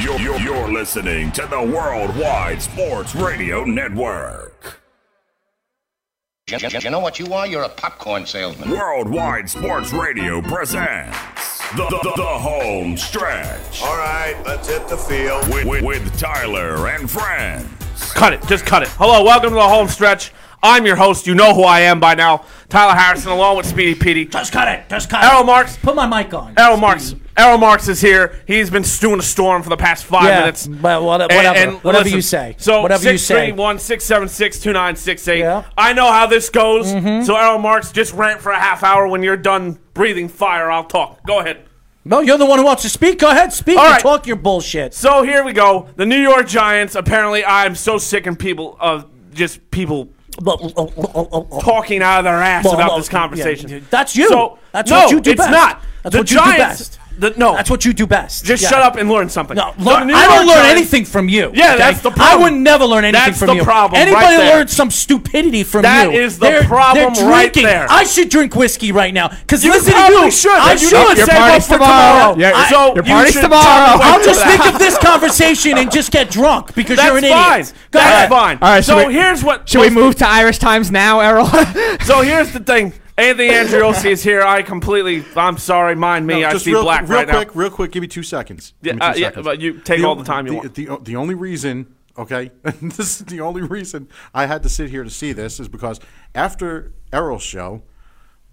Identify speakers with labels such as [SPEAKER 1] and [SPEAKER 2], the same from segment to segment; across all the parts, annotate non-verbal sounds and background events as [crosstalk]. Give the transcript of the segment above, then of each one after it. [SPEAKER 1] You're, you're, you're listening to the Worldwide Sports Radio Network.
[SPEAKER 2] You, you- you know what you are? You're a popcorn salesman.
[SPEAKER 1] Worldwide Sports Radio presents the, the, the home stretch
[SPEAKER 3] All right, let's hit the field.
[SPEAKER 1] with, with, with Tyler and friends.
[SPEAKER 4] Cut it. Just cut it. Hello. Welcome to the home stretch. I'm your host. You know who I am by now. Tyler Harrison, along with Speedy Petey.
[SPEAKER 5] Just cut it. Just cut
[SPEAKER 4] Errol
[SPEAKER 5] it.
[SPEAKER 4] Marks.
[SPEAKER 5] Put my mic on.
[SPEAKER 4] Errol Marks. Errol Marks is here. He's been stewing a storm for the past five
[SPEAKER 5] Yeah,
[SPEAKER 4] minutes.
[SPEAKER 5] but what- whatever. Whatever you say.
[SPEAKER 4] So
[SPEAKER 5] Whatever you say.
[SPEAKER 4] 631 676 2968.
[SPEAKER 5] Yeah. Mm-hmm.
[SPEAKER 4] I know how this goes. So, Errol Marks, just rant for a half hour. When you're done breathing fire, I'll talk. Go ahead.
[SPEAKER 5] No, you're the one who wants to speak. Go ahead, speak
[SPEAKER 4] All
[SPEAKER 5] and
[SPEAKER 4] right.
[SPEAKER 5] talk your bullshit.
[SPEAKER 4] So here we go. The New York Giants. Apparently, I'm so sick and people of just people talking out of their ass
[SPEAKER 5] Well,
[SPEAKER 4] about
[SPEAKER 5] well,
[SPEAKER 4] this conversation.
[SPEAKER 5] yeah, that's you.
[SPEAKER 4] So,
[SPEAKER 5] That's
[SPEAKER 4] no,
[SPEAKER 5] what you do
[SPEAKER 4] It's
[SPEAKER 5] best.
[SPEAKER 4] not.
[SPEAKER 5] That's
[SPEAKER 4] the
[SPEAKER 5] what you do
[SPEAKER 4] Giants,
[SPEAKER 5] best.
[SPEAKER 4] The, no,
[SPEAKER 5] That's what you do best.
[SPEAKER 4] Just
[SPEAKER 5] Yeah.
[SPEAKER 4] shut up and learn something.
[SPEAKER 5] No,
[SPEAKER 4] The
[SPEAKER 5] learn,
[SPEAKER 4] New
[SPEAKER 5] I don't
[SPEAKER 4] York
[SPEAKER 5] learn
[SPEAKER 4] Giants-
[SPEAKER 5] anything from you.
[SPEAKER 4] Yeah, that's the problem.
[SPEAKER 5] I would never learn anything
[SPEAKER 4] That's
[SPEAKER 5] from
[SPEAKER 4] the
[SPEAKER 5] you.
[SPEAKER 4] problem right
[SPEAKER 5] Anybody
[SPEAKER 4] there.
[SPEAKER 5] learned some stupidity from
[SPEAKER 4] That
[SPEAKER 5] you?
[SPEAKER 4] is the
[SPEAKER 5] They're-
[SPEAKER 4] problem
[SPEAKER 5] they're
[SPEAKER 4] right
[SPEAKER 5] drinking.
[SPEAKER 4] there.
[SPEAKER 5] I should drink whiskey right now because
[SPEAKER 4] You
[SPEAKER 5] listen to
[SPEAKER 4] probably
[SPEAKER 5] you.
[SPEAKER 4] should.
[SPEAKER 5] I
[SPEAKER 4] You
[SPEAKER 5] should.
[SPEAKER 4] should. Your Save up party's for tomorrow. tomorrow. Yeah,
[SPEAKER 5] I-
[SPEAKER 4] so your
[SPEAKER 5] you
[SPEAKER 4] party's
[SPEAKER 5] should-
[SPEAKER 4] tomorrow.
[SPEAKER 5] I'll just
[SPEAKER 4] Wait for
[SPEAKER 5] think of this conversation and just get drunk
[SPEAKER 4] [laughs]
[SPEAKER 5] because
[SPEAKER 4] That's
[SPEAKER 5] you're an
[SPEAKER 4] fine.
[SPEAKER 5] idiot. Go
[SPEAKER 4] That's
[SPEAKER 5] ahead.
[SPEAKER 4] fine.
[SPEAKER 6] All right,
[SPEAKER 4] So
[SPEAKER 6] should we-
[SPEAKER 4] here's what.
[SPEAKER 6] Should we
[SPEAKER 4] most-
[SPEAKER 6] move to Irish times now, Errol? [laughs] Um,
[SPEAKER 4] So here's the thing. Anthony Andreosi is here. I completely. I'm sorry. Mind me.
[SPEAKER 7] No,
[SPEAKER 4] I
[SPEAKER 7] just
[SPEAKER 4] see
[SPEAKER 7] real,
[SPEAKER 4] black
[SPEAKER 7] real
[SPEAKER 4] right
[SPEAKER 7] quick,
[SPEAKER 4] now.
[SPEAKER 7] real quick. Give me two seconds.
[SPEAKER 4] Yeah,
[SPEAKER 7] Give me two
[SPEAKER 4] uh, yeah,
[SPEAKER 7] seconds.
[SPEAKER 4] but you take all the time you
[SPEAKER 7] the,
[SPEAKER 4] want.
[SPEAKER 7] The, the only reason, okay, [laughs] this is the only reason I had to sit here to see this is because after Errol's show,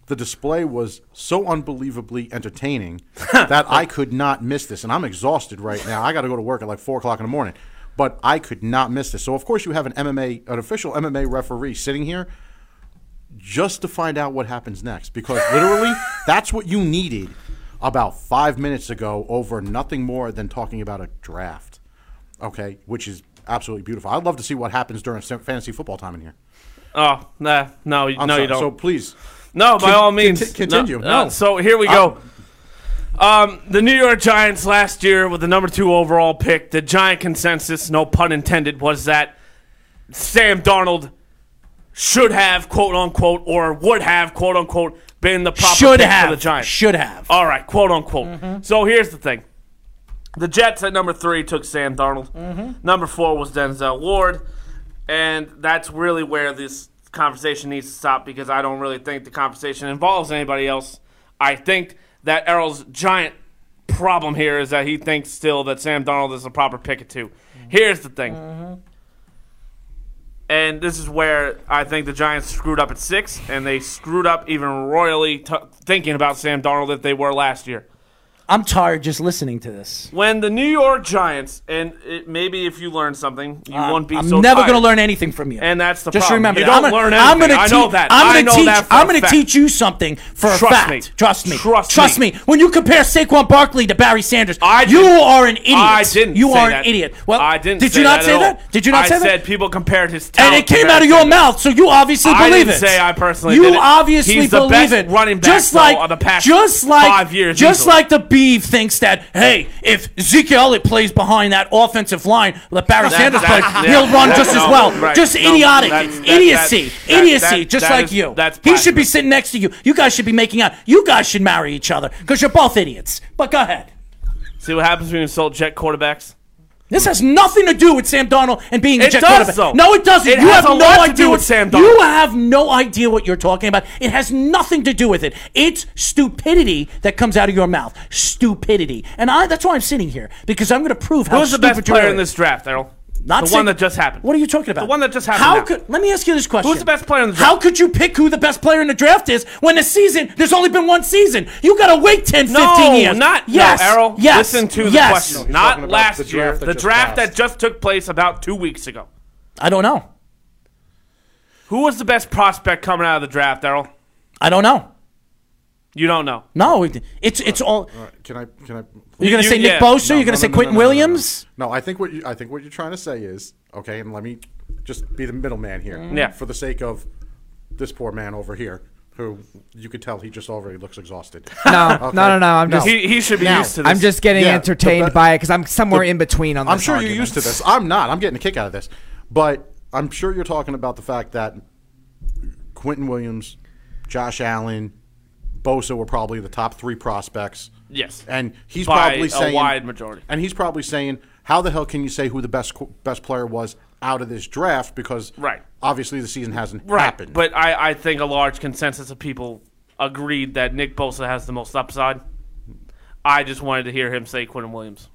[SPEAKER 7] the display was so unbelievably
[SPEAKER 4] [laughs]
[SPEAKER 7] entertaining that I could not miss this, and I'm exhausted right now. I got to go to work at like four o'clock in the morning, but I could not miss this. So of course you have an MMA, an official MMA referee sitting here just to find out what happens next because literally that's what you needed about five minutes ago over nothing more than talking about a draft okay which is absolutely beautiful i'd love to see what happens during sa- fantasy football time in here
[SPEAKER 4] Oh nah, no, you-
[SPEAKER 7] I'm
[SPEAKER 4] no,
[SPEAKER 7] sorry.
[SPEAKER 4] you don't.
[SPEAKER 7] so please
[SPEAKER 4] No, by
[SPEAKER 7] Con-
[SPEAKER 4] all
[SPEAKER 7] conti-
[SPEAKER 4] means.
[SPEAKER 7] continue.
[SPEAKER 4] No, uh,
[SPEAKER 7] No.
[SPEAKER 4] so here we go. Um, the New York Giants last year with the number two overall pick, the giant consensus, no pun intended, was that Sam Darnold should have, quote unquote, or would have, quote unquote, been the proper
[SPEAKER 5] Should
[SPEAKER 4] pick
[SPEAKER 5] have.
[SPEAKER 4] for the Giants.
[SPEAKER 5] Should have.
[SPEAKER 4] All right, quote unquote. So here's the thing. The Jets at number three took Sam Darnold. Number four was Denzel Ward. And that's really where this conversation needs to stop because I don't really think the conversation involves anybody else. I think that Errol's giant problem here is that he thinks still that Sam Darnold is the proper pick at 2 Here's the thing. And this is where I think the Giants screwed up at six, and they screwed up even royally t- thinking about Sam Darnold that they were last year
[SPEAKER 5] I'm tired just listening to this.
[SPEAKER 4] when the New York Giants, and it, maybe if you learn something, you won't be
[SPEAKER 5] I'm
[SPEAKER 4] so.
[SPEAKER 5] never
[SPEAKER 4] tired.
[SPEAKER 5] going to learn anything from you.
[SPEAKER 4] And that's the
[SPEAKER 5] just
[SPEAKER 4] problem.
[SPEAKER 5] remember
[SPEAKER 4] You
[SPEAKER 5] that.
[SPEAKER 4] don't
[SPEAKER 5] I'm gonna,
[SPEAKER 4] learn
[SPEAKER 5] I'm
[SPEAKER 4] anything.
[SPEAKER 5] gonna
[SPEAKER 4] I
[SPEAKER 5] teach,
[SPEAKER 4] know that.
[SPEAKER 5] I'm
[SPEAKER 4] I
[SPEAKER 5] gonna
[SPEAKER 4] know
[SPEAKER 5] teach.
[SPEAKER 4] that for
[SPEAKER 5] I'm
[SPEAKER 4] a
[SPEAKER 5] gonna
[SPEAKER 4] fact.
[SPEAKER 5] teach you something for
[SPEAKER 4] Trust
[SPEAKER 5] a fact.
[SPEAKER 4] me.
[SPEAKER 5] Trust me.
[SPEAKER 4] Trust me.
[SPEAKER 5] me. When you compare Saquon Barkley to Barry Sanders,
[SPEAKER 4] I
[SPEAKER 5] you
[SPEAKER 4] didn't-
[SPEAKER 5] are an idiot.
[SPEAKER 4] I didn't.
[SPEAKER 5] You
[SPEAKER 4] say
[SPEAKER 5] are
[SPEAKER 4] that.
[SPEAKER 5] an idiot. Well,
[SPEAKER 4] I didn't.
[SPEAKER 5] Did
[SPEAKER 4] say
[SPEAKER 5] you not
[SPEAKER 4] that
[SPEAKER 5] say
[SPEAKER 4] at all.
[SPEAKER 5] that? Did you not
[SPEAKER 4] I
[SPEAKER 5] say
[SPEAKER 4] said
[SPEAKER 5] that?
[SPEAKER 4] people compared his
[SPEAKER 5] And
[SPEAKER 4] talent.
[SPEAKER 5] it came
[SPEAKER 4] to
[SPEAKER 5] out of your
[SPEAKER 4] Madison.
[SPEAKER 5] mouth, so you obviously
[SPEAKER 4] I
[SPEAKER 5] believe
[SPEAKER 4] didn't
[SPEAKER 5] it.
[SPEAKER 4] say I personally
[SPEAKER 5] You
[SPEAKER 4] did it.
[SPEAKER 5] obviously
[SPEAKER 4] He's the
[SPEAKER 5] believe
[SPEAKER 4] best
[SPEAKER 5] it.
[SPEAKER 4] running back,
[SPEAKER 5] just
[SPEAKER 4] though,
[SPEAKER 5] like
[SPEAKER 4] of the past
[SPEAKER 5] just like
[SPEAKER 4] five years
[SPEAKER 5] Just
[SPEAKER 4] easily.
[SPEAKER 5] like the Beeve thinks that hey, if Zeke Elliott plays behind that offensive line that Barry
[SPEAKER 4] That-
[SPEAKER 5] Sanders
[SPEAKER 4] that-
[SPEAKER 5] plays,
[SPEAKER 4] yeah,
[SPEAKER 5] he'll run
[SPEAKER 4] that-
[SPEAKER 5] just as
[SPEAKER 4] no,
[SPEAKER 5] well.
[SPEAKER 4] right,
[SPEAKER 5] Just
[SPEAKER 4] no,
[SPEAKER 5] idiotic,
[SPEAKER 4] that's- that-
[SPEAKER 5] idiocy,
[SPEAKER 4] that- that-
[SPEAKER 5] idiocy,
[SPEAKER 4] that-
[SPEAKER 5] just
[SPEAKER 4] that
[SPEAKER 5] like
[SPEAKER 4] is-
[SPEAKER 5] you.
[SPEAKER 4] that's
[SPEAKER 5] he should be
[SPEAKER 4] blasphemy.
[SPEAKER 5] sitting next to you. You guys should be making out. You guys should marry each other because you're both idiots. But go ahead.
[SPEAKER 4] See what happens when you insult jet quarterbacks.
[SPEAKER 5] This has nothing to do with Sam Donald and being a
[SPEAKER 4] It
[SPEAKER 5] Jet
[SPEAKER 4] does,
[SPEAKER 5] quarterback.
[SPEAKER 4] though.
[SPEAKER 5] No, it doesn't.
[SPEAKER 4] It
[SPEAKER 5] you
[SPEAKER 4] has
[SPEAKER 5] have
[SPEAKER 4] a
[SPEAKER 5] no
[SPEAKER 4] lot to
[SPEAKER 5] idea
[SPEAKER 4] do
[SPEAKER 5] what,
[SPEAKER 4] with Sam Darnold.
[SPEAKER 5] You have no idea what you're talking about. It has nothing to do with it. It's stupidity that comes out of your mouth. Stupidity, and I, that's why I'm sitting here because I'm going to prove how
[SPEAKER 4] Who's the
[SPEAKER 5] stupid
[SPEAKER 4] best
[SPEAKER 5] you
[SPEAKER 4] player
[SPEAKER 5] really
[SPEAKER 4] in this draft, Errol?
[SPEAKER 5] not
[SPEAKER 4] the
[SPEAKER 5] say-
[SPEAKER 4] one that just happened.
[SPEAKER 5] What are you talking about?
[SPEAKER 4] The one that just happened.
[SPEAKER 5] How
[SPEAKER 4] now.
[SPEAKER 5] could? Let me ask you this question.
[SPEAKER 4] Who's the best player in the
[SPEAKER 5] How could you pick who the best player in the draft is when the season? There's only been one season. You got to wait 10,
[SPEAKER 4] no,
[SPEAKER 5] 15 years.
[SPEAKER 4] Not
[SPEAKER 5] yes,
[SPEAKER 4] no, Errol.
[SPEAKER 5] Yes.
[SPEAKER 4] Listen to
[SPEAKER 5] yes.
[SPEAKER 4] the
[SPEAKER 7] No,
[SPEAKER 4] question.
[SPEAKER 7] he's talking
[SPEAKER 4] Not
[SPEAKER 7] about
[SPEAKER 4] last
[SPEAKER 7] the draft
[SPEAKER 4] year.
[SPEAKER 7] that
[SPEAKER 4] The
[SPEAKER 7] just
[SPEAKER 4] draft that
[SPEAKER 7] passed.
[SPEAKER 4] just took place about two weeks ago.
[SPEAKER 5] I don't know.
[SPEAKER 4] Who was the best prospect coming out of the draft, Errol?
[SPEAKER 5] I don't know.
[SPEAKER 4] You don't know.
[SPEAKER 5] No, it- it's it's all.
[SPEAKER 7] can i can i
[SPEAKER 5] You're
[SPEAKER 4] You-
[SPEAKER 5] gonna say Nick
[SPEAKER 4] yeah.
[SPEAKER 5] Bosa? you're
[SPEAKER 7] No,
[SPEAKER 5] gonna
[SPEAKER 7] no,
[SPEAKER 5] say
[SPEAKER 7] no, no,
[SPEAKER 5] Quentin
[SPEAKER 7] no, no, no, no.
[SPEAKER 5] Williams?
[SPEAKER 7] No, I think what you, I think what you're trying to say is okay, and let me just be the middleman here.
[SPEAKER 4] Yeah.
[SPEAKER 7] For the sake of this poor man over here, who you could tell he just already looks exhausted.
[SPEAKER 6] No, no, no, no, I'm just-
[SPEAKER 4] He, he should be used to this.
[SPEAKER 6] I'm just getting
[SPEAKER 7] Yeah,
[SPEAKER 6] entertained
[SPEAKER 7] the-
[SPEAKER 6] by it because I'm somewhere in between on this.
[SPEAKER 7] I'm sure you're
[SPEAKER 6] argument.
[SPEAKER 7] used to this. I'm not. I'm getting a kick out of this, but I'm sure you're talking about the fact that Quentin Williams, Josh Allen, Bosa were probably the top three prospects
[SPEAKER 4] Yes.
[SPEAKER 7] and he's
[SPEAKER 4] By
[SPEAKER 7] probably
[SPEAKER 4] a
[SPEAKER 7] saying
[SPEAKER 4] wide majority.
[SPEAKER 7] And he's probably saying, "How the hell can you say who the best qu- best player was out of this draft?" Because
[SPEAKER 4] Right.
[SPEAKER 7] obviously the season hasn't
[SPEAKER 4] right.
[SPEAKER 7] happened.
[SPEAKER 4] But I, I think a large consensus of people agreed that Nick Bosa has the most upside. I just wanted to hear him say Quinton Williams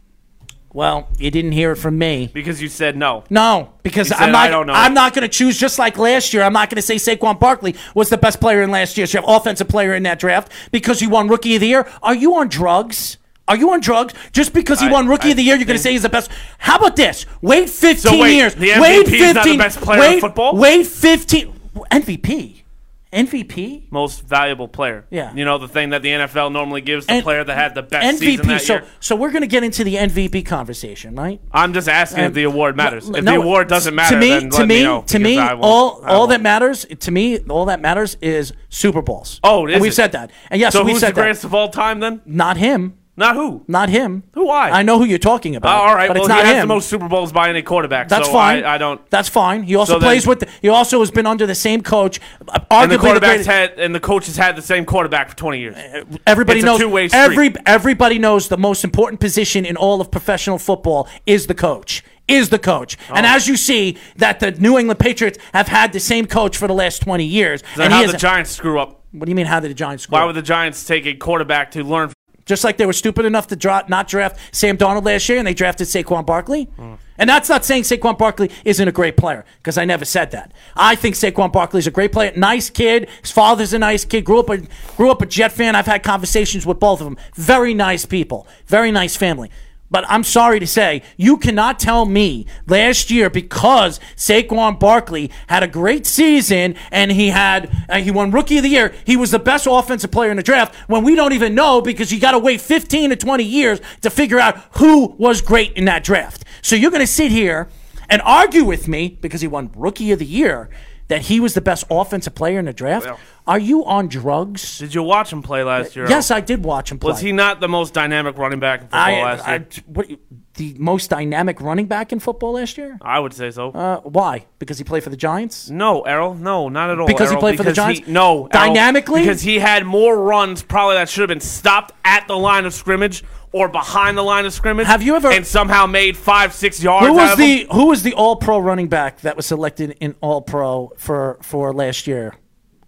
[SPEAKER 5] Well, you didn't hear it from me.
[SPEAKER 4] because you said no.
[SPEAKER 5] No, because
[SPEAKER 4] He said,
[SPEAKER 5] I'm not.
[SPEAKER 4] "I don't know."
[SPEAKER 5] I'm not going to choose just like last year. I'm not going to say Saquon Barkley was the best player in last year's draft, offensive player in that draft, because he won Rookie of the Year. Are you on drugs? Are you on drugs? Just because he
[SPEAKER 4] I-
[SPEAKER 5] won Rookie
[SPEAKER 4] I
[SPEAKER 5] of the Year, you're going to
[SPEAKER 4] think-
[SPEAKER 5] say he's the best? How about this? Wait 15
[SPEAKER 4] So wait,
[SPEAKER 5] years.
[SPEAKER 4] the
[SPEAKER 5] wait
[SPEAKER 4] MVP is
[SPEAKER 5] 15.
[SPEAKER 4] not the best player in
[SPEAKER 5] wait,
[SPEAKER 4] football?
[SPEAKER 5] Wait 15. MVP. MVP.
[SPEAKER 4] Most valuable player.
[SPEAKER 5] Yeah.
[SPEAKER 4] You know the thing that the NFL normally gives the
[SPEAKER 5] And-
[SPEAKER 4] player that had the best season
[SPEAKER 5] MVP.
[SPEAKER 4] that
[SPEAKER 5] So,
[SPEAKER 4] year.
[SPEAKER 5] so we're going to get into the MVP conversation, right?
[SPEAKER 4] I'm just asking if
[SPEAKER 5] Um,
[SPEAKER 4] the award matters.
[SPEAKER 5] l-
[SPEAKER 4] if
[SPEAKER 5] no,
[SPEAKER 4] the award doesn't matter,
[SPEAKER 5] to me,
[SPEAKER 4] then
[SPEAKER 5] to
[SPEAKER 4] let
[SPEAKER 5] me,
[SPEAKER 4] me, know,
[SPEAKER 5] to
[SPEAKER 4] because
[SPEAKER 5] me,
[SPEAKER 4] I won't-
[SPEAKER 5] all
[SPEAKER 4] I
[SPEAKER 5] all
[SPEAKER 4] won't.
[SPEAKER 5] that matters to me, all that matters is Super Bowls.
[SPEAKER 4] Oh, is
[SPEAKER 5] and we've
[SPEAKER 4] it?
[SPEAKER 5] said that, and yes,
[SPEAKER 4] So
[SPEAKER 5] we've
[SPEAKER 4] who's the
[SPEAKER 5] said
[SPEAKER 4] greatest
[SPEAKER 5] that.
[SPEAKER 4] of all time then?
[SPEAKER 5] Not him,
[SPEAKER 4] Not who.
[SPEAKER 5] not him.
[SPEAKER 4] Who, why?
[SPEAKER 5] I know who you're talking
[SPEAKER 4] Uh,
[SPEAKER 5] about.
[SPEAKER 4] all right,
[SPEAKER 5] but
[SPEAKER 4] well,
[SPEAKER 5] it's not
[SPEAKER 4] he has
[SPEAKER 5] him.
[SPEAKER 4] the most Super Bowls by any quarterback.
[SPEAKER 5] That's
[SPEAKER 4] so
[SPEAKER 5] fine.
[SPEAKER 4] I, I don't.
[SPEAKER 5] That's fine. He also
[SPEAKER 4] So then-
[SPEAKER 5] plays with. The, he also has been under the same coach. uh,
[SPEAKER 4] And the
[SPEAKER 5] Arguably, the
[SPEAKER 4] quarterbacks
[SPEAKER 5] greatest.
[SPEAKER 4] had, and the coaches had the same quarterback for 20 years.
[SPEAKER 5] Everybody
[SPEAKER 4] It's a
[SPEAKER 5] knows.
[SPEAKER 4] two-way street.
[SPEAKER 5] every everybody knows the most important position in all of professional football is the coach. Is the coach,
[SPEAKER 4] Oh.
[SPEAKER 5] and as you see, that the New England Patriots have had the same coach for the last twenty years.
[SPEAKER 4] So
[SPEAKER 5] and
[SPEAKER 4] how
[SPEAKER 5] he
[SPEAKER 4] the
[SPEAKER 5] is-
[SPEAKER 4] Giants screw up?
[SPEAKER 5] What do you mean? How did the Giants score?
[SPEAKER 4] Why would the Giants take a quarterback to learn?
[SPEAKER 5] Just like they were stupid enough to dra- not draft Sam Donald last year, and they drafted Saquon Barkley. And that's not saying Saquon Barkley isn't a great player, because I never said that. I think Saquon Barkley is a great player, nice kid. His father's a nice kid. Grew up a grew up a Jet fan. I've had conversations with both of them. Very nice people. Very nice family. But I'm sorry to say, you cannot tell me last year because Saquon Barkley had a great season and he had uh, he won Rookie of the Year. He was the best offensive player in the draft when we don't even know because you got to wait 15 to 20 years to figure out who was great in that draft. So you're going to sit here and argue with me because he won Rookie of the Year that he was the best offensive player in the draft. Are you on drugs?
[SPEAKER 4] Did you watch him play last year?
[SPEAKER 5] Yes, I did watch him play.
[SPEAKER 4] was he not the most dynamic running back in football
[SPEAKER 5] I,
[SPEAKER 4] last
[SPEAKER 5] I,
[SPEAKER 4] year?
[SPEAKER 5] what, the most dynamic running back in football last year?
[SPEAKER 4] I, would say so.
[SPEAKER 5] Uh, why? Because he played for the Giants?
[SPEAKER 4] no, Errol, no, not at all.
[SPEAKER 5] Because he
[SPEAKER 4] Errol,
[SPEAKER 5] played for the
[SPEAKER 4] because he-
[SPEAKER 5] Giants?
[SPEAKER 4] no, Errol,
[SPEAKER 5] Dynamically?
[SPEAKER 4] because he had more runs probably that should have been stopped at the line of scrimmage or behind the line of scrimmage.
[SPEAKER 5] Have you ever-
[SPEAKER 4] and somehow made five, six yards?
[SPEAKER 5] Who
[SPEAKER 4] out
[SPEAKER 5] was
[SPEAKER 4] of 'em?
[SPEAKER 5] the who was the All Pro running back that was selected in All Pro for for last year?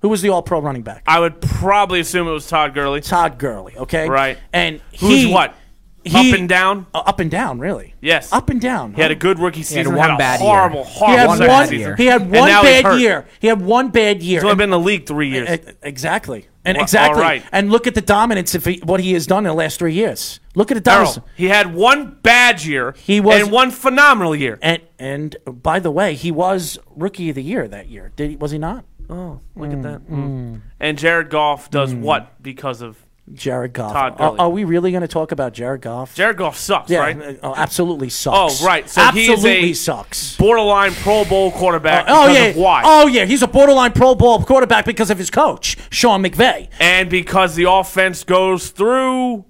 [SPEAKER 5] Who was the All Pro running back?
[SPEAKER 4] I would probably assume it was Todd Gurley.
[SPEAKER 5] Todd Gurley. Okay,
[SPEAKER 4] Right.
[SPEAKER 5] And
[SPEAKER 4] Who's
[SPEAKER 5] he,
[SPEAKER 4] what?
[SPEAKER 5] he-
[SPEAKER 4] Up and down?
[SPEAKER 5] Uh, up and down, really?
[SPEAKER 4] Yes.
[SPEAKER 5] Up and down.
[SPEAKER 4] He had a good rookie season.
[SPEAKER 6] had
[SPEAKER 4] had,
[SPEAKER 6] one
[SPEAKER 4] a
[SPEAKER 6] bad year.
[SPEAKER 4] horrible,
[SPEAKER 5] He
[SPEAKER 4] horrible
[SPEAKER 5] had
[SPEAKER 6] One
[SPEAKER 5] one.
[SPEAKER 4] second
[SPEAKER 6] bad
[SPEAKER 4] season.
[SPEAKER 5] He had
[SPEAKER 4] And
[SPEAKER 5] one
[SPEAKER 4] now he's
[SPEAKER 5] bad
[SPEAKER 4] hurt.
[SPEAKER 5] year. He had one bad year.
[SPEAKER 4] He's only
[SPEAKER 5] And-
[SPEAKER 4] been in the league three years.
[SPEAKER 5] E- Exactly. And
[SPEAKER 4] Well,
[SPEAKER 5] exactly.
[SPEAKER 4] all right.
[SPEAKER 5] And look at the dominance of he- what he has done in the last three years. Look at the dominance.
[SPEAKER 4] Errol, he had one bad year
[SPEAKER 5] He was-
[SPEAKER 4] and one phenomenal year.
[SPEAKER 5] And and by the way, he was rookie of the year that year. Did he, was he not?
[SPEAKER 4] Look at that. And Jared Goff does what because of
[SPEAKER 5] Jared Goff.
[SPEAKER 4] Todd
[SPEAKER 5] are,
[SPEAKER 4] Gurley.
[SPEAKER 5] are we really going to talk about Jared Goff?
[SPEAKER 4] Jared Goff sucks,
[SPEAKER 5] yeah,
[SPEAKER 4] right?
[SPEAKER 5] uh, oh, absolutely sucks.
[SPEAKER 4] Oh, right. So he is
[SPEAKER 5] absolutely
[SPEAKER 4] a-
[SPEAKER 5] sucks.
[SPEAKER 4] Borderline Pro Bowl quarterback.
[SPEAKER 5] Oh
[SPEAKER 4] because
[SPEAKER 5] yeah.
[SPEAKER 4] of why?
[SPEAKER 5] Oh yeah. He's a borderline Pro Bowl quarterback because of his coach, Sean McVay.
[SPEAKER 4] And because the offense goes through.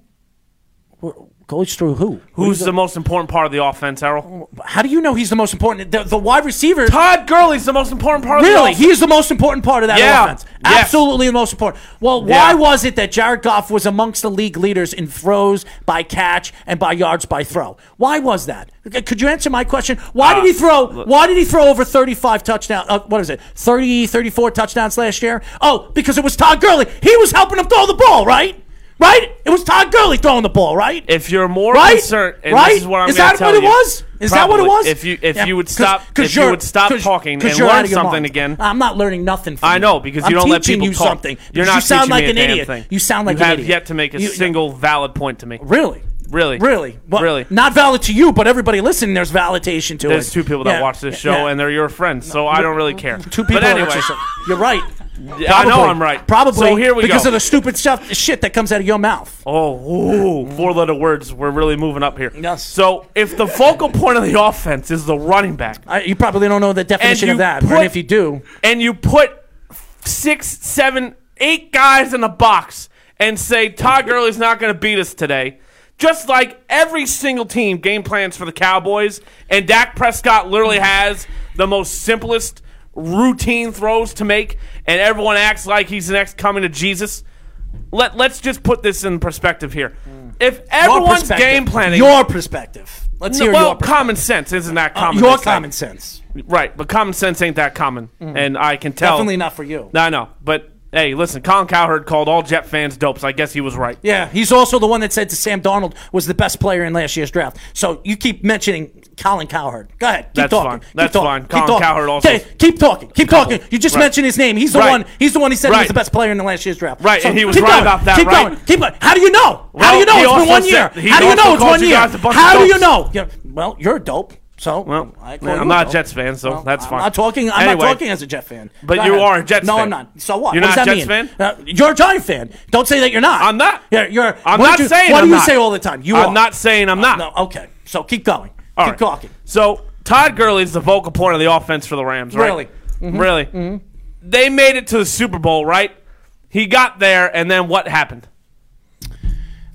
[SPEAKER 5] Goes through who?
[SPEAKER 4] Who's the most important part of the offense, Errol?
[SPEAKER 5] How do you know he's the most important? The, the wide receiver.
[SPEAKER 4] Todd Gurley's the most important part of the
[SPEAKER 5] Really,
[SPEAKER 4] offense.
[SPEAKER 5] he is the most important part of that
[SPEAKER 4] Yeah.
[SPEAKER 5] offense.
[SPEAKER 4] Yes.
[SPEAKER 5] Absolutely the most important. Well, why
[SPEAKER 4] Yeah.
[SPEAKER 5] was it that Jared Goff was amongst the league leaders in throws by catch and by yards by throw? Why was that? C- Could you answer my question? Why
[SPEAKER 4] Uh,
[SPEAKER 5] did he throw? Why did he throw over 35 touchdowns? Uh, what is it? 30, 34 touchdowns last year? Oh, because it was Todd Gurley. He was helping him throw the ball, right? Right? It was Todd Gurley throwing the ball, right?
[SPEAKER 4] If you're more
[SPEAKER 5] Right?
[SPEAKER 4] concerned, and
[SPEAKER 5] Right?
[SPEAKER 4] this is what I'm
[SPEAKER 5] Is
[SPEAKER 4] gonna
[SPEAKER 5] that
[SPEAKER 4] tell
[SPEAKER 5] what it
[SPEAKER 4] you,
[SPEAKER 5] was? Is that what it
[SPEAKER 4] probably.
[SPEAKER 5] was?
[SPEAKER 4] If you if
[SPEAKER 5] Yeah,
[SPEAKER 4] you would
[SPEAKER 5] 'cause-
[SPEAKER 4] stop
[SPEAKER 5] 'cause
[SPEAKER 4] if you
[SPEAKER 5] you're-
[SPEAKER 4] would stop
[SPEAKER 5] 'cause-
[SPEAKER 4] talking
[SPEAKER 5] 'cause
[SPEAKER 4] and
[SPEAKER 5] you're out
[SPEAKER 4] learn
[SPEAKER 5] of your
[SPEAKER 4] something
[SPEAKER 5] mind.
[SPEAKER 4] again.
[SPEAKER 5] I'm not learning nothing. From
[SPEAKER 4] I
[SPEAKER 5] you.
[SPEAKER 4] know, because you
[SPEAKER 5] I'm
[SPEAKER 4] don't let
[SPEAKER 5] teaching
[SPEAKER 4] people
[SPEAKER 5] you
[SPEAKER 4] talk.
[SPEAKER 5] something.
[SPEAKER 4] You're
[SPEAKER 5] because
[SPEAKER 4] not
[SPEAKER 5] you sound
[SPEAKER 4] teaching
[SPEAKER 5] like
[SPEAKER 4] me a
[SPEAKER 5] an
[SPEAKER 4] damn
[SPEAKER 5] idiot.
[SPEAKER 4] thing.
[SPEAKER 5] You sound like
[SPEAKER 4] you
[SPEAKER 5] an
[SPEAKER 4] have
[SPEAKER 5] idiot.
[SPEAKER 4] yet to make a
[SPEAKER 5] You-
[SPEAKER 4] single valid point to me.
[SPEAKER 5] Really?
[SPEAKER 4] Really?
[SPEAKER 5] Really? Well,
[SPEAKER 4] Really.
[SPEAKER 5] Not valid to you, but everybody listening, there's validation to it.
[SPEAKER 4] There's two people that
[SPEAKER 5] Yeah,
[SPEAKER 4] watch this
[SPEAKER 5] yeah,
[SPEAKER 4] show,
[SPEAKER 5] yeah.
[SPEAKER 4] and they're your friends, so I don't really care.
[SPEAKER 5] two
[SPEAKER 4] But
[SPEAKER 5] people that
[SPEAKER 4] anyway,
[SPEAKER 5] watch this show. You're right.
[SPEAKER 4] Yeah, I know
[SPEAKER 5] Probably.
[SPEAKER 4] I'm right.
[SPEAKER 5] Probably.
[SPEAKER 4] So here we
[SPEAKER 5] Because
[SPEAKER 4] go.
[SPEAKER 5] of the stupid stuff, shit that comes out of your mouth.
[SPEAKER 4] Oh, ooh, four-letter words. We're really moving up here.
[SPEAKER 5] Yes.
[SPEAKER 4] So if the focal point of the [laughs] offense is the running back,
[SPEAKER 5] I, you probably don't know the definition
[SPEAKER 4] you
[SPEAKER 5] of that.
[SPEAKER 4] put-
[SPEAKER 5] and if you do,
[SPEAKER 4] and you put six, seven, eight guys in a box and say Todd Gurley's not going to beat us today. Just like every single team game plans for the Cowboys, and Dak Prescott literally has the most simplest routine throws to make, and everyone acts like he's the next coming to Jesus. Let, let's just put this in perspective here. If
[SPEAKER 5] Your
[SPEAKER 4] everyone's
[SPEAKER 5] Mm. perspective.
[SPEAKER 4] game planning,
[SPEAKER 5] Your perspective. Let's
[SPEAKER 4] No,
[SPEAKER 5] hear
[SPEAKER 4] well,
[SPEAKER 5] your perspective.
[SPEAKER 4] common sense isn't that common.
[SPEAKER 5] uh, your
[SPEAKER 4] they say.
[SPEAKER 5] common sense. Mm.
[SPEAKER 4] right? But common sense ain't that common, and I can tell.
[SPEAKER 5] Definitely not for you.
[SPEAKER 4] No, I know. But hey, listen, Colin Cowherd called all Jet fans dopes. I guess he was right.
[SPEAKER 5] Yeah, he's also the one that said to Sam Donald was the best player in last year's draft. So you keep mentioning Colin Cowherd. Go ahead, keep
[SPEAKER 4] That's
[SPEAKER 5] talking.
[SPEAKER 4] fine.
[SPEAKER 5] Keep
[SPEAKER 4] That's
[SPEAKER 5] talking.
[SPEAKER 4] fine.
[SPEAKER 5] Keep
[SPEAKER 4] Colin
[SPEAKER 5] talking.
[SPEAKER 4] Cowherd also-
[SPEAKER 5] Okay, keep talking. Keep talking. You just
[SPEAKER 4] Right.
[SPEAKER 5] mentioned his name. He's the
[SPEAKER 4] Right.
[SPEAKER 5] one. He's the one. He said he
[SPEAKER 4] Right.
[SPEAKER 5] was the best player in the last year's draft.
[SPEAKER 4] Right,
[SPEAKER 5] So
[SPEAKER 4] and he was
[SPEAKER 5] keep
[SPEAKER 4] right
[SPEAKER 5] going.
[SPEAKER 4] about that,
[SPEAKER 5] Keep
[SPEAKER 4] right?
[SPEAKER 5] going. Keep going. How do you know? How do
[SPEAKER 4] Well,
[SPEAKER 5] you know?
[SPEAKER 4] he
[SPEAKER 5] It's been
[SPEAKER 4] also
[SPEAKER 5] one
[SPEAKER 4] said-
[SPEAKER 5] year.
[SPEAKER 4] he
[SPEAKER 5] How do you
[SPEAKER 4] also
[SPEAKER 5] know it's
[SPEAKER 4] called
[SPEAKER 5] one
[SPEAKER 4] you
[SPEAKER 5] year?
[SPEAKER 4] guys a bunch of
[SPEAKER 5] How do you
[SPEAKER 4] dopes.
[SPEAKER 5] know? Yeah, well, you're a dope. So
[SPEAKER 4] Well,
[SPEAKER 5] I call
[SPEAKER 4] man,
[SPEAKER 5] you
[SPEAKER 4] I'm not a
[SPEAKER 5] dope.
[SPEAKER 4] Jets fan, so
[SPEAKER 5] Well,
[SPEAKER 4] that's
[SPEAKER 5] I'm
[SPEAKER 4] fine.
[SPEAKER 5] not talking. I'm
[SPEAKER 4] Anyway.
[SPEAKER 5] not talking as a Jet fan.
[SPEAKER 4] But
[SPEAKER 5] Go
[SPEAKER 4] you
[SPEAKER 5] ahead.
[SPEAKER 4] are a Jets
[SPEAKER 5] no,
[SPEAKER 4] fan.
[SPEAKER 5] I'm not. So what?
[SPEAKER 4] You're
[SPEAKER 5] what
[SPEAKER 4] not
[SPEAKER 5] does
[SPEAKER 4] a
[SPEAKER 5] that
[SPEAKER 4] Jets
[SPEAKER 5] mean?
[SPEAKER 4] fan?
[SPEAKER 5] Uh, you're a Giant fan. Don't say that you're not.
[SPEAKER 4] I'm not.
[SPEAKER 5] You're. you're
[SPEAKER 4] I'm
[SPEAKER 5] what
[SPEAKER 4] not
[SPEAKER 5] do you,
[SPEAKER 4] saying
[SPEAKER 5] What
[SPEAKER 4] I'm
[SPEAKER 5] do you
[SPEAKER 4] not.
[SPEAKER 5] say all the time? You.
[SPEAKER 4] I'm
[SPEAKER 5] are. Uh,
[SPEAKER 4] not saying I'm not.
[SPEAKER 5] No. Okay. So keep going.
[SPEAKER 4] All
[SPEAKER 5] keep
[SPEAKER 4] right.
[SPEAKER 5] talking.
[SPEAKER 4] So Todd Gurley's the vocal point of the offense for the Rams, right?
[SPEAKER 5] Really? Mm-hmm.
[SPEAKER 4] Really? They made it to the Super Bowl, right? He got there, and then what happened?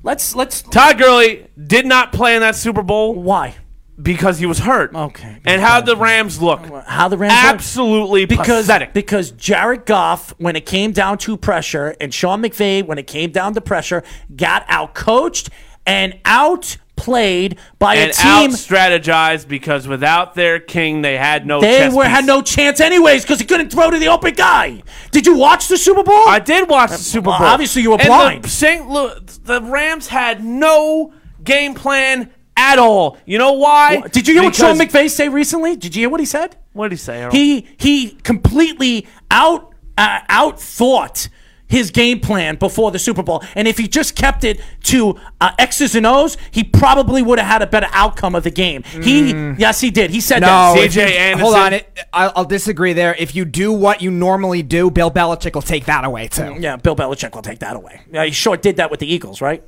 [SPEAKER 5] Let's. Let's.
[SPEAKER 4] Todd Gurley did not play in that Super Bowl
[SPEAKER 5] Why?
[SPEAKER 4] because he was hurt.
[SPEAKER 5] Okay.
[SPEAKER 4] And how the Rams look?
[SPEAKER 5] How the Rams? look?
[SPEAKER 4] Absolutely
[SPEAKER 5] because
[SPEAKER 4] pathetic.
[SPEAKER 5] because Jared Goff, when it came down to pressure, and Sean McVay, when it came down to pressure, got out coached and out played by
[SPEAKER 4] and
[SPEAKER 5] a team.
[SPEAKER 4] out strategized because without their king, they had no.
[SPEAKER 5] they
[SPEAKER 4] chess
[SPEAKER 5] were
[SPEAKER 4] piece.
[SPEAKER 5] had no chance anyways because he couldn't throw to the open guy. Did you watch the Super Bowl?
[SPEAKER 4] I did watch the Super Bowl.
[SPEAKER 5] well, obviously you were
[SPEAKER 4] And the
[SPEAKER 5] blind.
[SPEAKER 4] St. Louis, the Rams had no game plan at all. You know why?
[SPEAKER 5] Wha- Did you hear
[SPEAKER 4] Because-
[SPEAKER 5] what Sean McVay say recently? Did you hear what he said?
[SPEAKER 4] What did he say? Harold?
[SPEAKER 5] He he completely out uh, outthought his game plan before the Super Bowl, and if he just kept it to uh, X's and O's, he probably would have had a better outcome of the game. He yes, he did. He said
[SPEAKER 6] Mm. No,
[SPEAKER 5] that.
[SPEAKER 6] if
[SPEAKER 4] CJ
[SPEAKER 6] you-
[SPEAKER 4] Anderson.
[SPEAKER 6] Hold on, it, I'll, I'll disagree there. If you do what you normally do, Bill Belichick will take that away too.
[SPEAKER 5] Yeah, Bill Belichick will take that away. Yeah, he sure did that with the Eagles, right?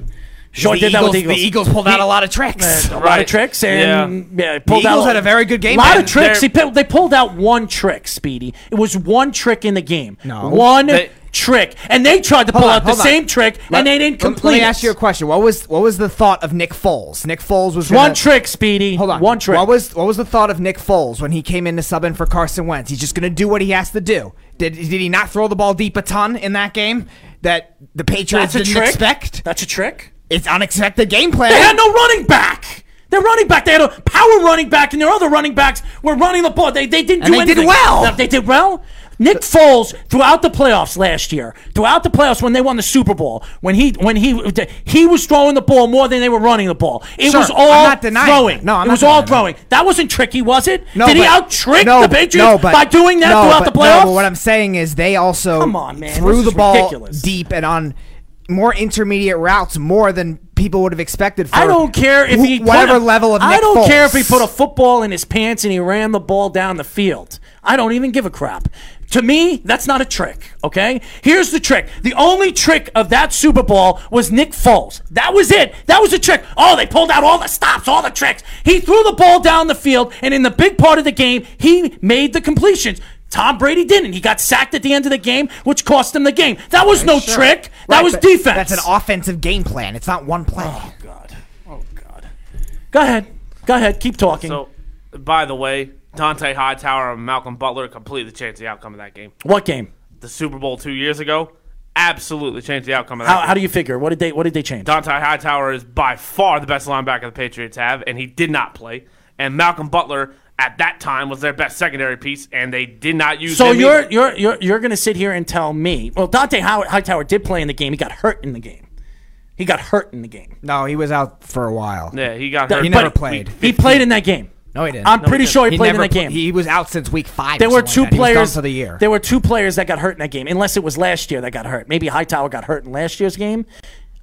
[SPEAKER 5] Sure
[SPEAKER 6] The
[SPEAKER 5] did that with the
[SPEAKER 6] Eagles-
[SPEAKER 5] Eagles.
[SPEAKER 6] the Eagles pulled out a lot of tricks.
[SPEAKER 5] a lot
[SPEAKER 4] Right.
[SPEAKER 5] of tricks and yeah, pulled
[SPEAKER 6] The Eagles
[SPEAKER 5] out
[SPEAKER 6] had a very good game
[SPEAKER 5] A lot
[SPEAKER 6] plan.
[SPEAKER 5] of tricks.
[SPEAKER 4] They're-
[SPEAKER 5] He pulled- they pulled out one trick, Speedy. It was one trick in the game.
[SPEAKER 6] No.
[SPEAKER 5] one
[SPEAKER 4] They-
[SPEAKER 5] trick, and they tried to pull
[SPEAKER 6] Hold on,
[SPEAKER 5] out the
[SPEAKER 6] hold on.
[SPEAKER 5] same trick,
[SPEAKER 6] Let-
[SPEAKER 5] and they didn't
[SPEAKER 6] let-
[SPEAKER 5] complete.
[SPEAKER 6] Let me
[SPEAKER 5] it.
[SPEAKER 6] ask you a question. What was what was the thought of Nick Foles? Nick Foles was
[SPEAKER 5] one
[SPEAKER 6] gonna-
[SPEAKER 5] trick, Speedy.
[SPEAKER 6] Hold on.
[SPEAKER 5] one trick.
[SPEAKER 6] What was what was the thought of Nick Foles when he came in to sub in for Carson Wentz? He's just going to do what he has to do. Did did he not throw the ball deep a ton in that game that the Patriots
[SPEAKER 5] that's a
[SPEAKER 6] didn't
[SPEAKER 5] trick?
[SPEAKER 6] expect?
[SPEAKER 5] That's a trick.
[SPEAKER 6] It's unexpected game plan.
[SPEAKER 5] They had no running back. Their running back, they had a power running back, and their other running backs were running the ball. They, they didn't
[SPEAKER 6] And
[SPEAKER 5] do
[SPEAKER 6] they did
[SPEAKER 5] anything.
[SPEAKER 6] well.
[SPEAKER 5] Now, They did well. Nick Foles, throughout the playoffs last year, throughout the playoffs when they won the Super Bowl, when he when he he was throwing the ball more than they were running the ball. It
[SPEAKER 6] Sure,
[SPEAKER 5] was
[SPEAKER 6] I'm
[SPEAKER 5] all
[SPEAKER 6] not denying
[SPEAKER 5] throwing.
[SPEAKER 6] that. No, I'm
[SPEAKER 5] it
[SPEAKER 6] not
[SPEAKER 5] was all
[SPEAKER 6] denying that.
[SPEAKER 5] throwing. That. wasn't tricky, was it?
[SPEAKER 6] No,
[SPEAKER 5] did he
[SPEAKER 6] but-
[SPEAKER 5] out trick
[SPEAKER 6] no,
[SPEAKER 5] the
[SPEAKER 6] but-
[SPEAKER 5] Patriots
[SPEAKER 6] no, but-
[SPEAKER 5] by doing that
[SPEAKER 6] no,
[SPEAKER 5] throughout
[SPEAKER 6] but-
[SPEAKER 5] the playoffs?
[SPEAKER 6] No, but what I'm saying is they also
[SPEAKER 5] Come on, man,
[SPEAKER 6] threw
[SPEAKER 5] this
[SPEAKER 6] the
[SPEAKER 5] is
[SPEAKER 6] ball
[SPEAKER 5] ridiculous.
[SPEAKER 6] deep and on more intermediate routes more than people would have expected. For
[SPEAKER 5] I don't care if
[SPEAKER 6] wh-
[SPEAKER 5] he put
[SPEAKER 6] whatever
[SPEAKER 5] a-
[SPEAKER 6] level of
[SPEAKER 5] I
[SPEAKER 6] Nick
[SPEAKER 5] don't
[SPEAKER 6] Foles.
[SPEAKER 5] care if he put a [laughs] football in his pants and he ran the ball down the field. I don't even give a crap. To me, that's not a trick. Okay, here's the trick. The only trick of that Super Bowl was Nick Foles. That was it. That was a trick. Oh, they pulled out all the stops, all the tricks. He threw the ball down the field, and in the big part of the game, he made the completions. Tom Brady didn't. He got sacked at the end of the game, which cost him the game. That was no trick. That
[SPEAKER 6] Right,
[SPEAKER 5] was
[SPEAKER 6] but
[SPEAKER 5] defense.
[SPEAKER 6] That's an offensive game plan. It's not one play.
[SPEAKER 5] God. Oh God. Go ahead. Go ahead. Keep talking.
[SPEAKER 4] So, by the way, Dante Hightower and Malcolm Butler completely changed the outcome of that game.
[SPEAKER 5] what game?
[SPEAKER 4] The Super Bowl two years ago absolutely changed the outcome of that.
[SPEAKER 5] How,
[SPEAKER 4] game.
[SPEAKER 5] how do you figure? What did they What did they change?
[SPEAKER 4] Dante Hightower is by far the best linebacker the Patriots have, and he did not play. And Malcolm Butler at that time was their best secondary piece, and they did not use.
[SPEAKER 5] So
[SPEAKER 4] him
[SPEAKER 5] you're
[SPEAKER 4] either.
[SPEAKER 5] you're you're you're gonna sit here and tell me? Well, Dante Howard, Hightower did play in the game. He got hurt in the game. He got hurt in the game.
[SPEAKER 6] No, he was out for a while.
[SPEAKER 4] yeah, he got
[SPEAKER 5] He
[SPEAKER 4] hurt.
[SPEAKER 5] never
[SPEAKER 4] But-
[SPEAKER 6] played.
[SPEAKER 5] He played in that game.
[SPEAKER 6] No, he didn't.
[SPEAKER 5] I'm
[SPEAKER 6] No, he
[SPEAKER 5] pretty
[SPEAKER 6] didn't.
[SPEAKER 5] sure he, played in
[SPEAKER 6] never
[SPEAKER 5] that
[SPEAKER 6] pl-
[SPEAKER 5] game.
[SPEAKER 6] He was out since week five. or
[SPEAKER 5] there were
[SPEAKER 6] something
[SPEAKER 5] two
[SPEAKER 6] like that. He was done
[SPEAKER 5] players
[SPEAKER 6] for the year.
[SPEAKER 5] There were two players that got hurt in that game, unless it was last year that got hurt. Maybe Hightower got hurt in last year's game.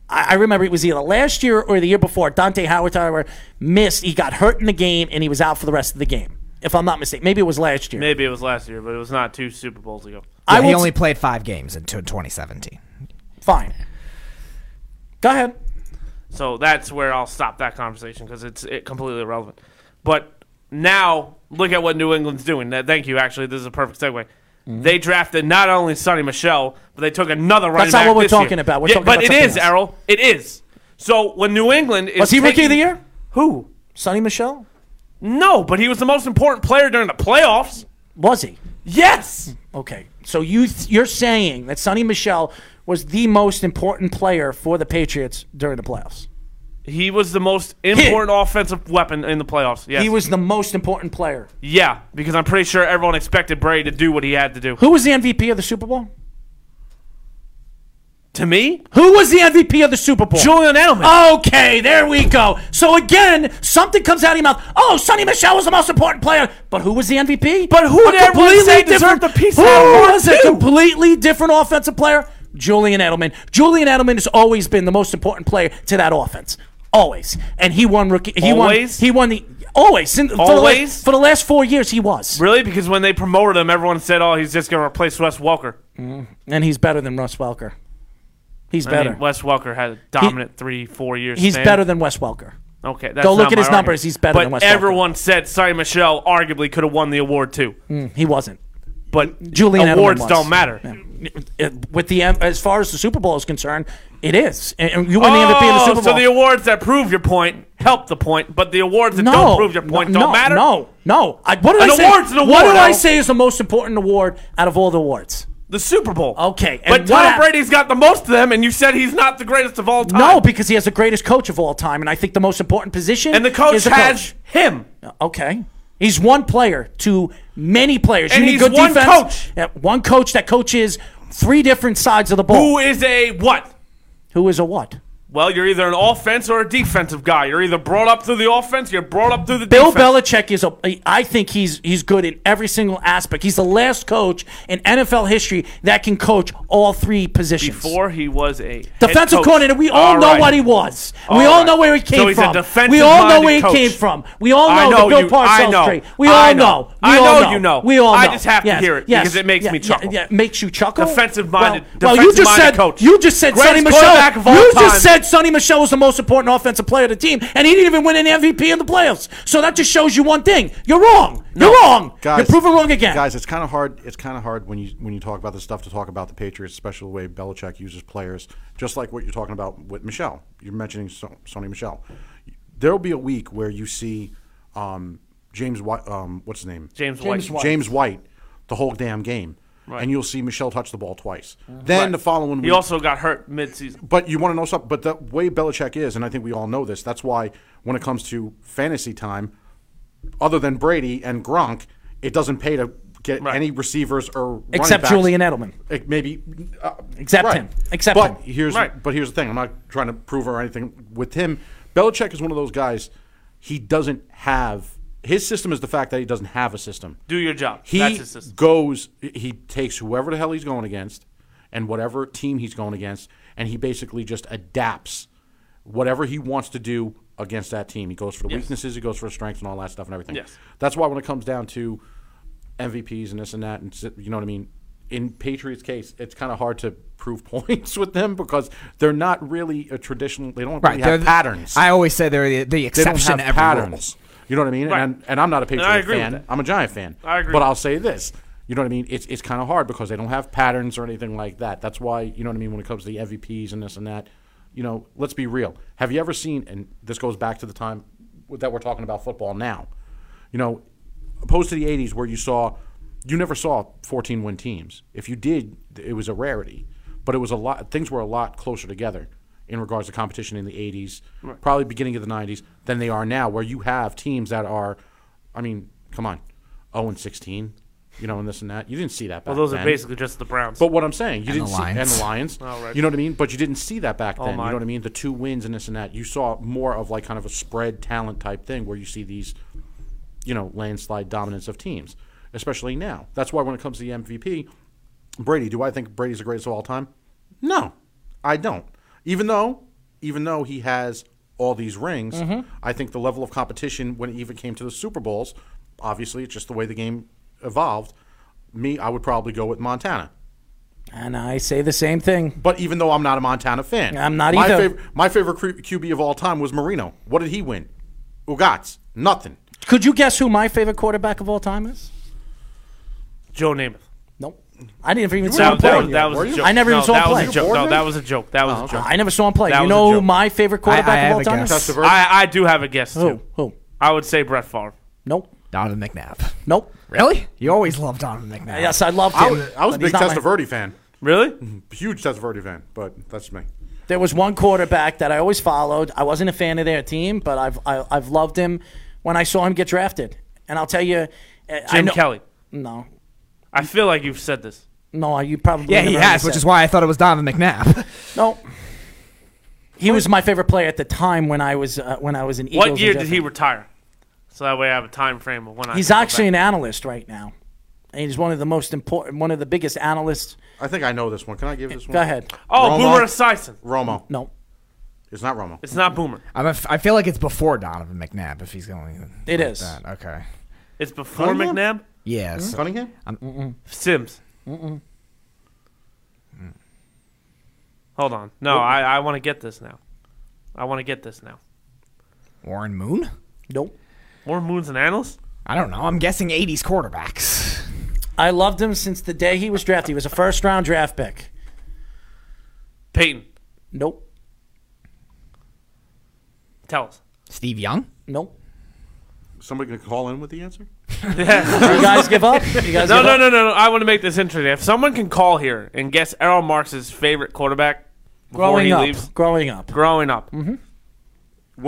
[SPEAKER 5] I, I remember it was either last year or the year before. Dante Hightower missed. He got hurt in the game, and he was out for the rest of the game. If I'm not mistaken, maybe it was last year.
[SPEAKER 4] Maybe it was last year, but it was not two Super Bowls ago.
[SPEAKER 5] I
[SPEAKER 6] Yeah,
[SPEAKER 5] will
[SPEAKER 6] he only played five games in t- 2017.
[SPEAKER 5] fine. Go ahead.
[SPEAKER 4] So that's where I'll stop that conversation because it's it completely irrelevant. But now look at what New England's doing. That, thank you. Actually, this is a perfect segue.
[SPEAKER 5] Mm-hmm.
[SPEAKER 4] They drafted not only Sonny Michelle, but they took another running
[SPEAKER 5] not
[SPEAKER 4] back
[SPEAKER 5] what we're
[SPEAKER 4] this year.
[SPEAKER 5] talking about. We're
[SPEAKER 4] yeah,
[SPEAKER 5] talking
[SPEAKER 4] but
[SPEAKER 5] about
[SPEAKER 4] it
[SPEAKER 5] something
[SPEAKER 4] is,
[SPEAKER 5] else.
[SPEAKER 4] Errol. It is. So when New England is
[SPEAKER 5] Was he rookie of the
[SPEAKER 4] taking-
[SPEAKER 5] year?
[SPEAKER 4] Who?
[SPEAKER 5] Sonny Michelle?
[SPEAKER 4] No, but he was the most important player during the playoffs.
[SPEAKER 5] Was he?
[SPEAKER 4] Yes.
[SPEAKER 5] Okay. So you th- you're saying that Sonny Michelle was the most important player for the Patriots during the playoffs?
[SPEAKER 4] He was the most important offensive weapon in the playoffs. Yes.
[SPEAKER 5] He was the most important player.
[SPEAKER 4] yeah, because I'm pretty sure everyone expected Brady to do what he had to do.
[SPEAKER 5] Who was the MVP of the Super Bowl?
[SPEAKER 4] To me,
[SPEAKER 5] Who was the MVP of the Super Bowl?
[SPEAKER 4] Julian Edelman.
[SPEAKER 5] Okay, there we go. So again, something comes out of your mouth. Oh, Sonny Michelle was the most important player, but who was the MVP?
[SPEAKER 4] But who
[SPEAKER 5] A
[SPEAKER 4] did everyone
[SPEAKER 5] completely
[SPEAKER 4] say deserved
[SPEAKER 5] different-
[SPEAKER 4] the piece
[SPEAKER 5] Who
[SPEAKER 4] of that award
[SPEAKER 5] was a
[SPEAKER 4] too?
[SPEAKER 5] completely different offensive player? Julian Edelman. Julian Edelman has always been the most important player to that offense. Always, and he won rookie. He
[SPEAKER 4] Always?
[SPEAKER 5] won. He won the always. sin- For the,
[SPEAKER 4] Always?
[SPEAKER 5] last, for the last four years, he was,
[SPEAKER 4] Really? Because when they promoted him, everyone said, "Oh, he's just going to replace Wes Welker."
[SPEAKER 5] and he's better than Russ Welker. He's
[SPEAKER 4] I
[SPEAKER 5] better.
[SPEAKER 4] mean, Wes Welker had a dominant three, four years.
[SPEAKER 5] he's
[SPEAKER 4] span.
[SPEAKER 5] better than Wes Welker.
[SPEAKER 4] Okay, that's
[SPEAKER 5] Go look
[SPEAKER 4] not
[SPEAKER 5] at
[SPEAKER 4] my
[SPEAKER 5] his
[SPEAKER 4] argument.
[SPEAKER 5] numbers. He's better
[SPEAKER 4] but
[SPEAKER 5] than Wes Welker.
[SPEAKER 4] everyone said Sonny Michelle arguably could have won the award too.
[SPEAKER 5] He wasn't.
[SPEAKER 4] But
[SPEAKER 5] Julian Edelman
[SPEAKER 4] awards
[SPEAKER 5] was.
[SPEAKER 4] don't matter.
[SPEAKER 5] It- with the um, as far as the Super Bowl is concerned, it is. And- and you win the MVP in the
[SPEAKER 4] Oh,
[SPEAKER 5] Super Bowl.
[SPEAKER 4] So the awards that prove your point help the point, but the awards that
[SPEAKER 5] no,
[SPEAKER 4] don't prove your point
[SPEAKER 5] no,
[SPEAKER 4] don't
[SPEAKER 5] no,
[SPEAKER 4] matter.
[SPEAKER 5] No, no. I, what did
[SPEAKER 4] An
[SPEAKER 5] I say?
[SPEAKER 4] award's an
[SPEAKER 5] what
[SPEAKER 4] award,
[SPEAKER 5] do I
[SPEAKER 4] Al.
[SPEAKER 5] say is the most important award out of all the awards?
[SPEAKER 4] The Super Bowl.
[SPEAKER 5] Okay, and
[SPEAKER 4] But
[SPEAKER 5] what
[SPEAKER 4] Tom
[SPEAKER 5] hap-
[SPEAKER 4] Brady's got the most of them, and you said he's not the greatest of all time.
[SPEAKER 5] No, because he has the greatest coach of all time, and I think the most important position
[SPEAKER 4] and the coach
[SPEAKER 5] is the
[SPEAKER 4] has
[SPEAKER 5] coach.
[SPEAKER 4] him.
[SPEAKER 5] Okay. He's one player to many players.
[SPEAKER 4] And
[SPEAKER 5] you need
[SPEAKER 4] he's
[SPEAKER 5] good
[SPEAKER 4] one
[SPEAKER 5] defense.
[SPEAKER 4] coach.
[SPEAKER 5] Yeah, one coach that coaches three different sides of the ball.
[SPEAKER 4] Who is a what?
[SPEAKER 5] Who is a what?
[SPEAKER 4] Well, you're either an offense or a defensive guy. You're either brought up through the offense, you're brought up through the
[SPEAKER 5] Bill
[SPEAKER 4] defense.
[SPEAKER 5] Belichick is a. I think he's he's good in every single aspect. He's the last coach in NFL history that can coach all three positions.
[SPEAKER 4] Before he was a head
[SPEAKER 5] defensive
[SPEAKER 4] coach.
[SPEAKER 5] coordinator, we
[SPEAKER 4] All
[SPEAKER 5] all know
[SPEAKER 4] right.
[SPEAKER 5] what he was. And we
[SPEAKER 4] All
[SPEAKER 5] all
[SPEAKER 4] right.
[SPEAKER 5] know where he
[SPEAKER 4] So
[SPEAKER 5] came
[SPEAKER 4] he's a
[SPEAKER 5] from.
[SPEAKER 4] defensive-minded
[SPEAKER 5] we all know where he
[SPEAKER 4] coach.
[SPEAKER 5] came from. We all
[SPEAKER 4] I
[SPEAKER 5] know,
[SPEAKER 4] know
[SPEAKER 5] the Bill
[SPEAKER 4] you- I
[SPEAKER 5] Parcells
[SPEAKER 4] know.
[SPEAKER 5] tree. We
[SPEAKER 4] I
[SPEAKER 5] all
[SPEAKER 4] know.
[SPEAKER 5] know. We
[SPEAKER 4] I
[SPEAKER 5] all
[SPEAKER 4] know you know.
[SPEAKER 5] We all know.
[SPEAKER 4] I just have to
[SPEAKER 5] Yes,
[SPEAKER 4] hear it
[SPEAKER 5] yes,
[SPEAKER 4] because it makes
[SPEAKER 5] yeah,
[SPEAKER 4] me
[SPEAKER 5] yeah,
[SPEAKER 4] chuckle.
[SPEAKER 5] Yeah, it makes you chuckle.
[SPEAKER 4] Defensive-minded-
[SPEAKER 5] Well, well, you just
[SPEAKER 4] defensive-minded
[SPEAKER 5] said
[SPEAKER 4] coach.
[SPEAKER 5] you just said
[SPEAKER 4] Greatest
[SPEAKER 5] Sonny
[SPEAKER 4] quarterback of
[SPEAKER 5] Michelle.
[SPEAKER 4] all
[SPEAKER 5] You
[SPEAKER 4] time.
[SPEAKER 5] just said Sonny Michelle was the most important offensive player of the team, and he didn't even win an MVP in the playoffs. So that just shows you one thing: you're wrong. You're wrong. You're proven wrong again.
[SPEAKER 7] Guys, it's kind of hard. It's kind of hard when you when you talk about this stuff to talk about the Patriots, especially the way Belichick uses players. Just like what you're talking about with Michelle, you're mentioning so- Sony Michelle. There will be a week where you see um, James White. Um, what's his name?
[SPEAKER 4] James White.
[SPEAKER 7] James White. The whole damn game,
[SPEAKER 4] Right. Uh-huh.
[SPEAKER 7] and you'll see Michelle touch the ball twice. Then the following week,
[SPEAKER 4] He also got hurt midseason.
[SPEAKER 7] but you want to know something. But the way Belichick is, and I think we all know this, that's why when it comes to fantasy time, other than Brady and Gronk, it doesn't pay to get
[SPEAKER 4] Right.
[SPEAKER 7] any receivers or running
[SPEAKER 5] Except
[SPEAKER 7] backs.
[SPEAKER 5] Julian Edelman.
[SPEAKER 7] It maybe uh,
[SPEAKER 5] Except him. Except
[SPEAKER 7] but
[SPEAKER 5] him.
[SPEAKER 7] Here's,
[SPEAKER 4] Right.
[SPEAKER 7] But here's the thing. I'm not trying to prove or anything with him. Belichick is one of those guys. He doesn't have his system is the fact that he doesn't have a system.
[SPEAKER 4] Do your job.
[SPEAKER 7] He
[SPEAKER 4] That's his system.
[SPEAKER 7] goes. He takes whoever the hell he's going against, and whatever team he's going against, and he basically just adapts whatever he wants to do against that team. He goes for the
[SPEAKER 4] Yes.
[SPEAKER 7] weaknesses, he goes for the strengths, and all that stuff and everything.
[SPEAKER 4] Yes.
[SPEAKER 7] That's why when it comes down to MVPs and this and that, and s- you know what I mean. In Patriots' case, it's kind of hard to prove [laughs] points with them because they're not really a traditional. They don't really
[SPEAKER 6] they're
[SPEAKER 7] have
[SPEAKER 6] the-
[SPEAKER 7] patterns.
[SPEAKER 6] I always say they're the, the
[SPEAKER 7] they don't
[SPEAKER 6] exception
[SPEAKER 7] have
[SPEAKER 6] to every
[SPEAKER 7] patterns. You know what I mean?
[SPEAKER 4] Right.
[SPEAKER 7] And, and I'm not a Patriot
[SPEAKER 4] I agree with
[SPEAKER 7] fan.
[SPEAKER 4] that.
[SPEAKER 7] I'm a Giant fan.
[SPEAKER 4] I agree
[SPEAKER 7] But
[SPEAKER 4] with
[SPEAKER 7] I'll say this. You know what I mean? It's it's kind of hard because they don't have patterns or anything like that. That's why you know what I mean when it comes to the MVPs and this and that. You know, let's be real. Have you ever seen? And this goes back to the time that we're talking about football now. You know, opposed to the '80s where you saw, you never saw 14 win teams. If you did, it was a rarity. But it was a lot. Things were a lot closer together in regards to competition in the '80s, probably beginning of the '90s, than they are now, where you have teams that are, I mean, come on, 0 and 16, you know, and this and that. You didn't see that. Back
[SPEAKER 4] Well, those
[SPEAKER 7] then.
[SPEAKER 4] are basically just the Browns.
[SPEAKER 7] But what I'm saying, you didn't
[SPEAKER 6] the
[SPEAKER 7] see and
[SPEAKER 6] Lions.
[SPEAKER 7] the Lions.
[SPEAKER 4] Oh, right. Oh,
[SPEAKER 7] You know what I mean? But you didn't see that back then.
[SPEAKER 4] my.
[SPEAKER 7] You know what I mean? The two wins and this and that. You saw more of like kind of a spread talent type thing where you see these, you know, landslide dominance of teams, especially now. That's why when it comes to the MVP, Brady. Do I think Brady's the greatest of all time? No, I don't. Even though, even though he has all these rings,
[SPEAKER 6] Mm-hmm.
[SPEAKER 7] I think the level of competition when it even came to the Super Bowls, obviously it's just the way the game evolved. Me, I would probably go with Montana.
[SPEAKER 5] And I say the same thing.
[SPEAKER 7] But even though I'm not a Montana fan,
[SPEAKER 5] I'm not
[SPEAKER 7] my
[SPEAKER 5] either.
[SPEAKER 7] fav- my favorite Q- QB of all time was Marino. What did he win? Ugats. Nothing.
[SPEAKER 5] Could you guess who my favorite quarterback of all time is?
[SPEAKER 4] Joe Namath.
[SPEAKER 5] Nope. I didn't even saw him
[SPEAKER 4] That, that,
[SPEAKER 5] play.
[SPEAKER 4] was- that was a joke.
[SPEAKER 5] I never
[SPEAKER 4] no,
[SPEAKER 5] even saw
[SPEAKER 4] that
[SPEAKER 5] him
[SPEAKER 4] was
[SPEAKER 5] play.
[SPEAKER 4] a joke. No, that was a joke. That was a joke.
[SPEAKER 5] I never saw him play.
[SPEAKER 4] That
[SPEAKER 5] you
[SPEAKER 4] was a
[SPEAKER 5] know who
[SPEAKER 4] joke.
[SPEAKER 5] my favorite quarterback
[SPEAKER 6] I
[SPEAKER 5] of
[SPEAKER 6] have
[SPEAKER 5] all
[SPEAKER 6] a
[SPEAKER 5] time
[SPEAKER 6] guess.
[SPEAKER 5] is?
[SPEAKER 4] I, I do have a guess too.
[SPEAKER 5] Who? Who?
[SPEAKER 4] I would say Brett Favre.
[SPEAKER 5] Nope.
[SPEAKER 6] Donovan McNabb.
[SPEAKER 5] Nope.
[SPEAKER 6] Really? You always loved Donovan McNabb.
[SPEAKER 5] Yes, I loved
[SPEAKER 7] I
[SPEAKER 5] him.
[SPEAKER 7] was, I was a
[SPEAKER 5] but he's
[SPEAKER 7] big
[SPEAKER 5] not my- Mm-hmm.
[SPEAKER 7] Testaverde fan,
[SPEAKER 4] Really?
[SPEAKER 7] huge Testaverde fan, but that's me.
[SPEAKER 5] There was one quarterback that I always followed. I wasn't a fan of their team, but I've I, I've loved him when I saw him get drafted. And I'll tell you, Jim I
[SPEAKER 4] Jim
[SPEAKER 5] know,
[SPEAKER 4] Kelly.
[SPEAKER 5] No,
[SPEAKER 4] I feel like you've said this.
[SPEAKER 5] no, you probably
[SPEAKER 6] Yeah, he
[SPEAKER 5] never heard
[SPEAKER 6] has,
[SPEAKER 5] me
[SPEAKER 6] which
[SPEAKER 5] say
[SPEAKER 6] is why I thought it was Donovan McNabb. [laughs]
[SPEAKER 5] it. no. He was my favorite player at the time when I was uh, when I was an Eagles.
[SPEAKER 4] What year
[SPEAKER 5] and
[SPEAKER 4] did
[SPEAKER 5] Jets
[SPEAKER 4] he retire? So that way I have a time frame of when I.
[SPEAKER 5] He's
[SPEAKER 4] can go
[SPEAKER 5] actually
[SPEAKER 4] back.
[SPEAKER 5] an analyst right now. And he's one of the most important, one of the biggest analysts.
[SPEAKER 7] I think I know this one. Can I give this one?
[SPEAKER 5] Go ahead.
[SPEAKER 4] Oh,
[SPEAKER 7] Romo.
[SPEAKER 4] Boomer Esiason.
[SPEAKER 7] Romo.
[SPEAKER 5] No,
[SPEAKER 7] It's not Romo.
[SPEAKER 4] It's not Boomer.
[SPEAKER 6] I'm a f- I feel like it's before Donovan McNabb if he's going.
[SPEAKER 5] it is.
[SPEAKER 6] That. Okay.
[SPEAKER 4] It's before
[SPEAKER 7] Cunningham?
[SPEAKER 4] McNabb.
[SPEAKER 6] Yes.
[SPEAKER 7] Cunningham?
[SPEAKER 4] Sims. Mm. Hold on. No, I, I want to get this now. I want to get this now.
[SPEAKER 6] Warren Moon.
[SPEAKER 5] Nope.
[SPEAKER 4] Warren Moon's an analyst?
[SPEAKER 6] I don't know. I'm guessing 80s quarterbacks.
[SPEAKER 5] I loved him since the day he was drafted. He was a first round draft pick.
[SPEAKER 4] Peyton,
[SPEAKER 5] Nope.
[SPEAKER 4] tell us.
[SPEAKER 6] Steve Young.
[SPEAKER 5] Nope.
[SPEAKER 7] Somebody going to call in with the answer?
[SPEAKER 5] You guys give up? You guys
[SPEAKER 4] No,
[SPEAKER 5] give
[SPEAKER 4] no,
[SPEAKER 5] up?
[SPEAKER 4] no, no, no. I want to make this interesting. If someone can call here and guess Errol Marx's favorite quarterback before
[SPEAKER 5] Growing
[SPEAKER 4] he
[SPEAKER 5] up. Mm-hmm.
[SPEAKER 4] leaves,
[SPEAKER 5] Growing up.
[SPEAKER 4] growing up,
[SPEAKER 7] When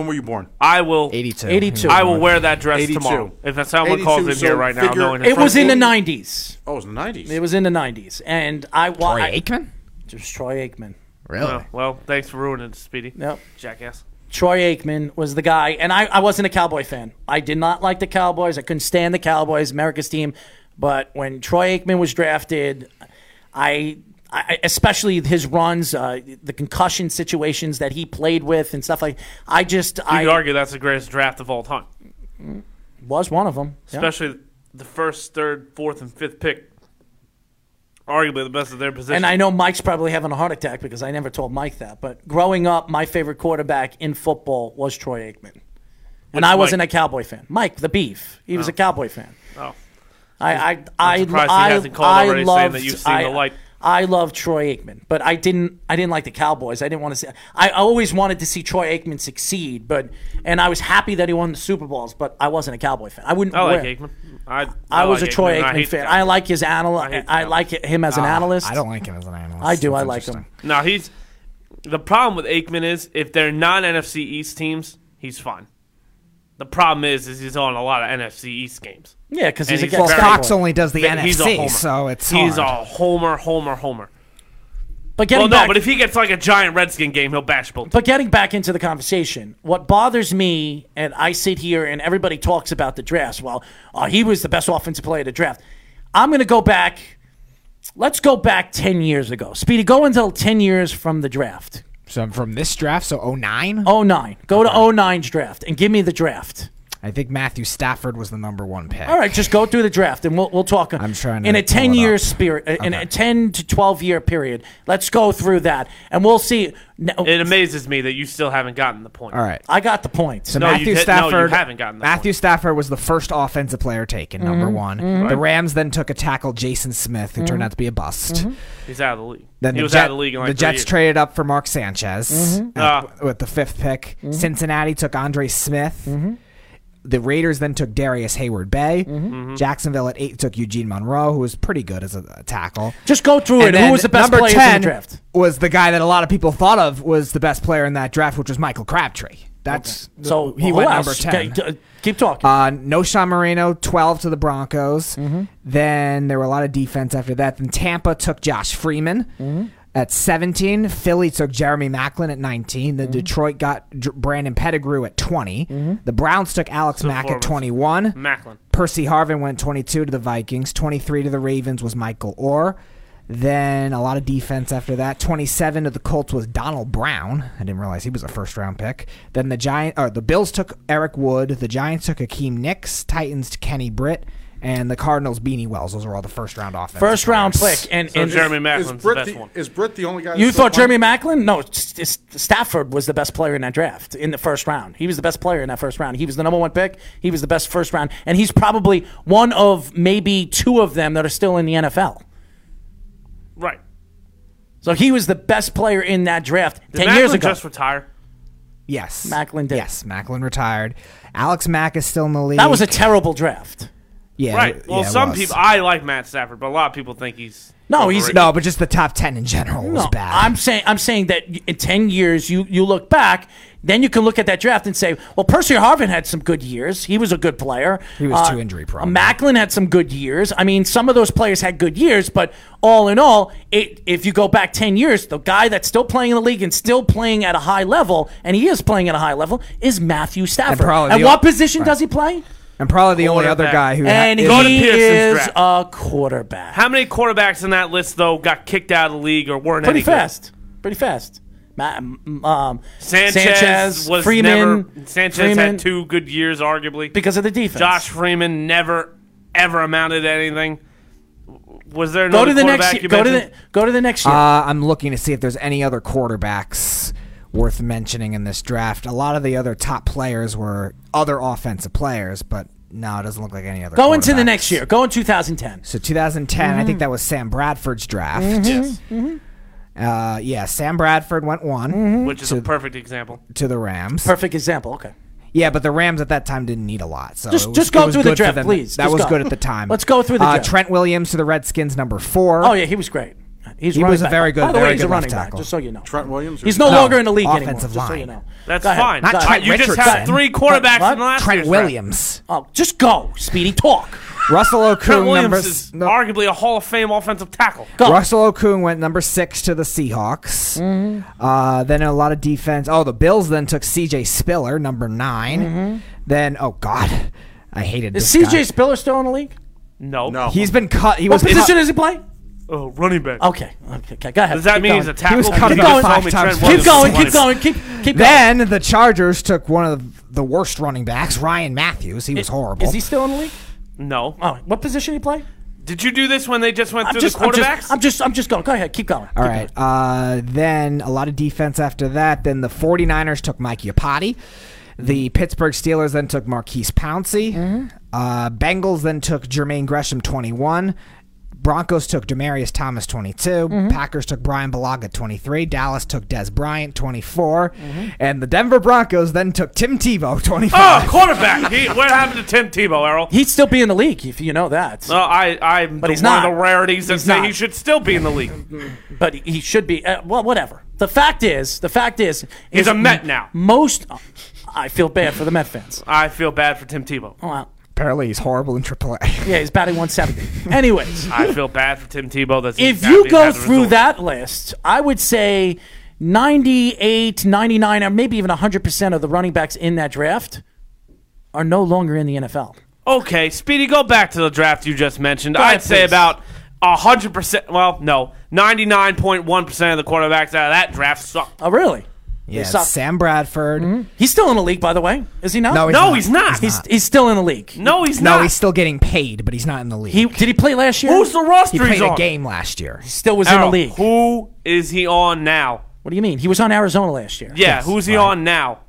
[SPEAKER 7] were you born?
[SPEAKER 4] I will
[SPEAKER 6] 82.
[SPEAKER 5] 82.
[SPEAKER 4] I will wear that dress
[SPEAKER 7] 82.
[SPEAKER 4] tomorrow. If someone
[SPEAKER 7] 82,
[SPEAKER 4] calls in
[SPEAKER 7] so
[SPEAKER 4] here right now, I'm
[SPEAKER 7] figure-
[SPEAKER 4] knowing
[SPEAKER 5] It was in the
[SPEAKER 4] front-
[SPEAKER 5] 90s.
[SPEAKER 7] Oh, it was the 90s.
[SPEAKER 5] It was in the 90s. And I
[SPEAKER 6] Troy
[SPEAKER 5] watched.
[SPEAKER 6] Aikman.
[SPEAKER 5] Troy Aikman.
[SPEAKER 6] Really?
[SPEAKER 4] Oh, well, thanks for ruining it, Speedy.
[SPEAKER 5] Yep.
[SPEAKER 4] Jackass.
[SPEAKER 5] Troy Aikman was the guy, and I, I wasn't a Cowboy fan. I did not like the Cowboys. I couldn't stand the Cowboys, America's team. But when Troy Aikman was drafted, I, I especially his runs, uh, the concussion situations that he played with, and stuff like. I just
[SPEAKER 4] You could
[SPEAKER 5] I
[SPEAKER 4] argue that's the greatest draft of all time,
[SPEAKER 5] was one of them. Yeah.
[SPEAKER 4] especially the first, third, fourth, and fifth pick. Arguably the best of their position.
[SPEAKER 5] And I know Mike's probably having a heart attack because I never told Mike that. But growing up, my favorite quarterback in football was Troy Aikman. And I wasn't a Cowboy fan. Mike, the beef, he was a Cowboy fan.
[SPEAKER 4] Oh.
[SPEAKER 5] I, I, I,
[SPEAKER 4] surprised he
[SPEAKER 5] I,
[SPEAKER 4] hasn't called
[SPEAKER 5] I
[SPEAKER 4] already saying
[SPEAKER 5] loved,
[SPEAKER 4] that you've seen
[SPEAKER 5] I,
[SPEAKER 4] the light.
[SPEAKER 5] I love Troy Aikman, but I didn't. I didn't like the Cowboys. I didn't want to see. I always wanted to see Troy Aikman succeed, but and I was happy that he won the Super Bowls, but I wasn't a Cowboy fan. I wouldn't.
[SPEAKER 4] I like
[SPEAKER 5] wear-
[SPEAKER 4] Aikman. I,
[SPEAKER 5] I was
[SPEAKER 4] like
[SPEAKER 5] a Troy
[SPEAKER 4] and I
[SPEAKER 5] Aikman
[SPEAKER 4] hate the
[SPEAKER 5] fan.
[SPEAKER 4] Cowboys.
[SPEAKER 5] I like his anal.
[SPEAKER 4] hate
[SPEAKER 5] I,
[SPEAKER 4] the Cowboys.
[SPEAKER 5] like him as an analyst.
[SPEAKER 6] Ah, I don't like him as an analyst.
[SPEAKER 5] I do. I
[SPEAKER 6] That's
[SPEAKER 5] like him.
[SPEAKER 6] interesting.
[SPEAKER 4] No, he's the problem with Aikman is if they're non NFC East teams, he's fine. The problem is, is he's on a lot of NFC East games.
[SPEAKER 5] Yeah, because he's
[SPEAKER 4] And
[SPEAKER 5] a
[SPEAKER 4] he's
[SPEAKER 5] guy-
[SPEAKER 6] Well,
[SPEAKER 4] Very
[SPEAKER 6] Fox
[SPEAKER 4] good.
[SPEAKER 6] only does the
[SPEAKER 4] But
[SPEAKER 6] NFC,
[SPEAKER 4] he's a homer.
[SPEAKER 6] so it's
[SPEAKER 4] he's
[SPEAKER 6] hard.
[SPEAKER 4] a homer, homer, homer.
[SPEAKER 5] But getting
[SPEAKER 4] well, no,
[SPEAKER 5] back,
[SPEAKER 4] but if he gets like a giant Redskin game, he'll bash both.
[SPEAKER 5] But getting back into the conversation, what bothers me, and I sit here and everybody talks about the draft. Well, uh, he was the best offensive player to draft. I'm going to go back. Let's go back 10 years ago. Speedy, go until 10 years from the draft.
[SPEAKER 6] So from this draft, so
[SPEAKER 5] Oh.
[SPEAKER 6] 09,
[SPEAKER 5] 09. Go to 09's draft and give me the draft.
[SPEAKER 6] I think Matthew Stafford was the number one pick.
[SPEAKER 5] All right, just go through the draft and we'll, we'll talk.
[SPEAKER 6] I'm trying to
[SPEAKER 5] in a
[SPEAKER 6] pull it
[SPEAKER 5] 10 year
[SPEAKER 6] up.
[SPEAKER 5] spirit, in a 10 to 12 year period. Let's go through that and we'll see. Now,
[SPEAKER 4] It amazes me that you still haven't gotten the point.
[SPEAKER 6] All right.
[SPEAKER 5] I got the point.
[SPEAKER 6] So
[SPEAKER 4] No, you
[SPEAKER 6] Matthew
[SPEAKER 4] did- no, you
[SPEAKER 6] Stafford.
[SPEAKER 4] haven't gotten that
[SPEAKER 6] Matthew Stafford was the first offensive player taken, number
[SPEAKER 5] Mm-hmm.
[SPEAKER 6] one. The Rams then took a tackle, Jason Smith, who turned out to be a bust.
[SPEAKER 5] Mm-hmm.
[SPEAKER 4] He's out of the league.
[SPEAKER 6] Then
[SPEAKER 4] he
[SPEAKER 6] the,
[SPEAKER 4] was
[SPEAKER 6] Jet-
[SPEAKER 4] out of the league in like
[SPEAKER 6] the
[SPEAKER 4] three
[SPEAKER 6] Jets
[SPEAKER 4] years.
[SPEAKER 6] traded up for Mark Sanchez
[SPEAKER 5] Mm-hmm.
[SPEAKER 6] uh,
[SPEAKER 4] Ah.
[SPEAKER 6] with, with the fifth pick. Cincinnati took Andre Smith.
[SPEAKER 5] Mm-hmm.
[SPEAKER 6] The Raiders then took Darius Hayward Bay.
[SPEAKER 4] Mm-hmm.
[SPEAKER 6] Jacksonville at eight took Eugene Monroe, who was pretty good as a, a tackle.
[SPEAKER 5] Just go through it.
[SPEAKER 6] then
[SPEAKER 5] Who was the best
[SPEAKER 6] number
[SPEAKER 5] player in
[SPEAKER 6] 10
[SPEAKER 5] the draft?
[SPEAKER 6] Was the guy that a lot of people thought of was the best player in that draft, which was Michael Crabtree. That's
[SPEAKER 5] So
[SPEAKER 6] he
[SPEAKER 5] who
[SPEAKER 6] went
[SPEAKER 5] else?
[SPEAKER 6] number ten.
[SPEAKER 5] Okay, d- keep talking.
[SPEAKER 6] Uh, no Sean Moreno, 12 to the Broncos. Then there were a lot of defense after that. Then Tampa took Josh Freeman at 17. Philly took Jeremy Macklin at 19. Then Detroit got Dr- Brandon Pettigrew at 20. The Browns took Alex Mack at
[SPEAKER 4] performance.
[SPEAKER 6] 21.
[SPEAKER 4] Macklin.
[SPEAKER 6] Percy Harvin went 22 to the Vikings. 23 to the Ravens was Michael Orr. Then a lot of defense after that. 27 to the Colts was Donald Brown. I didn't realize he was a first round pick. Then the Giant or the Bills took Eric Wood. The Giants took Akeem Nix. Titans to Kenny Britt. And the Cardinals Beanie Wells. Those were all the first round offense.
[SPEAKER 5] First round pick, and,
[SPEAKER 4] So
[SPEAKER 5] and
[SPEAKER 4] Jeremy
[SPEAKER 7] Is
[SPEAKER 4] Macklin's the
[SPEAKER 7] Britt
[SPEAKER 4] best
[SPEAKER 7] the,
[SPEAKER 4] one.
[SPEAKER 7] is Britt the only guy?
[SPEAKER 5] You
[SPEAKER 7] that's still
[SPEAKER 5] thought Jeremy
[SPEAKER 7] playing?
[SPEAKER 5] Macklin? No, S- S- Stafford was the best player in that draft in the first round. He was the best player in that first round. He was the number one pick. He was the best first round, and he's probably one of maybe two of them that are still in the NFL.
[SPEAKER 4] Right.
[SPEAKER 5] So he was the best player in that draft
[SPEAKER 4] Did
[SPEAKER 5] ten
[SPEAKER 4] Macklin
[SPEAKER 5] years ago.
[SPEAKER 4] just retire?
[SPEAKER 6] Yes.
[SPEAKER 5] Macklin did.
[SPEAKER 6] Yes. Macklin retired. Alex Mack is still in the league.
[SPEAKER 5] that was a terrible draft.
[SPEAKER 6] Yeah.
[SPEAKER 4] right. Well,
[SPEAKER 6] yeah, it
[SPEAKER 4] some
[SPEAKER 6] was.
[SPEAKER 4] people. I like Matt Stafford, but a lot of people think he's
[SPEAKER 5] No, he's
[SPEAKER 6] No, but just the top ten in general was
[SPEAKER 5] No,
[SPEAKER 6] bad.
[SPEAKER 5] I'm saying I'm saying that in ten years you you look back, then you can look at that draft and say, well, Percy Harvin had some good years. He was a good player. Uh,
[SPEAKER 6] He was too injury prone.
[SPEAKER 5] Macklin had some good years. I mean, some of those players had good years, but all in all, it, if you go back ten years, the guy that's still playing in the league and still playing at a high level, and he is playing at a high level, is Matthew Stafford.
[SPEAKER 6] probably
[SPEAKER 5] At
[SPEAKER 6] the
[SPEAKER 5] what
[SPEAKER 6] ol-
[SPEAKER 5] position does he play?
[SPEAKER 6] and probably the only other
[SPEAKER 4] Quarterback.
[SPEAKER 6] guy who
[SPEAKER 5] And
[SPEAKER 6] ha-
[SPEAKER 5] he
[SPEAKER 4] Go to Pearson's
[SPEAKER 5] is
[SPEAKER 4] draft.
[SPEAKER 5] a quarterback.
[SPEAKER 4] How many quarterbacks in that list though got kicked out of the league or weren't
[SPEAKER 5] pretty
[SPEAKER 4] any good?
[SPEAKER 5] fast. Pretty fast. Ma- m- um,
[SPEAKER 4] Sanchez, was
[SPEAKER 5] Freeman,
[SPEAKER 4] never. Sanchez
[SPEAKER 5] Freeman,
[SPEAKER 4] had two good years, arguably.
[SPEAKER 5] because of the defense.
[SPEAKER 4] Josh Freeman never ever amounted to anything. Was there
[SPEAKER 5] go
[SPEAKER 4] another
[SPEAKER 5] to the next.
[SPEAKER 4] quarterback
[SPEAKER 5] Year,
[SPEAKER 4] you
[SPEAKER 5] go to the
[SPEAKER 4] mentioned?
[SPEAKER 5] go to the next year.
[SPEAKER 6] Uh, I'm looking to see if there's any other quarterbacks worth mentioning in this draft. A lot of the other top players were other offensive players, but no, it doesn't look like any other.
[SPEAKER 5] go into the
[SPEAKER 6] quarterbacks.
[SPEAKER 5] next year. Mm-hmm. Go in 2010.
[SPEAKER 6] So 2010, I think that was Sam Bradford's draft.
[SPEAKER 5] Mm-hmm.
[SPEAKER 6] Yes. Uh, yeah, Sam Bradford went one
[SPEAKER 5] Mm-hmm.
[SPEAKER 4] which is a
[SPEAKER 5] Hmm?
[SPEAKER 4] perfect example.
[SPEAKER 6] to the Rams.
[SPEAKER 5] Perfect example. Okay.
[SPEAKER 6] Yeah, but the Rams at that time didn't need a lot. So
[SPEAKER 5] Just-
[SPEAKER 6] it was-
[SPEAKER 5] just
[SPEAKER 6] it
[SPEAKER 5] go
[SPEAKER 6] was
[SPEAKER 5] through the
[SPEAKER 6] good for
[SPEAKER 5] draft,
[SPEAKER 6] them.
[SPEAKER 5] please.
[SPEAKER 6] That
[SPEAKER 5] Just
[SPEAKER 6] was
[SPEAKER 5] go.
[SPEAKER 6] good at the time.
[SPEAKER 5] Let's go through the
[SPEAKER 6] uh,
[SPEAKER 5] draft.
[SPEAKER 6] Trent Williams to the Redskins, number four.
[SPEAKER 5] Oh yeah, he was great. He's
[SPEAKER 6] He
[SPEAKER 5] running
[SPEAKER 6] was a
[SPEAKER 5] back.
[SPEAKER 6] very good-
[SPEAKER 5] By the
[SPEAKER 6] very
[SPEAKER 5] way, he's a
[SPEAKER 6] good left
[SPEAKER 5] running back.
[SPEAKER 6] tackle.
[SPEAKER 5] Just so you know,
[SPEAKER 7] Trent Williams or-
[SPEAKER 5] He's no,
[SPEAKER 6] No,
[SPEAKER 5] longer in the league
[SPEAKER 6] offensive
[SPEAKER 5] anymore. Just so
[SPEAKER 6] line.
[SPEAKER 5] you know,
[SPEAKER 4] That's
[SPEAKER 5] Go ahead.
[SPEAKER 4] fine.
[SPEAKER 5] Go
[SPEAKER 6] Not
[SPEAKER 5] ahead.
[SPEAKER 6] Trent
[SPEAKER 4] you just had
[SPEAKER 6] Richardson.
[SPEAKER 4] three quarterbacks
[SPEAKER 5] What?
[SPEAKER 4] in the last
[SPEAKER 6] Trent
[SPEAKER 4] year's draft.
[SPEAKER 6] Williams,
[SPEAKER 5] Oh, just go, Speedy. Talk.
[SPEAKER 6] Russell
[SPEAKER 4] Trent
[SPEAKER 6] Okung,
[SPEAKER 4] Williams
[SPEAKER 6] number
[SPEAKER 4] is
[SPEAKER 6] no,
[SPEAKER 4] arguably a Hall of Fame offensive tackle.
[SPEAKER 5] Go.
[SPEAKER 6] Russell Okung went number six to the Seahawks.
[SPEAKER 5] Mm-hmm.
[SPEAKER 6] Uh, then a lot of defense. Oh, the Bills then took C.J. Spiller, number 9 Then oh god, I hated
[SPEAKER 5] Mm-hmm. Is
[SPEAKER 6] this guy.
[SPEAKER 5] C.J. Spiller still in the league?
[SPEAKER 4] No.
[SPEAKER 7] No.
[SPEAKER 6] He's been cut. He
[SPEAKER 5] What
[SPEAKER 6] was
[SPEAKER 5] position
[SPEAKER 6] cut.
[SPEAKER 5] does he play?
[SPEAKER 4] Oh, running back.
[SPEAKER 5] Okay. Okay. okay. Go ahead.
[SPEAKER 4] Does that
[SPEAKER 5] Keep
[SPEAKER 4] mean
[SPEAKER 5] going.
[SPEAKER 4] he's a tackle?
[SPEAKER 6] was cut
[SPEAKER 4] You just
[SPEAKER 6] about five
[SPEAKER 4] told me Trent
[SPEAKER 6] times.
[SPEAKER 5] Keep
[SPEAKER 4] Williams
[SPEAKER 5] going.
[SPEAKER 4] was
[SPEAKER 5] Keep going. Keep keep going.
[SPEAKER 6] Then the Chargers took one of the worst running backs, Ryan Matthews. He was horrible.
[SPEAKER 5] Is he still in the league?
[SPEAKER 4] No.
[SPEAKER 5] Oh, what position he play?
[SPEAKER 4] Did you do this when they just went
[SPEAKER 5] I'm
[SPEAKER 4] through
[SPEAKER 5] just,
[SPEAKER 4] the
[SPEAKER 5] I'm
[SPEAKER 4] quarterbacks?
[SPEAKER 5] just, I'm just, I'm just going. Go ahead, keep going.
[SPEAKER 6] All right. Uh, then a lot of defense after that. Then the 49ers took Mikey Apati. The Pittsburgh Steelers then took Marquise Pouncey. Uh, Bengals then took Jermaine Gresham, 21. Broncos took Demarius Thomas, 22. Packers took Brian Balaga, 23. Dallas took Des Bryant, 24. And the Denver Broncos then took Tim Tebow, 25.
[SPEAKER 4] oh, quarterback. He, what happened to Tim Tebow, Errol?
[SPEAKER 5] He'd still be in the league if you know that.
[SPEAKER 4] No, I, I'm
[SPEAKER 5] But
[SPEAKER 4] the,
[SPEAKER 5] he's
[SPEAKER 4] one
[SPEAKER 5] not.
[SPEAKER 4] of the rarities that
[SPEAKER 5] He's
[SPEAKER 4] say
[SPEAKER 5] not.
[SPEAKER 4] he should still be in the league.
[SPEAKER 5] but he should be. Uh, well, whatever. The fact is, the fact is,
[SPEAKER 4] He's
[SPEAKER 5] is
[SPEAKER 4] a Met now.
[SPEAKER 5] Most, oh, I feel bad for the
[SPEAKER 4] [laughs]
[SPEAKER 5] Met fans.
[SPEAKER 4] I feel bad for Tim Tebow.
[SPEAKER 5] Oh, wow.
[SPEAKER 6] Apparently, he's horrible in [laughs] AAA.
[SPEAKER 5] Yeah, he's batting 170.
[SPEAKER 4] [laughs]
[SPEAKER 5] Anyways,
[SPEAKER 4] I feel bad for Tim Tebow. That's
[SPEAKER 5] if
[SPEAKER 4] exactly
[SPEAKER 5] you go
[SPEAKER 4] how the
[SPEAKER 5] through
[SPEAKER 4] result-
[SPEAKER 5] that list, I would say 98, 99, or maybe even 100% of the running backs in that draft are no longer in the NFL.
[SPEAKER 4] Okay, Speedy, go back to the draft you just mentioned.
[SPEAKER 5] ahead,
[SPEAKER 4] I'd say
[SPEAKER 5] please.
[SPEAKER 4] about hundred percent. Well, no, ninety-nine point one percent of the quarterbacks out of that draft sucked.
[SPEAKER 5] Oh, really? They
[SPEAKER 6] yeah,
[SPEAKER 5] suck.
[SPEAKER 6] Sam Bradford.
[SPEAKER 5] He's still in the league, by the way. Is he not?
[SPEAKER 6] No, he's
[SPEAKER 4] no,
[SPEAKER 6] not.
[SPEAKER 4] he's not.
[SPEAKER 5] He's, he's still in the league.
[SPEAKER 4] no, he's
[SPEAKER 6] No,
[SPEAKER 4] not.
[SPEAKER 6] he's still getting paid, but he's not in the league.
[SPEAKER 5] He did he play last year?
[SPEAKER 4] Who's the Oh. roster
[SPEAKER 6] he
[SPEAKER 4] he's
[SPEAKER 6] played
[SPEAKER 4] on?
[SPEAKER 6] a game last year.
[SPEAKER 5] still was in
[SPEAKER 4] Errol,
[SPEAKER 5] the league?
[SPEAKER 4] Who is he on now?
[SPEAKER 5] What do you mean? He was on Arizona last year.
[SPEAKER 4] Yeah, who's he on now?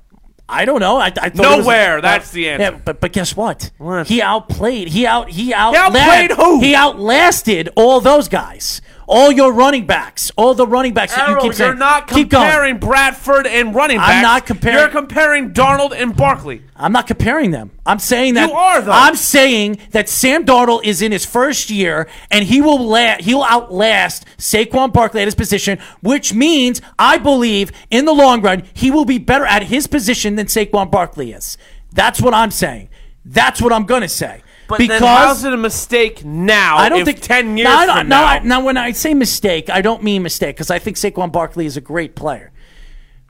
[SPEAKER 5] I don't know. I, I thought it
[SPEAKER 4] Nowhere.
[SPEAKER 5] Was, Oh.
[SPEAKER 4] That's the answer.
[SPEAKER 5] Yeah, but but guess what?
[SPEAKER 4] What?
[SPEAKER 5] He outplayed. He out. He out.
[SPEAKER 4] outplayed who?
[SPEAKER 5] He outlasted all those guys. All your running backs. All the running backs that you
[SPEAKER 4] Errol,
[SPEAKER 5] keep saying.
[SPEAKER 4] are not
[SPEAKER 5] keep
[SPEAKER 4] comparing
[SPEAKER 5] Going.
[SPEAKER 4] Bradford and running backs.
[SPEAKER 5] I'm not comparing-
[SPEAKER 4] You're comparing Darnold and Barkley.
[SPEAKER 5] I'm not comparing them. I'm saying that
[SPEAKER 4] You are, though.
[SPEAKER 5] I'm saying that Sam Darnold is in his first year and he will la- he'll outlast Saquon Barkley at his position, which means I believe in the long run he will be better at his position than Saquon Barkley is. That's what I'm saying. That's what I'm gonna say.
[SPEAKER 4] But then how's it a mistake now?
[SPEAKER 5] I don't
[SPEAKER 4] if
[SPEAKER 5] think
[SPEAKER 4] ten years
[SPEAKER 5] No, I don't-
[SPEAKER 4] from
[SPEAKER 5] no,
[SPEAKER 4] now.
[SPEAKER 5] I- now, when I say mistake, I don't mean mistake because I think Saquon Barkley is a great player.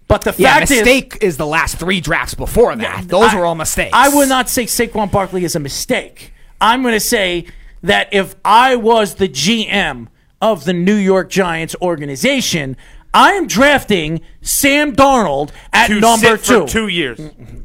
[SPEAKER 5] But the
[SPEAKER 6] Yeah,
[SPEAKER 5] fact is,
[SPEAKER 6] mistake is, the last three drafts before that. Those
[SPEAKER 5] I-
[SPEAKER 6] were all mistakes.
[SPEAKER 5] I would not say Saquon Barkley is a mistake. I'm going to say that if I was the GM of the New York Giants organization, I am drafting Sam Darnold at
[SPEAKER 4] To
[SPEAKER 5] number
[SPEAKER 4] sit
[SPEAKER 5] two.
[SPEAKER 4] for two years.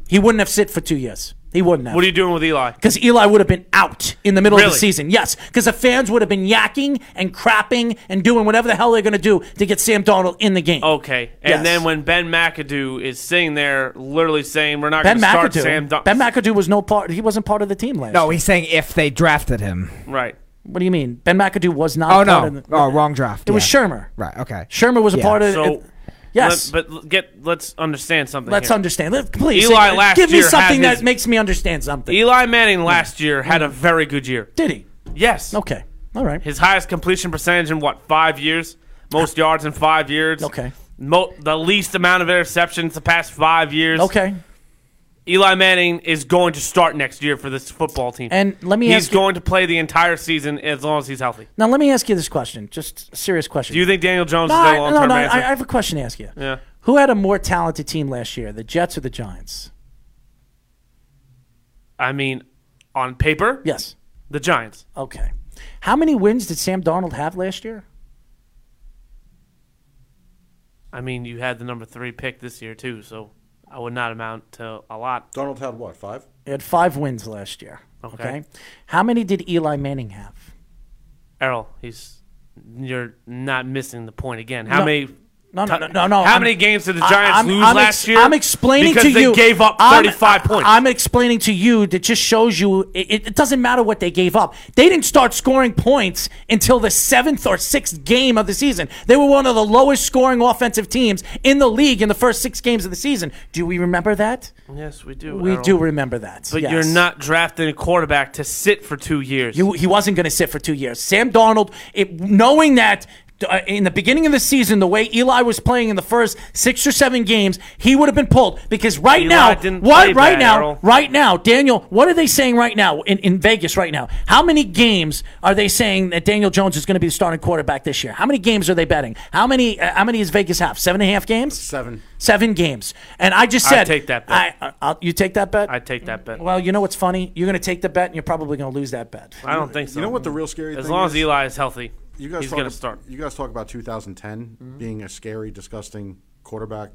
[SPEAKER 5] He wouldn't have sit for two years. He wouldn't have.
[SPEAKER 4] What are you doing with Eli?
[SPEAKER 5] because Eli would have been out in the middle of the
[SPEAKER 4] Really?
[SPEAKER 5] season. Yes, because the fans would have been yakking and crapping and doing whatever the hell they're going to do to get Sam Darnold in the game.
[SPEAKER 4] Okay, and
[SPEAKER 5] Yes.
[SPEAKER 4] then when Ben McAdoo is sitting there, literally saying, "We're not going
[SPEAKER 5] Ben
[SPEAKER 4] to start
[SPEAKER 5] McAdoo.
[SPEAKER 4] Sam." Dun-
[SPEAKER 5] ben McAdoo was no part. He wasn't part of the team last.
[SPEAKER 6] No,
[SPEAKER 5] year.
[SPEAKER 6] he's saying if they drafted him.
[SPEAKER 4] right?
[SPEAKER 5] What do you mean? Ben McAdoo was not.
[SPEAKER 6] Oh
[SPEAKER 5] part Of
[SPEAKER 6] no!
[SPEAKER 5] the,
[SPEAKER 6] Oh, wrong draft.
[SPEAKER 5] It was
[SPEAKER 6] yeah.
[SPEAKER 5] Shermer.
[SPEAKER 6] Right. Okay.
[SPEAKER 5] Shermer was a
[SPEAKER 6] Yeah.
[SPEAKER 5] part of.
[SPEAKER 4] So
[SPEAKER 5] Yes.
[SPEAKER 4] Let- but get let's understand something.
[SPEAKER 5] Let's
[SPEAKER 4] here.
[SPEAKER 5] understand. Let- Please,
[SPEAKER 4] Eli last
[SPEAKER 5] give me
[SPEAKER 4] year had
[SPEAKER 5] something that
[SPEAKER 4] his-
[SPEAKER 5] makes me understand something.
[SPEAKER 4] Eli Manning last year had a
[SPEAKER 5] Mm.
[SPEAKER 4] very good year.
[SPEAKER 5] Did he?
[SPEAKER 4] Yes.
[SPEAKER 5] Okay. All right.
[SPEAKER 4] His highest completion percentage in what five years? Most yards in five years.
[SPEAKER 5] Okay.
[SPEAKER 4] Mo- the least amount of interceptions the past five years.
[SPEAKER 5] okay.
[SPEAKER 4] Eli Manning is going to start next year for this football team.
[SPEAKER 5] And let me
[SPEAKER 4] he's
[SPEAKER 5] ask you-
[SPEAKER 4] going to play the entire season as long as he's healthy.
[SPEAKER 5] Now let me ask you this question. Just a serious question.
[SPEAKER 4] Do you think Daniel Jones
[SPEAKER 5] no,
[SPEAKER 4] is
[SPEAKER 5] I,
[SPEAKER 4] their long
[SPEAKER 5] no,
[SPEAKER 4] term
[SPEAKER 5] no, I,
[SPEAKER 4] answer?
[SPEAKER 5] I have a question to ask you.
[SPEAKER 4] Yeah.
[SPEAKER 5] Who had a more talented team last year, the Jets or the Giants?
[SPEAKER 4] I mean, on paper,
[SPEAKER 5] Yes.
[SPEAKER 4] the Giants.
[SPEAKER 5] Okay. How many wins did Sam Darnold have last year?
[SPEAKER 4] I mean, you had the number three pick this year too, so I would not amount to a lot.
[SPEAKER 7] Donald had what? Five.
[SPEAKER 5] He had five wins last year. Okay. How many did Eli Manning have?
[SPEAKER 4] Errol, he's you're not missing the point again. How
[SPEAKER 5] No.
[SPEAKER 4] many?
[SPEAKER 5] No, no, no, no, no.
[SPEAKER 4] How
[SPEAKER 5] I'm-
[SPEAKER 4] many games did the
[SPEAKER 5] I-
[SPEAKER 4] Giants
[SPEAKER 5] I'm-
[SPEAKER 4] lose
[SPEAKER 5] I'm
[SPEAKER 4] last
[SPEAKER 5] ex-
[SPEAKER 4] year?
[SPEAKER 5] I'm explaining
[SPEAKER 4] because
[SPEAKER 5] to you.
[SPEAKER 4] they gave up
[SPEAKER 5] I'm-
[SPEAKER 4] 35 points.
[SPEAKER 5] I'm explaining to you that just shows you it, it doesn't matter what they gave up. They didn't start scoring points until the seventh or sixth game of the season. They were one of the lowest scoring offensive teams in the league in the first six games of the season. Do we remember that?
[SPEAKER 4] yes, we do.
[SPEAKER 5] We
[SPEAKER 4] Errol.
[SPEAKER 5] do remember that.
[SPEAKER 4] But
[SPEAKER 5] yes.
[SPEAKER 4] you're not drafting a quarterback to sit for two years.
[SPEAKER 5] You, he wasn't going to sit for two years. Sam Darnold, it, knowing that uh, in the beginning of the season, the way Eli was playing in the first six or seven games, he would have been pulled because right
[SPEAKER 4] Eli
[SPEAKER 5] now,
[SPEAKER 4] didn't
[SPEAKER 5] what
[SPEAKER 4] play
[SPEAKER 5] right
[SPEAKER 4] bad,
[SPEAKER 5] now,
[SPEAKER 4] Errol.
[SPEAKER 5] right now, Daniel, what are they saying right now in, in Vegas right now? How many games are they saying that Daniel Jones is going to be the starting quarterback this year? How many games are they betting? How many? Uh, how many is Vegas have? Seven and a half games.
[SPEAKER 7] Seven.
[SPEAKER 5] Seven games. And I just
[SPEAKER 4] I'd
[SPEAKER 5] said,
[SPEAKER 4] take that bet.
[SPEAKER 5] I, I, I'll, you take that bet.
[SPEAKER 4] I take that bet.
[SPEAKER 5] Well, you know what's funny? You're going to take the bet, and you're probably going to lose that bet.
[SPEAKER 4] I don't think so.
[SPEAKER 7] You know what the real scary
[SPEAKER 4] Um, As
[SPEAKER 7] thing
[SPEAKER 4] long
[SPEAKER 7] is?
[SPEAKER 4] as Eli is healthy,
[SPEAKER 7] You guys
[SPEAKER 4] he's
[SPEAKER 7] talk
[SPEAKER 4] going to
[SPEAKER 7] ab-
[SPEAKER 4] start.
[SPEAKER 7] You guys talk about 2010
[SPEAKER 5] Mm-hmm.
[SPEAKER 7] being a scary, disgusting quarterback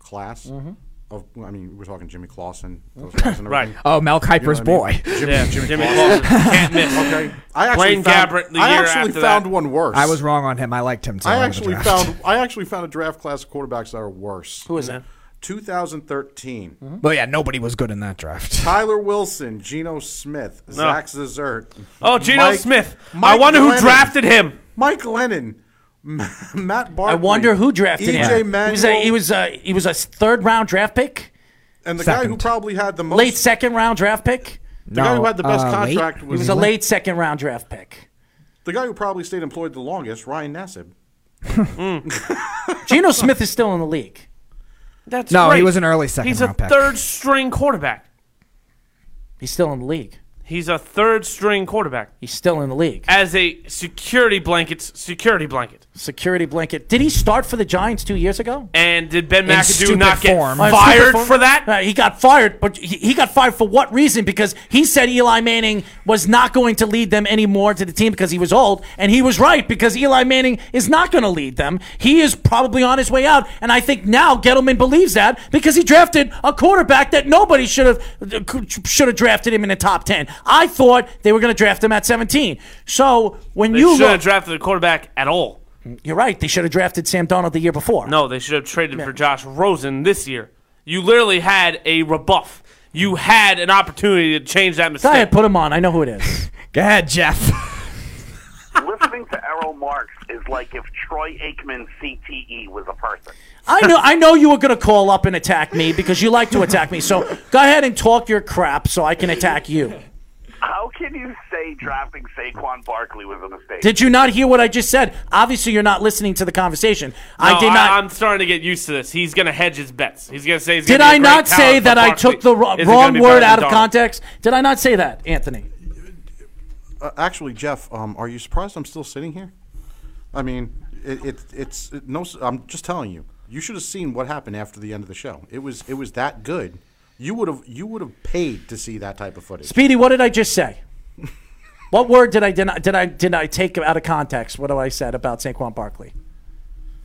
[SPEAKER 7] class.
[SPEAKER 5] Mm-hmm.
[SPEAKER 7] Of, I mean, we're talking Jimmy Clausen, those
[SPEAKER 4] [laughs]
[SPEAKER 7] guys and
[SPEAKER 4] Right.
[SPEAKER 7] everything.
[SPEAKER 6] Oh, Mel Kiper's boy.
[SPEAKER 7] Jimmy,
[SPEAKER 4] Yeah,
[SPEAKER 7] Jimmy,
[SPEAKER 4] Jimmy
[SPEAKER 7] Clausen.
[SPEAKER 4] Clausen
[SPEAKER 7] [laughs]
[SPEAKER 4] can't miss.
[SPEAKER 7] Okay, I actually
[SPEAKER 4] Blaine
[SPEAKER 7] found,
[SPEAKER 4] Gabbert the
[SPEAKER 7] I
[SPEAKER 4] year
[SPEAKER 7] actually
[SPEAKER 4] after
[SPEAKER 7] found
[SPEAKER 4] that.
[SPEAKER 7] one worse.
[SPEAKER 6] I was wrong on him. I liked him too.
[SPEAKER 7] I
[SPEAKER 6] in the
[SPEAKER 7] actually
[SPEAKER 6] draft.
[SPEAKER 7] found. I actually found a draft class of quarterbacks that are worse.
[SPEAKER 5] Who is that? Mm-hmm.
[SPEAKER 7] 2013.
[SPEAKER 6] Well, yeah, nobody was good in that draft.
[SPEAKER 7] Tyler Wilson, Geno Smith, Zach Zazert.
[SPEAKER 4] Oh, Geno
[SPEAKER 7] Mike-
[SPEAKER 4] Smith. I
[SPEAKER 7] Mike
[SPEAKER 4] wonder who
[SPEAKER 7] Glennon.
[SPEAKER 4] drafted him.
[SPEAKER 7] Mike Lennon, Matt Barkley.
[SPEAKER 5] I wonder who drafted
[SPEAKER 7] EJ
[SPEAKER 5] him.
[SPEAKER 7] E Manuel,
[SPEAKER 5] He was a he was a, he was a third round draft pick,
[SPEAKER 7] and the guy who
[SPEAKER 6] Second.
[SPEAKER 7] probably had the most
[SPEAKER 5] late second round draft pick.
[SPEAKER 7] The guy who had the
[SPEAKER 6] uh,
[SPEAKER 7] best
[SPEAKER 6] late?
[SPEAKER 7] contract
[SPEAKER 5] He
[SPEAKER 7] was,
[SPEAKER 5] was a late second round draft pick.
[SPEAKER 7] the guy who probably stayed employed the longest, Ryan Nassib.
[SPEAKER 5] Geno Smith is still in the league.
[SPEAKER 4] That's
[SPEAKER 6] No, he
[SPEAKER 4] great.
[SPEAKER 6] was an early second
[SPEAKER 4] He's a
[SPEAKER 6] round pick.
[SPEAKER 4] third string quarterback.
[SPEAKER 5] He's still in the league.
[SPEAKER 4] He's a third string quarterback
[SPEAKER 5] He's still in the league.
[SPEAKER 4] as a security blanket's security blanket.
[SPEAKER 5] Security blanket. Did he start for the Giants two years ago?
[SPEAKER 4] And did Ben McAdoo
[SPEAKER 6] stupid
[SPEAKER 4] not get
[SPEAKER 6] form.
[SPEAKER 5] Uh,
[SPEAKER 4] fired
[SPEAKER 5] stupid
[SPEAKER 4] for that?
[SPEAKER 5] Uh, he got fired, but he, he got fired for what reason? Because he said Eli Manning was not going to lead them anymore to the team because he was old, and he was right because Eli Manning is not going to lead them. He is probably on his way out, and I think now Gettleman believes that because he drafted a quarterback that nobody should have should have drafted him in the top ten. I thought they were going to draft him at seventeen. So when
[SPEAKER 4] They
[SPEAKER 5] [laughs] you
[SPEAKER 4] shouldn't
[SPEAKER 5] look,
[SPEAKER 4] have drafted a quarterback at all.
[SPEAKER 5] you're right, they should have drafted Sam Donald the year before.
[SPEAKER 4] No, they should have traded for Josh Rosen this year. You literally had a rebuff. You had an opportunity to change that
[SPEAKER 5] Go
[SPEAKER 4] mistake.
[SPEAKER 5] ahead, put him on. I know who it is.
[SPEAKER 6] Go ahead, Jeff.
[SPEAKER 8] Listening to Errol Marks is like if Troy Aikman CTE was a person.
[SPEAKER 5] I know I know you were gonna call up and attack me because you like to attack me. So go ahead and talk your crap so I can attack you.
[SPEAKER 8] How can you say drafting Saquon Barkley was a mistake?
[SPEAKER 5] Did you not hear what I just said? Obviously you're not listening to the conversation.
[SPEAKER 4] No,
[SPEAKER 5] I [laughs] did not
[SPEAKER 4] I, am starting to get used to this. He's going to hedge his bets. He's going to say. He's
[SPEAKER 5] Did
[SPEAKER 4] gonna be
[SPEAKER 5] I
[SPEAKER 4] a great
[SPEAKER 5] not
[SPEAKER 4] talent,
[SPEAKER 5] say
[SPEAKER 4] but
[SPEAKER 5] that I
[SPEAKER 4] Barkley
[SPEAKER 5] took the wrong,
[SPEAKER 4] isn't gonna
[SPEAKER 5] wrong
[SPEAKER 4] be
[SPEAKER 5] word
[SPEAKER 4] better
[SPEAKER 5] out
[SPEAKER 4] than
[SPEAKER 5] of
[SPEAKER 4] Darnold.
[SPEAKER 5] context? Did I not say that, Anthony?
[SPEAKER 7] Uh, actually, Jeff, um, are you surprised I'm still sitting here? I mean, it, it, it's it, no. s- I'm just telling you. You should have seen what happened after the end of the show. It was it was that good. You would have you would have paid to see that type of footage.
[SPEAKER 5] Speedy, what did I just say? What word did I did I did I did I take out of context? What do I said about Saquon Barkley?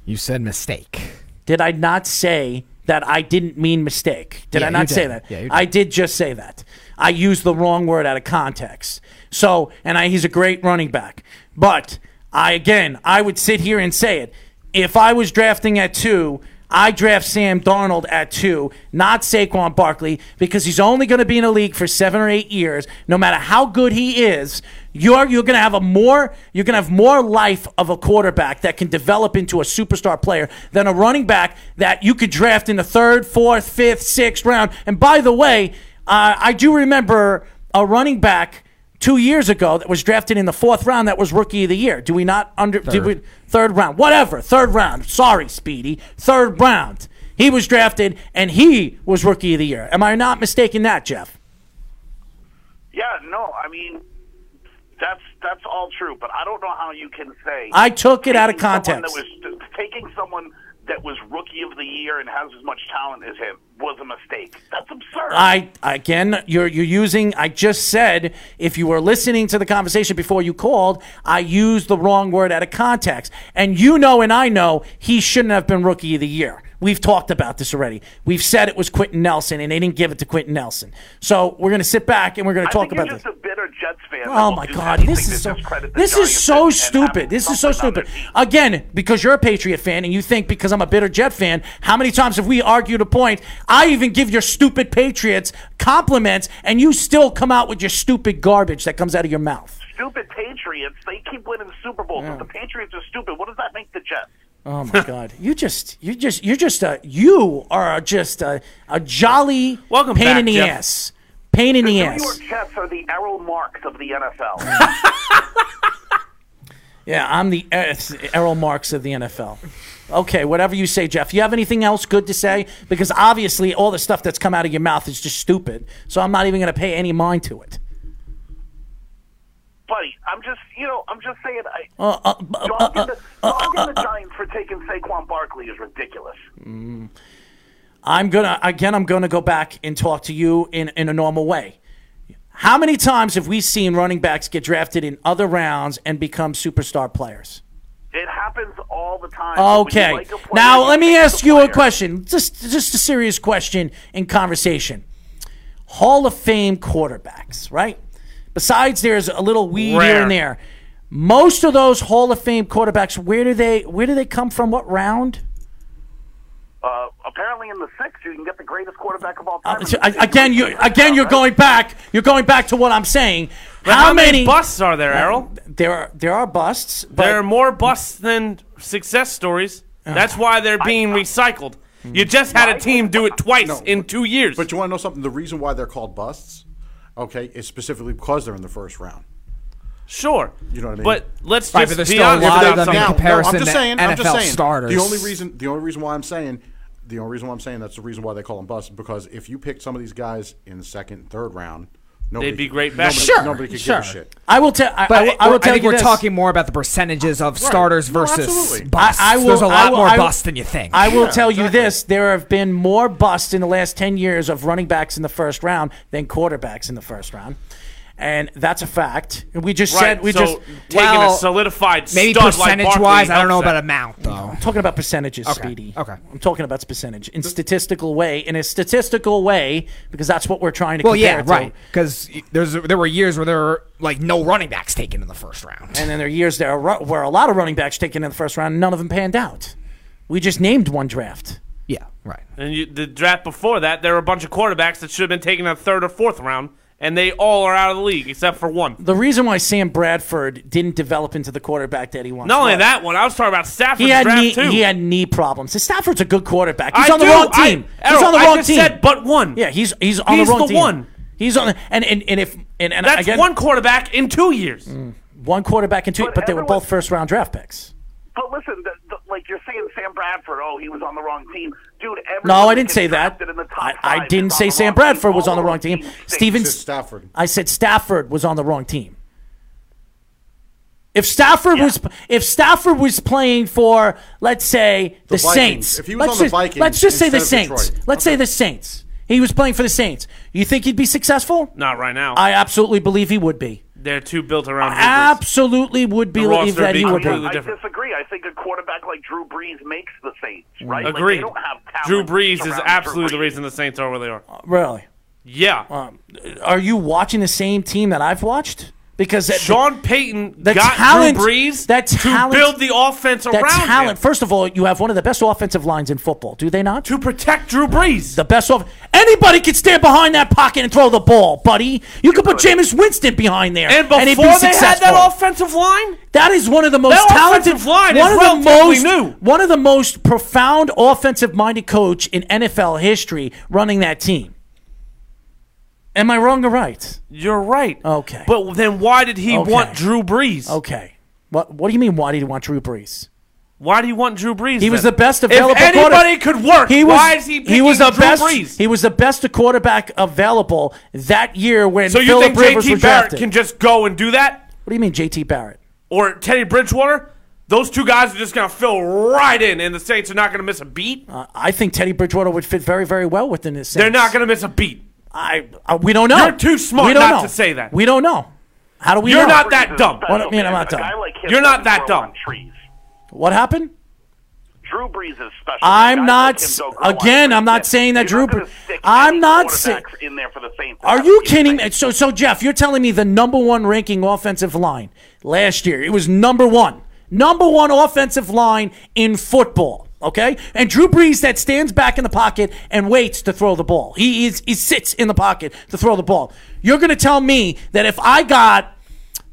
[SPEAKER 6] You said mistake.
[SPEAKER 5] Did I not say that I didn't mean mistake? Did
[SPEAKER 6] Yeah,
[SPEAKER 5] I not
[SPEAKER 6] you
[SPEAKER 5] say
[SPEAKER 6] did.
[SPEAKER 5] that?
[SPEAKER 6] Yeah, you did.
[SPEAKER 5] I did just say that. I used the wrong word out of context. So, and I, he's a great running back. But I, again, I would sit here and say it. If I was drafting at two, I draft Sam Darnold at two, not Saquon Barkley, because he's only going to be in a league for seven or eight years. No matter how good he is, you're you're going to have a more you're going to have more life of a quarterback that can develop into a superstar player than a running back that you could draft in the third, fourth, fifth, sixth round. And by the way, uh, I do remember a running back two years ago that was drafted in the fourth round that was rookie of the year. Do we not under third. did we third round? Whatever, third round. Sorry, Speedy. Third round. He was drafted and he was rookie of the year. Am I not mistaken that, Jeff?
[SPEAKER 8] Yeah, no, I mean, that's that's all true, but I don't know how you can say
[SPEAKER 5] I took it out of
[SPEAKER 8] taking someone
[SPEAKER 5] context.
[SPEAKER 8] That was, taking someone that was rookie of the year and has as much talent as him was a mistake. That's absurd.
[SPEAKER 5] I again, you're you're using. I just said if you were listening to the conversation before you called, I used the wrong word out of context, and you know, and I know he shouldn't have been rookie of the year. We've talked about this already. We've said it was Quentin Nelson, and they didn't give it to Quentin Nelson. So we're going to sit back and we're going to
[SPEAKER 8] I
[SPEAKER 5] talk
[SPEAKER 8] think you're
[SPEAKER 5] about this.
[SPEAKER 8] just a bitter Jets fan. that
[SPEAKER 5] Oh
[SPEAKER 8] will
[SPEAKER 5] my
[SPEAKER 8] do
[SPEAKER 5] God!
[SPEAKER 8] anything
[SPEAKER 5] This
[SPEAKER 8] to
[SPEAKER 5] is so
[SPEAKER 8] discredit the
[SPEAKER 5] this is
[SPEAKER 8] Giants
[SPEAKER 5] so
[SPEAKER 8] and- and have
[SPEAKER 5] stupid. This is so
[SPEAKER 8] something on their
[SPEAKER 5] stupid.
[SPEAKER 8] team.
[SPEAKER 5] Again, because you're a Patriot fan and you think because I'm a bitter Jet fan, how many times have we argued a point? I even give your stupid Patriots compliments, and you still come out with your stupid garbage that comes out of your mouth.
[SPEAKER 8] Stupid Patriots. They keep winning the Super Bowls, but the Patriots are stupid. What does that make the Jets?
[SPEAKER 5] Oh
[SPEAKER 8] [laughs]
[SPEAKER 5] my God! You just you just you're just a you are just a, a jolly
[SPEAKER 4] Welcome
[SPEAKER 5] pain
[SPEAKER 4] back,
[SPEAKER 5] in the
[SPEAKER 4] Jeff.
[SPEAKER 5] ass. Pain in the,
[SPEAKER 8] The New
[SPEAKER 5] ass.
[SPEAKER 8] York Jets are the Errol Marks of
[SPEAKER 5] [laughs]
[SPEAKER 8] the NFL.
[SPEAKER 5] Yeah, I'm the er- Errol Marks of the NFL. Okay, whatever you say, Jeff. You have anything else good to say? Because obviously, all the stuff that's come out of your mouth is just stupid. So I'm not even going to pay any mind to it.
[SPEAKER 8] buddy, I'm just, you know, I'm just saying, I,
[SPEAKER 5] Uh, uh, b- uh, uh,
[SPEAKER 8] dogging, the, dogging the Giants for taking Saquon Barkley is ridiculous.
[SPEAKER 5] I'm gonna again. I'm gonna go back and talk to you in in a normal way. How many times have we seen running backs get drafted in other rounds and become superstar players?
[SPEAKER 8] It happens all the time. When
[SPEAKER 5] Okay.
[SPEAKER 8] you like a player,
[SPEAKER 5] now let me
[SPEAKER 8] take
[SPEAKER 5] ask
[SPEAKER 8] the
[SPEAKER 5] you a
[SPEAKER 8] player.
[SPEAKER 5] question. Just just a serious question in conversation. Hall of Fame quarterbacks, right? Besides there's a little weed here
[SPEAKER 4] Rare.
[SPEAKER 5] and there. Most of those Hall of Fame quarterbacks, where do they where do they come from? What round?
[SPEAKER 8] Uh, apparently, in the sixth, you can get the greatest quarterback of all
[SPEAKER 5] Uh,
[SPEAKER 8] time.
[SPEAKER 5] so, I- again, you again you're going back. You're going back to what I'm saying.
[SPEAKER 4] How, many, busts are there, Errol?
[SPEAKER 5] There are there are busts. But
[SPEAKER 4] There are more busts than success stories. That's why they're being recycled. You just had a team do
[SPEAKER 7] [laughs]
[SPEAKER 4] it twice in two years.
[SPEAKER 7] Mm. But you want to know something? The reason why they're called busts, okay, is specifically because they're in the first round.
[SPEAKER 4] sure.
[SPEAKER 7] You know what I mean?
[SPEAKER 4] But let's
[SPEAKER 6] Right,
[SPEAKER 4] just
[SPEAKER 6] but there's
[SPEAKER 4] be
[SPEAKER 6] still a
[SPEAKER 4] honest
[SPEAKER 6] lot of
[SPEAKER 4] about
[SPEAKER 6] them in
[SPEAKER 4] something.
[SPEAKER 6] compa- comparison
[SPEAKER 7] no, I'm just
[SPEAKER 6] to
[SPEAKER 7] saying, I'm just
[SPEAKER 6] NFL
[SPEAKER 7] saying,
[SPEAKER 6] starters.
[SPEAKER 7] The only reason, the only reason why I'm saying, the only reason why I'm saying that's the reason why they call them busts because if you pick some of these guys in the second, third round, nobody,
[SPEAKER 4] They'd be great
[SPEAKER 7] nobody-
[SPEAKER 4] backups.
[SPEAKER 6] Sure,
[SPEAKER 7] nobody could
[SPEAKER 6] sure.
[SPEAKER 7] give a shit.
[SPEAKER 5] I will tell. I,
[SPEAKER 6] But
[SPEAKER 5] I, will- I will tell
[SPEAKER 6] think
[SPEAKER 5] you
[SPEAKER 6] we're
[SPEAKER 5] this.
[SPEAKER 6] talking more about the percentages of starters
[SPEAKER 7] No,
[SPEAKER 6] versus
[SPEAKER 7] absolutely.
[SPEAKER 6] busts.
[SPEAKER 5] I- I will-
[SPEAKER 6] There's a
[SPEAKER 5] I
[SPEAKER 6] lot
[SPEAKER 5] will-
[SPEAKER 6] more
[SPEAKER 5] I will-
[SPEAKER 6] busts than you think.
[SPEAKER 5] I will tell you this: there have been more busts in the last ten years of running backs in the first round than quarterbacks in the first round, and that's a fact. We just said
[SPEAKER 4] Right,
[SPEAKER 5] we
[SPEAKER 4] so
[SPEAKER 5] just
[SPEAKER 4] taking
[SPEAKER 6] well,
[SPEAKER 4] a solidified
[SPEAKER 6] Maybe
[SPEAKER 4] stud like
[SPEAKER 6] percentage wise,
[SPEAKER 4] Barkley
[SPEAKER 6] I don't know
[SPEAKER 4] helps
[SPEAKER 6] about
[SPEAKER 4] that.
[SPEAKER 6] amount though.
[SPEAKER 5] talking about percentages, Speedy.
[SPEAKER 6] okay.
[SPEAKER 5] I'm talking about percentage in statistical way, in a statistical way, because that's what we're trying to.
[SPEAKER 6] Well,
[SPEAKER 5] compare
[SPEAKER 6] yeah,
[SPEAKER 5] it to.
[SPEAKER 6] right. Because there's there were years where there were like no running backs taken in the first round.
[SPEAKER 5] And then there are years there are- where a lot of running backs taken in the first round, and none of them panned out. We just named one draft.
[SPEAKER 6] yeah, right.
[SPEAKER 4] And you, the draft before that, there were a bunch of quarterbacks that should have been taken in the third or fourth round, and they all are out of the league except for one.
[SPEAKER 5] The reason why Sam Bradford didn't develop into the quarterback that he wants.
[SPEAKER 4] Not only
[SPEAKER 5] was-
[SPEAKER 4] that one, I was talking about Stafford's
[SPEAKER 5] He had
[SPEAKER 4] draft
[SPEAKER 5] knee.
[SPEAKER 4] too.
[SPEAKER 5] He had knee problems. And Stafford's a good quarterback. He's
[SPEAKER 4] I
[SPEAKER 5] on the
[SPEAKER 4] do,
[SPEAKER 5] wrong
[SPEAKER 4] I-
[SPEAKER 5] team. he's
[SPEAKER 4] Errol,
[SPEAKER 5] on the
[SPEAKER 4] I
[SPEAKER 5] wrong
[SPEAKER 4] just
[SPEAKER 5] team.
[SPEAKER 4] said but one.
[SPEAKER 5] yeah, he's he's on
[SPEAKER 4] He's
[SPEAKER 5] the wrong
[SPEAKER 4] the
[SPEAKER 5] team.
[SPEAKER 4] one.
[SPEAKER 5] He's on the, and, and and if and, and
[SPEAKER 4] That's
[SPEAKER 5] again, Mm.
[SPEAKER 4] one quarterback in two years.
[SPEAKER 5] one quarterback and two, but,
[SPEAKER 8] But
[SPEAKER 5] they were
[SPEAKER 8] everyone-
[SPEAKER 5] both first round draft picks.
[SPEAKER 8] But listen, the, the, like you're saying, Sam Bradford. Oh, he was on the wrong team, dude.
[SPEAKER 5] No,
[SPEAKER 8] everyone
[SPEAKER 5] I didn't
[SPEAKER 8] gets
[SPEAKER 5] say that.
[SPEAKER 8] drafted In the top
[SPEAKER 5] I,
[SPEAKER 8] five
[SPEAKER 5] I
[SPEAKER 8] is
[SPEAKER 5] didn't
[SPEAKER 8] on
[SPEAKER 5] say
[SPEAKER 8] the
[SPEAKER 5] Sam
[SPEAKER 8] wrong
[SPEAKER 5] Bradford
[SPEAKER 8] team.
[SPEAKER 5] was
[SPEAKER 8] All
[SPEAKER 5] on the wrong team.
[SPEAKER 8] teams stink.
[SPEAKER 5] Steven
[SPEAKER 7] It's Stafford.
[SPEAKER 5] I said Stafford was on the wrong team. If Stafford was if Stafford was playing for let's say the,
[SPEAKER 7] Vikings.
[SPEAKER 5] Saints,
[SPEAKER 7] If he was
[SPEAKER 5] let's
[SPEAKER 7] on the
[SPEAKER 5] just,
[SPEAKER 7] Vikings
[SPEAKER 5] let's just say the
[SPEAKER 7] instead of
[SPEAKER 5] Saints.
[SPEAKER 7] Detroit.
[SPEAKER 5] Let's say the Saints. He was playing for the Saints. You think he'd be successful?
[SPEAKER 4] Not right now.
[SPEAKER 5] I absolutely believe he would be.
[SPEAKER 4] They're too built around. Hooper's.
[SPEAKER 5] Absolutely would believe
[SPEAKER 4] roster
[SPEAKER 5] that
[SPEAKER 4] would
[SPEAKER 5] he
[SPEAKER 4] be
[SPEAKER 5] would
[SPEAKER 4] completely
[SPEAKER 5] be.
[SPEAKER 8] I
[SPEAKER 4] different.
[SPEAKER 8] disagree. I think a quarterback like Drew Brees makes the Saints,
[SPEAKER 5] Mm.
[SPEAKER 8] right? Like, they
[SPEAKER 4] Agreed.
[SPEAKER 8] don't have talent
[SPEAKER 4] Drew Brees is
[SPEAKER 8] around
[SPEAKER 4] absolutely the
[SPEAKER 8] Drew Brees.
[SPEAKER 4] reason the Saints are where they are.
[SPEAKER 5] Really?
[SPEAKER 4] Yeah.
[SPEAKER 5] Are you watching the same team that I've watched? because that-
[SPEAKER 4] Sean Payton
[SPEAKER 5] the
[SPEAKER 4] got
[SPEAKER 5] talent-
[SPEAKER 4] Drew Brees
[SPEAKER 5] that talent-
[SPEAKER 4] to build the offense
[SPEAKER 5] that
[SPEAKER 4] around
[SPEAKER 5] talent.
[SPEAKER 4] him
[SPEAKER 5] First of all, you have one of the best offensive lines in football, do they not?
[SPEAKER 4] to protect Drew Brees.
[SPEAKER 5] The best off. Anybody can stand behind that pocket and throw the ball, buddy. You could put Jameis Winston behind there,
[SPEAKER 4] and before
[SPEAKER 5] he'd be
[SPEAKER 4] they had
[SPEAKER 5] successful.
[SPEAKER 4] that offensive line,
[SPEAKER 5] That is one of the most
[SPEAKER 4] That
[SPEAKER 5] talented
[SPEAKER 4] offensive line
[SPEAKER 5] one
[SPEAKER 4] is
[SPEAKER 5] of the most
[SPEAKER 4] relatively new.
[SPEAKER 5] one of the most profound offensive minded coach in NFL history running that team. Am I wrong or right?
[SPEAKER 4] you're right.
[SPEAKER 5] Okay.
[SPEAKER 4] But then why did he
[SPEAKER 5] Okay.
[SPEAKER 4] want Drew Brees?
[SPEAKER 5] Okay. What What do you mean? Why did he want Drew Brees?
[SPEAKER 4] Why do you want Drew Brees?
[SPEAKER 5] He was the
[SPEAKER 4] then?
[SPEAKER 5] best available.
[SPEAKER 4] If anybody
[SPEAKER 5] quarterback.
[SPEAKER 4] could work, why is he picking
[SPEAKER 5] was the
[SPEAKER 4] Drew
[SPEAKER 5] best.
[SPEAKER 4] Brees?
[SPEAKER 5] He was the best quarterback available that year when
[SPEAKER 4] so you
[SPEAKER 5] Philip
[SPEAKER 4] think
[SPEAKER 5] Rivers
[SPEAKER 4] JT
[SPEAKER 5] was
[SPEAKER 4] Barrett
[SPEAKER 5] drafted.
[SPEAKER 4] can just go and do that?
[SPEAKER 5] what do you mean, JT Barrett?
[SPEAKER 4] Or Teddy Bridgewater? Those two guys are just going to fill right in, and the Saints are not going to miss a beat.
[SPEAKER 5] Uh, I think Teddy Bridgewater would fit very, very well within this.
[SPEAKER 4] They're not going to miss a beat.
[SPEAKER 5] I, I we don't know.
[SPEAKER 4] You're too smart
[SPEAKER 5] We don't
[SPEAKER 4] not
[SPEAKER 5] know.
[SPEAKER 4] to say that.
[SPEAKER 5] We don't know. How do we?
[SPEAKER 4] You're
[SPEAKER 5] know?
[SPEAKER 4] not that dumb.
[SPEAKER 5] What do you mean I'm not
[SPEAKER 8] A
[SPEAKER 5] dumb?
[SPEAKER 8] guy like him
[SPEAKER 4] You're not
[SPEAKER 8] doesn't
[SPEAKER 4] that
[SPEAKER 8] grow
[SPEAKER 4] dumb.
[SPEAKER 8] on Trees.
[SPEAKER 5] What happened?
[SPEAKER 8] Drew Brees is special.
[SPEAKER 5] I'm
[SPEAKER 8] Guys
[SPEAKER 5] not
[SPEAKER 8] like him
[SPEAKER 5] s-
[SPEAKER 8] don't grow on
[SPEAKER 5] again, I'm
[SPEAKER 8] trees.
[SPEAKER 5] not saying that
[SPEAKER 8] You're
[SPEAKER 5] Drew
[SPEAKER 8] not
[SPEAKER 5] Bre-
[SPEAKER 8] gonna stick
[SPEAKER 5] I'm
[SPEAKER 8] any
[SPEAKER 5] not
[SPEAKER 8] quarterbacks
[SPEAKER 5] saying-
[SPEAKER 8] in there for the Saints.
[SPEAKER 5] Are
[SPEAKER 8] That's
[SPEAKER 5] you
[SPEAKER 8] the
[SPEAKER 5] kidding me?
[SPEAKER 8] thing.
[SPEAKER 5] So, so Jeff, you're telling me the number one ranking offensive line last year? It was number one, number one offensive line in football. Okay, and Drew Brees that stands back in the pocket and waits to throw the ball. He is he sits in the pocket to throw the ball. You're going to tell me that if I got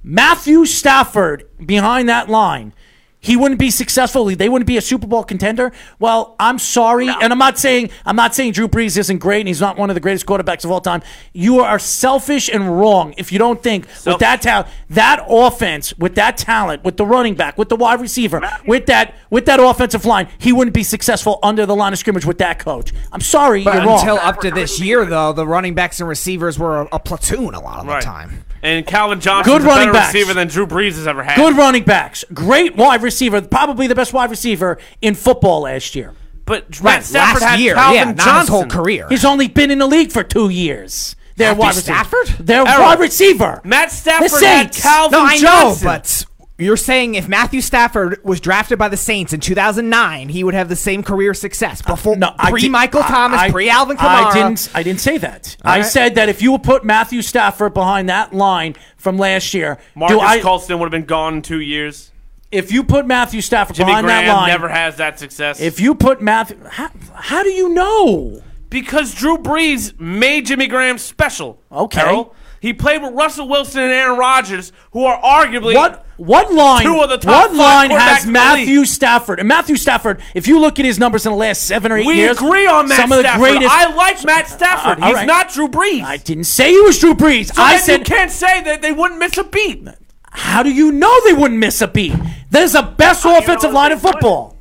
[SPEAKER 5] Matthew Stafford behind that line, he wouldn't be successful. They wouldn't be a Super Bowl contender. Well, I'm sorry, and I'm not saying I'm not saying Drew Brees isn't great and he's not one of the greatest quarterbacks of all time. You are selfish and wrong if you don't think with that talent, that offense, with that talent, with the running back, with the wide receiver, with that with that offensive line, he wouldn't be successful under the line of scrimmage with that coach. I'm sorry,
[SPEAKER 6] But
[SPEAKER 5] you're wrong.
[SPEAKER 6] until up to this year, though, the running backs and receivers were a, a platoon a lot of
[SPEAKER 4] Right.
[SPEAKER 6] the time.
[SPEAKER 4] And Calvin Johnson
[SPEAKER 5] Good
[SPEAKER 4] is a
[SPEAKER 5] running
[SPEAKER 4] better
[SPEAKER 5] backs.
[SPEAKER 4] receiver than Drew Brees has ever had.
[SPEAKER 5] Good running backs, great wide receiver, probably the best wide receiver in football last year.
[SPEAKER 4] But Matt Stafford
[SPEAKER 6] last
[SPEAKER 4] had
[SPEAKER 6] year,
[SPEAKER 4] Calvin
[SPEAKER 6] yeah,
[SPEAKER 4] Johnson.
[SPEAKER 6] not his whole career.
[SPEAKER 5] He's only been in the league for two years. They're
[SPEAKER 6] Matthew
[SPEAKER 5] wide receiver.
[SPEAKER 6] Stafford?
[SPEAKER 5] They're
[SPEAKER 4] Errol.
[SPEAKER 5] wide receiver.
[SPEAKER 4] Matt
[SPEAKER 5] The
[SPEAKER 4] Stafford had
[SPEAKER 5] Saints.
[SPEAKER 4] Calvin
[SPEAKER 6] no, I
[SPEAKER 4] Johnson.
[SPEAKER 6] know, but you're saying if Matthew Stafford was drafted by the Saints in 2009, he would have the same career success before
[SPEAKER 5] Uh, No, I
[SPEAKER 6] pre
[SPEAKER 5] did-
[SPEAKER 6] Michael
[SPEAKER 5] I-
[SPEAKER 6] Thomas,
[SPEAKER 5] I-
[SPEAKER 6] pre Alvin Kamara.
[SPEAKER 5] I didn't. I didn't say that. I
[SPEAKER 6] right.
[SPEAKER 5] said that if you would put Matthew Stafford behind that line from last year, do
[SPEAKER 4] Marcus
[SPEAKER 5] I,
[SPEAKER 4] Colston would have been gone in two years.
[SPEAKER 5] if you put Matthew Stafford
[SPEAKER 4] Jimmy
[SPEAKER 5] behind
[SPEAKER 4] Graham
[SPEAKER 5] that line,
[SPEAKER 4] never has that success.
[SPEAKER 5] if you put Matthew, how, how do you know?
[SPEAKER 4] because Drew Brees made Jimmy Graham special.
[SPEAKER 5] Okay.
[SPEAKER 4] Errol. He played with Russell Wilson and Aaron Rodgers, who are arguably
[SPEAKER 5] What what line?
[SPEAKER 4] Two of the top five
[SPEAKER 5] what line
[SPEAKER 4] quarterbacks
[SPEAKER 5] has
[SPEAKER 4] in the
[SPEAKER 5] Matthew Stafford? And Matthew Stafford, if you look at his numbers in the last seven or eight
[SPEAKER 4] We
[SPEAKER 5] years,
[SPEAKER 4] agree on Matt
[SPEAKER 5] some of the
[SPEAKER 4] Stafford.
[SPEAKER 5] greatest.
[SPEAKER 4] I like Matt Stafford.
[SPEAKER 5] Uh, all
[SPEAKER 4] He's
[SPEAKER 5] right.
[SPEAKER 4] not Drew Brees.
[SPEAKER 5] I didn't say he was Drew Brees.
[SPEAKER 4] so
[SPEAKER 5] I
[SPEAKER 4] then
[SPEAKER 5] said,
[SPEAKER 4] you can't say that they wouldn't miss a beat.
[SPEAKER 5] how do you know they wouldn't miss a beat? There's the best offensive
[SPEAKER 8] that
[SPEAKER 5] line
[SPEAKER 8] they
[SPEAKER 5] in football.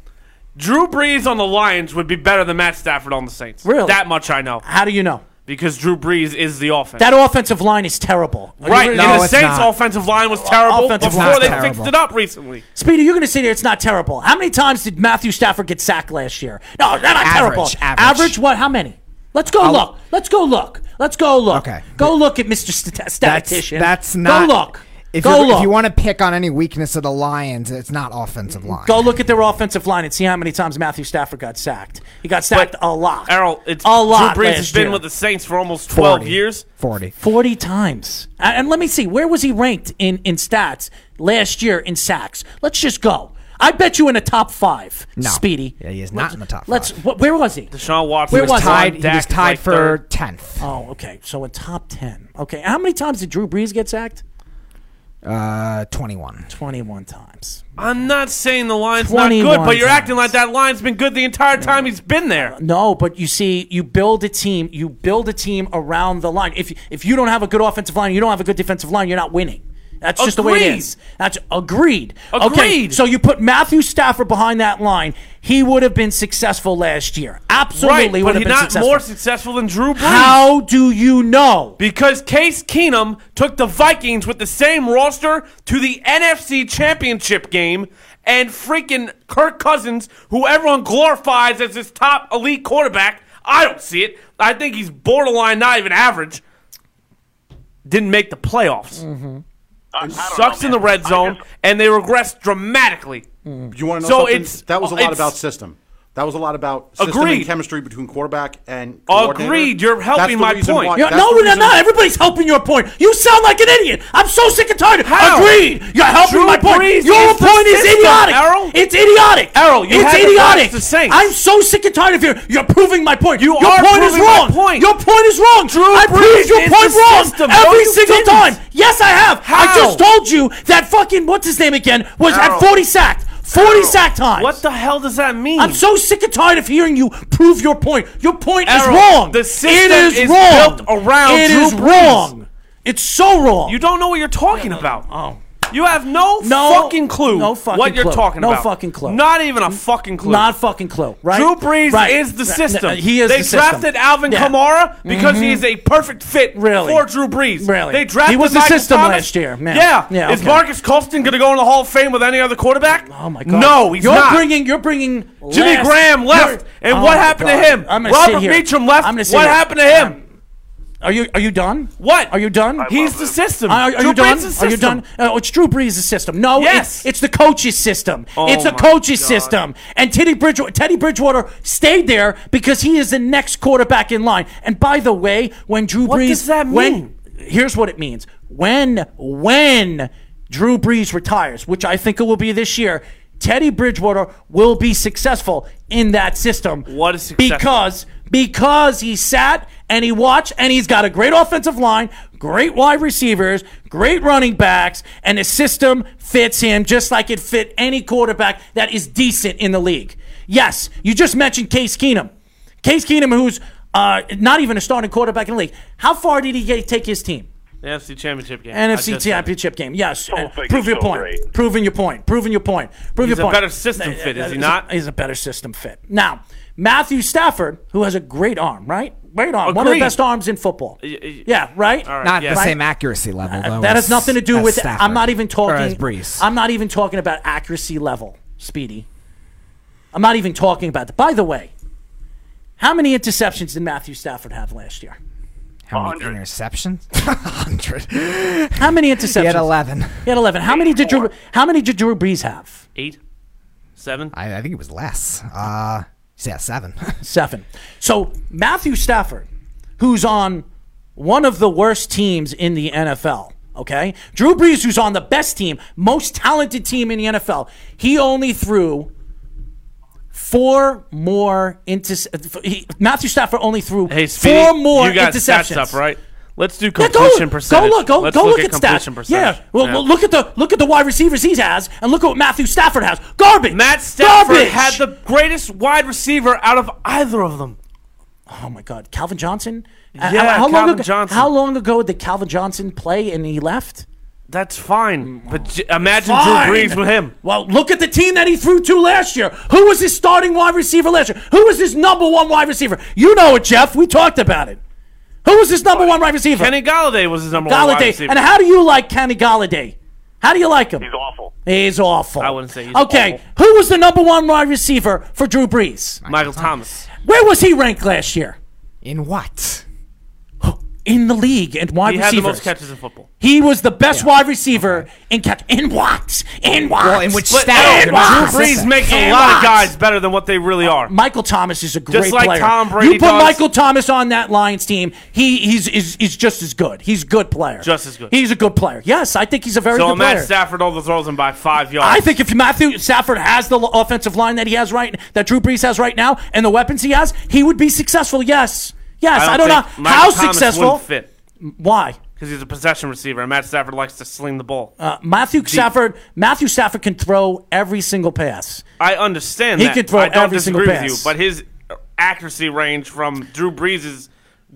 [SPEAKER 4] Drew Brees on the Lions would be better than Matt Stafford on the Saints.
[SPEAKER 5] Really?
[SPEAKER 4] That much I know.
[SPEAKER 5] How do you know?
[SPEAKER 4] Because Drew Brees is the offense.
[SPEAKER 5] That offensive line is terrible. Are you
[SPEAKER 4] right.
[SPEAKER 5] really-
[SPEAKER 6] No,
[SPEAKER 4] and the
[SPEAKER 6] it's
[SPEAKER 4] Saints
[SPEAKER 6] not.
[SPEAKER 4] offensive line was terrible
[SPEAKER 5] Offensive
[SPEAKER 4] before
[SPEAKER 5] line's
[SPEAKER 4] they
[SPEAKER 6] terrible.
[SPEAKER 4] fixed it up recently.
[SPEAKER 5] Speedy, you're going to sit here. It's not terrible. How many times did Matthew Stafford get sacked last year? No, they're not
[SPEAKER 6] Average,
[SPEAKER 5] terrible.
[SPEAKER 6] average.
[SPEAKER 5] What? How many? Let's go look. Let's go look. Let's go look.
[SPEAKER 6] Okay.
[SPEAKER 5] Go look at Mr. Stat- Statistician.
[SPEAKER 6] That's not.
[SPEAKER 5] Go look.
[SPEAKER 6] If,
[SPEAKER 5] go
[SPEAKER 6] you're-
[SPEAKER 5] look.
[SPEAKER 6] if you want to pick on any weakness of the Lions, it's not offensive line.
[SPEAKER 5] Go look at their offensive line and see how many times Matthew Stafford got sacked. He got sacked a lot.
[SPEAKER 4] Errol, it's
[SPEAKER 5] a lot.
[SPEAKER 4] Drew Brees has
[SPEAKER 5] last
[SPEAKER 4] been
[SPEAKER 5] year.
[SPEAKER 4] with the Saints for almost 12 years.
[SPEAKER 6] 40.
[SPEAKER 5] 40 times. A- And let me see, where was he ranked in, in stats last year in sacks? Let's just go. I bet you in the top five,
[SPEAKER 6] No.
[SPEAKER 5] Speedy.
[SPEAKER 6] Yeah, he is
[SPEAKER 5] Let's-
[SPEAKER 6] not in the top
[SPEAKER 5] Let's.
[SPEAKER 6] five.
[SPEAKER 5] wh- where was he?
[SPEAKER 4] Deshaun Watson
[SPEAKER 5] Where
[SPEAKER 4] is
[SPEAKER 5] was
[SPEAKER 4] on
[SPEAKER 6] Tied, he
[SPEAKER 4] deck
[SPEAKER 6] was
[SPEAKER 4] as,
[SPEAKER 6] tied
[SPEAKER 4] like,
[SPEAKER 6] for
[SPEAKER 4] third.
[SPEAKER 6] 10th.
[SPEAKER 5] Oh, okay. So in top 10. Okay. How many times did Drew Brees get sacked?
[SPEAKER 6] Uh, 21.
[SPEAKER 5] 21 times.
[SPEAKER 4] I'm not saying the line's not
[SPEAKER 5] 21
[SPEAKER 4] good, but you're
[SPEAKER 5] times.
[SPEAKER 4] acting like that line's been good the entire time he's been there.
[SPEAKER 5] No, but you see, you build a team. You build a team around the line. If if you don't have a good offensive line, you don't have a good defensive line. You're not winning. That's just the way it
[SPEAKER 4] Agreed.
[SPEAKER 5] is. That's agreed. Okay,
[SPEAKER 4] Agreed.
[SPEAKER 5] so you put Matthew Stafford behind that line. He would have been successful last year.
[SPEAKER 4] Right,
[SPEAKER 5] Absolutely, would
[SPEAKER 4] but
[SPEAKER 5] have
[SPEAKER 4] he's
[SPEAKER 5] been
[SPEAKER 4] not
[SPEAKER 5] successful.
[SPEAKER 4] more successful than Drew Brees.
[SPEAKER 5] How do you know?
[SPEAKER 4] Because Case Keenum took the Vikings with the same roster to the NFC Championship game, and freaking Kirk Cousins, who everyone glorifies as his top elite quarterback, I don't see it. I think he's borderline, not even average. Didn't make the playoffs.
[SPEAKER 8] Mm-hmm. I- I don't
[SPEAKER 4] Sucks
[SPEAKER 8] know,
[SPEAKER 4] in the
[SPEAKER 8] man.
[SPEAKER 4] red
[SPEAKER 8] I
[SPEAKER 4] zone,
[SPEAKER 8] just- Mm.
[SPEAKER 4] and they regress dramatically.
[SPEAKER 7] You want to know
[SPEAKER 4] So
[SPEAKER 7] something?
[SPEAKER 4] it's-
[SPEAKER 7] that was a
[SPEAKER 4] it's-
[SPEAKER 7] lot about system. That was a lot about system and
[SPEAKER 4] Agreed.
[SPEAKER 7] chemistry between quarterback and coordinator.
[SPEAKER 4] Agreed. You're helping
[SPEAKER 7] That's the
[SPEAKER 4] my
[SPEAKER 7] reason
[SPEAKER 4] point.
[SPEAKER 7] why-
[SPEAKER 5] You're,
[SPEAKER 7] that's
[SPEAKER 5] no,
[SPEAKER 7] the
[SPEAKER 5] we're
[SPEAKER 7] reason-
[SPEAKER 5] not. Everybody's helping your point. You sound like an idiot. I'm so sick and tired.
[SPEAKER 4] How?
[SPEAKER 5] Agreed. You're helping
[SPEAKER 4] Drew
[SPEAKER 5] my point.
[SPEAKER 4] Brees
[SPEAKER 5] your
[SPEAKER 4] is the
[SPEAKER 5] point is
[SPEAKER 4] system,
[SPEAKER 5] idiotic.
[SPEAKER 4] Errol.
[SPEAKER 5] It's idiotic.
[SPEAKER 4] Errol, you
[SPEAKER 5] it's
[SPEAKER 4] had to watch
[SPEAKER 5] idiotic.
[SPEAKER 4] the Saints.
[SPEAKER 5] I'm so sick and tired of you. You're proving my point.
[SPEAKER 4] You
[SPEAKER 5] your
[SPEAKER 4] are
[SPEAKER 5] point is
[SPEAKER 4] proving my
[SPEAKER 5] wrong.
[SPEAKER 4] point.
[SPEAKER 5] Your point is wrong. Drew I
[SPEAKER 4] Brees
[SPEAKER 5] proved your
[SPEAKER 4] is
[SPEAKER 5] point
[SPEAKER 4] the
[SPEAKER 5] wrong
[SPEAKER 4] system. No,
[SPEAKER 5] every
[SPEAKER 4] you
[SPEAKER 5] single
[SPEAKER 4] didn't.
[SPEAKER 5] time. Yes, I have. I
[SPEAKER 4] How?
[SPEAKER 5] just told you that fucking what's his name again was at
[SPEAKER 4] Errol.
[SPEAKER 5] 40 sack. 40 sack times.
[SPEAKER 4] What the hell does that mean?
[SPEAKER 5] I'm so sick and tired of hearing you prove your point. Your point
[SPEAKER 4] Errol,
[SPEAKER 5] is wrong.
[SPEAKER 4] the
[SPEAKER 5] it
[SPEAKER 4] system
[SPEAKER 5] is,
[SPEAKER 4] is
[SPEAKER 5] wrong.
[SPEAKER 4] built around
[SPEAKER 5] It
[SPEAKER 4] Drew
[SPEAKER 5] is
[SPEAKER 4] Brees.
[SPEAKER 5] wrong. It's so wrong.
[SPEAKER 4] You don't know what you're talking about.
[SPEAKER 5] Oh.
[SPEAKER 4] You have no,
[SPEAKER 5] No-
[SPEAKER 4] fucking clue
[SPEAKER 5] no fucking
[SPEAKER 4] what you're
[SPEAKER 5] clue.
[SPEAKER 4] talking
[SPEAKER 5] No
[SPEAKER 4] about.
[SPEAKER 5] fucking clue.
[SPEAKER 4] Not even a fucking clue.
[SPEAKER 5] Not fucking clue, right?
[SPEAKER 4] Drew Brees
[SPEAKER 5] Right.
[SPEAKER 4] is the
[SPEAKER 5] Th-
[SPEAKER 4] system.
[SPEAKER 5] th- He is
[SPEAKER 4] They
[SPEAKER 5] the system.
[SPEAKER 4] drafted Alvin
[SPEAKER 5] Yeah. Mm-hmm.
[SPEAKER 4] Kamara because he is a perfect fit
[SPEAKER 5] Really?
[SPEAKER 4] for Drew Brees.
[SPEAKER 5] Really?
[SPEAKER 4] They drafted
[SPEAKER 5] He was the
[SPEAKER 4] Michael
[SPEAKER 5] system
[SPEAKER 4] Thomas.
[SPEAKER 5] last year, man.
[SPEAKER 4] Yeah.
[SPEAKER 5] Yeah,
[SPEAKER 4] Is
[SPEAKER 5] okay.
[SPEAKER 4] Marcus Colston going to go in the Hall of Fame with any other quarterback?
[SPEAKER 5] Oh my god.
[SPEAKER 4] No, he's
[SPEAKER 5] you're
[SPEAKER 4] not.
[SPEAKER 5] bringing you're bringing
[SPEAKER 4] Jimmy
[SPEAKER 5] last-
[SPEAKER 4] Graham left,
[SPEAKER 5] you're-
[SPEAKER 4] and
[SPEAKER 5] Oh
[SPEAKER 4] what
[SPEAKER 5] my
[SPEAKER 4] happened
[SPEAKER 5] God.
[SPEAKER 4] to him?
[SPEAKER 5] I'm gonna sit
[SPEAKER 4] Robert
[SPEAKER 5] here.
[SPEAKER 4] Mitchum left.
[SPEAKER 5] I'm gonna sit
[SPEAKER 4] What
[SPEAKER 5] here.
[SPEAKER 4] happened to him?
[SPEAKER 5] Are you are you done?
[SPEAKER 4] What?
[SPEAKER 5] Are you done?
[SPEAKER 4] He's the system.
[SPEAKER 5] Are, are
[SPEAKER 4] Drew
[SPEAKER 5] you
[SPEAKER 4] Brees'
[SPEAKER 5] done? Are
[SPEAKER 4] system.
[SPEAKER 5] you done? Uh, it's Drew Brees' system. No,
[SPEAKER 4] Yes.
[SPEAKER 5] it's, it's the coach's system.
[SPEAKER 4] Oh
[SPEAKER 5] it's the
[SPEAKER 4] my
[SPEAKER 5] coach's
[SPEAKER 4] God.
[SPEAKER 5] system. And Teddy Bridgewater, Teddy Bridgewater stayed there because he is the next quarterback in line. And by the way, when Drew
[SPEAKER 4] What
[SPEAKER 5] Brees,
[SPEAKER 4] does that mean?
[SPEAKER 5] When, here's what it means: when when Drew Brees retires, which I think it will be this year. Teddy Bridgewater will be successful in that system.
[SPEAKER 4] What is successful?
[SPEAKER 5] Because because he sat and he watched and he's got a great offensive line, great wide receivers, great running backs, and the system fits him just like it fit any quarterback that is decent in the league. Yes, you just mentioned Case Keenum. Case Keenum, who's uh, not even a starting quarterback in the league. How far did he get, take his team?
[SPEAKER 4] The NFC Championship game. I
[SPEAKER 5] NFC
[SPEAKER 4] just said it.
[SPEAKER 5] championship game. Yes.
[SPEAKER 8] Whole
[SPEAKER 5] and
[SPEAKER 8] thing
[SPEAKER 5] Prove
[SPEAKER 8] is
[SPEAKER 5] your
[SPEAKER 8] so
[SPEAKER 5] point.
[SPEAKER 8] great.
[SPEAKER 5] Proving your point. Proving your point. Prove
[SPEAKER 4] He's
[SPEAKER 5] your
[SPEAKER 4] a
[SPEAKER 5] point.
[SPEAKER 4] better system
[SPEAKER 5] Uh,
[SPEAKER 4] fit, is he
[SPEAKER 5] uh,
[SPEAKER 4] not?
[SPEAKER 5] He's a better system fit. Now, Matthew Stafford, who has a great arm, right? Great arm. One of the
[SPEAKER 4] Agreed.
[SPEAKER 5] best arms in football.
[SPEAKER 4] y-
[SPEAKER 5] Yeah, right?
[SPEAKER 4] All right,
[SPEAKER 6] Not
[SPEAKER 4] yeah.
[SPEAKER 6] the same accuracy level. Though,
[SPEAKER 5] That
[SPEAKER 6] as-
[SPEAKER 5] has nothing to do
[SPEAKER 6] as
[SPEAKER 5] with
[SPEAKER 6] Stafford.
[SPEAKER 5] I'm not even
[SPEAKER 6] Or as
[SPEAKER 5] talking
[SPEAKER 6] Brees.
[SPEAKER 5] I'm not even talking about accuracy level, Speedy. I'm not even talking about that. By the way, how many interceptions did Matthew Stafford have last year?
[SPEAKER 6] How many
[SPEAKER 8] 100.
[SPEAKER 6] interceptions? [laughs] Hundred. He
[SPEAKER 5] How many interceptions?
[SPEAKER 6] had eleven.
[SPEAKER 5] He had 11. How many did Drew How many did Drew Brees have?
[SPEAKER 4] Eight, seven.
[SPEAKER 6] I, I think it was less. Uh, yeah, seven. [laughs]
[SPEAKER 5] seven. So Matthew Stafford, who's on one of the worst teams in the NFL, okay? Drew Brees, who's on the best team, most talented team in the NFL, he only threw four more interceptions. Matthew Stafford only threw
[SPEAKER 4] Hey, Speedy,
[SPEAKER 5] four more
[SPEAKER 4] you got
[SPEAKER 5] interceptions.
[SPEAKER 4] stats up, right? Let's do
[SPEAKER 5] Yeah, go,
[SPEAKER 4] completion percentage.
[SPEAKER 5] go look, go,
[SPEAKER 4] Let's
[SPEAKER 5] go look, at,
[SPEAKER 4] completion
[SPEAKER 5] stats.
[SPEAKER 4] percentage.
[SPEAKER 5] Yeah, well, well, look at the look at the wide receivers he has, and look at what Matthew Stafford has. Garbage.
[SPEAKER 4] Matt Stafford
[SPEAKER 5] Garbage!
[SPEAKER 4] had the greatest wide receiver out of either of them.
[SPEAKER 5] Oh my God, Calvin Johnson.
[SPEAKER 4] Yeah,
[SPEAKER 5] long
[SPEAKER 4] Calvin
[SPEAKER 5] ago,
[SPEAKER 4] Johnson.
[SPEAKER 5] How long ago did Calvin Johnson play and he left?
[SPEAKER 4] That's fine, but j- imagine
[SPEAKER 5] Fine.
[SPEAKER 4] Drew Brees with him.
[SPEAKER 5] Well, look at the team that he threw to last year. Who was his starting wide receiver last year? Who was his number one wide receiver? You know it, Jeff. We talked about it. Who was his number one wide receiver?
[SPEAKER 4] Kenny Galladay was his number one wide
[SPEAKER 5] Galladay.
[SPEAKER 4] receiver.
[SPEAKER 5] And how do you like Kenny Galladay? How do you like him?
[SPEAKER 8] He's awful.
[SPEAKER 5] He's awful.
[SPEAKER 4] I wouldn't say he's
[SPEAKER 5] okay. Who was the number one wide receiver for Drew Brees?
[SPEAKER 4] Michael Thomas.
[SPEAKER 5] Where was he ranked last year?
[SPEAKER 6] In what?
[SPEAKER 5] In the league and wide
[SPEAKER 4] He had
[SPEAKER 5] receivers.
[SPEAKER 4] the most catches in football.
[SPEAKER 5] He was the best wide receiver in catch. In what? In what?
[SPEAKER 6] Well, in which
[SPEAKER 4] But
[SPEAKER 6] stat?
[SPEAKER 4] Drew
[SPEAKER 5] and Watts.
[SPEAKER 4] Brees makes a
[SPEAKER 5] And
[SPEAKER 4] lot
[SPEAKER 5] Watts.
[SPEAKER 4] of guys better than what they really are.
[SPEAKER 5] Michael Thomas is a great
[SPEAKER 4] like
[SPEAKER 5] player.
[SPEAKER 4] Tom Brady
[SPEAKER 5] you put
[SPEAKER 4] does.
[SPEAKER 5] Michael Thomas on that Lions team, he he's is is just as good. He's a good player.
[SPEAKER 4] Just as good.
[SPEAKER 5] He's a good player. Yes, I think he's a very
[SPEAKER 4] So
[SPEAKER 5] good
[SPEAKER 4] Matt
[SPEAKER 5] player.
[SPEAKER 4] Stafford overthrows him by five yards.
[SPEAKER 5] I think if Matthew Stafford has the l- offensive line that he has right, that Drew Brees has right now, and the weapons he has, he would be successful. Yes, yes. I don't,
[SPEAKER 4] think
[SPEAKER 5] know
[SPEAKER 4] Michael
[SPEAKER 5] how
[SPEAKER 4] Thomas
[SPEAKER 5] successful.
[SPEAKER 4] wouldn't fit
[SPEAKER 5] Why?
[SPEAKER 4] because he's a possession receiver, and Matt Stafford likes to sling the ball.
[SPEAKER 5] Uh, Matthew Stafford. Matthew Stafford can throw every single pass.
[SPEAKER 4] I understand
[SPEAKER 5] He
[SPEAKER 4] that.
[SPEAKER 5] could throw
[SPEAKER 4] I don't
[SPEAKER 5] every single
[SPEAKER 4] disagree with
[SPEAKER 5] pass.
[SPEAKER 4] you, but his accuracy range from Drew Brees'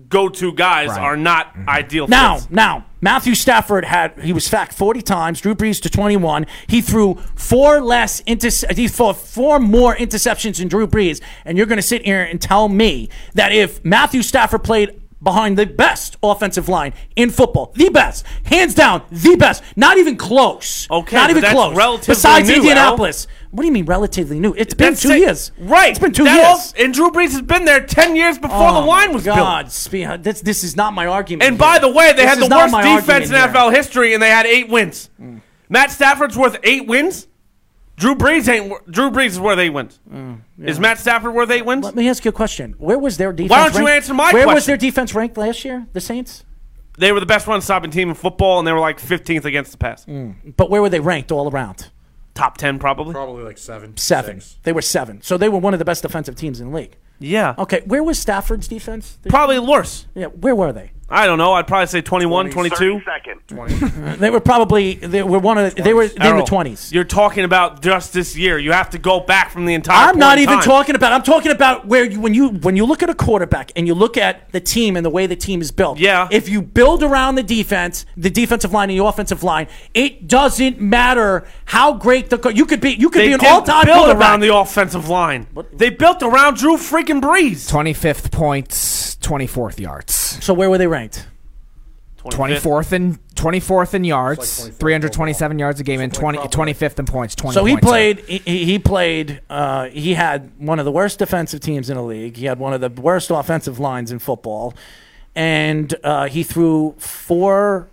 [SPEAKER 4] go-to guys are not ideal.
[SPEAKER 5] Mm-hmm. Now,
[SPEAKER 4] fits.
[SPEAKER 5] now, Matthew Stafford had he was sacked 40 times. Drew Brees to 21. He threw four less inter- he threw four more interceptions than Drew Brees. And you're going to sit here and tell me that if Matthew Stafford played behind the best offensive line in football, the best, hands down, the best, not even close.
[SPEAKER 4] Okay,
[SPEAKER 5] not
[SPEAKER 4] but
[SPEAKER 5] even
[SPEAKER 4] that's
[SPEAKER 5] close.
[SPEAKER 4] relatively
[SPEAKER 5] Besides
[SPEAKER 4] new,
[SPEAKER 5] Indianapolis, what do you mean relatively new? It's been
[SPEAKER 4] That's
[SPEAKER 5] two
[SPEAKER 4] it.
[SPEAKER 5] years,
[SPEAKER 4] right?
[SPEAKER 5] It's been two
[SPEAKER 4] That
[SPEAKER 5] years.
[SPEAKER 4] all- and Drew Brees has been there ten years before
[SPEAKER 5] Oh,
[SPEAKER 4] the line was
[SPEAKER 5] God,
[SPEAKER 4] built.
[SPEAKER 5] Spe- this, this is not my argument.
[SPEAKER 4] And
[SPEAKER 5] here.
[SPEAKER 4] by the way, they
[SPEAKER 5] This
[SPEAKER 4] had
[SPEAKER 5] is
[SPEAKER 4] the
[SPEAKER 5] not
[SPEAKER 4] worst
[SPEAKER 5] my
[SPEAKER 4] defense
[SPEAKER 5] argument
[SPEAKER 4] in
[SPEAKER 5] here. Mm.
[SPEAKER 4] NFL history, and they had eight wins. Matt Stafford's worth eight wins. Drew Brees ain't. wor- Drew Brees is worth eight wins. Is Matt Stafford worth eight wins?
[SPEAKER 5] Mm, Let me ask you a question. Where was their defense?
[SPEAKER 4] don't you
[SPEAKER 5] ranked-
[SPEAKER 4] answer my
[SPEAKER 5] Where was
[SPEAKER 4] question?
[SPEAKER 5] their defense ranked last year? The Saints.
[SPEAKER 4] They were the best run stopping team in football, and they were like 15th against the pass.
[SPEAKER 5] But where were they ranked all around?
[SPEAKER 4] Top 10 probably.
[SPEAKER 7] Probably like seven.
[SPEAKER 5] Seven.
[SPEAKER 7] six.
[SPEAKER 5] They were seven. So they were one of the best defensive teams in the league.
[SPEAKER 4] Yeah.
[SPEAKER 5] Okay, where was Stafford's defense?
[SPEAKER 4] Probably worse.
[SPEAKER 5] Yeah, where were they?
[SPEAKER 4] I don't know. I'd probably say 21, 22.
[SPEAKER 8] Second.
[SPEAKER 5] They were probably they were one of the, they were they were
[SPEAKER 4] Errol,
[SPEAKER 5] twenties.
[SPEAKER 4] You're talking about just this year. You have to go back from the entire.
[SPEAKER 5] I'm not
[SPEAKER 4] point in
[SPEAKER 5] even
[SPEAKER 4] time.
[SPEAKER 5] talking about. I'm talking about where you, when you when you look at a quarterback and you look at the team and the way the team is built.
[SPEAKER 4] Yeah.
[SPEAKER 5] If you build around the defense, the defensive line and the offensive line, it doesn't matter how great the co- you could be. You could
[SPEAKER 4] They
[SPEAKER 5] be an
[SPEAKER 4] didn't
[SPEAKER 5] all-time
[SPEAKER 4] build
[SPEAKER 5] quarterback.
[SPEAKER 4] around the offensive line. They built around Drew freaking Brees.
[SPEAKER 6] 25th points, 24th yards.
[SPEAKER 5] so where were they ranked?
[SPEAKER 6] 24th in 24th in yards,
[SPEAKER 7] 24th
[SPEAKER 6] 327 yards a game, and 20, 25th in points. 20
[SPEAKER 5] So he
[SPEAKER 6] points up.
[SPEAKER 5] played. He, he he played. Uh, he had one of the worst defensive teams in the league. He had one of the worst offensive lines in football, and uh, he threw four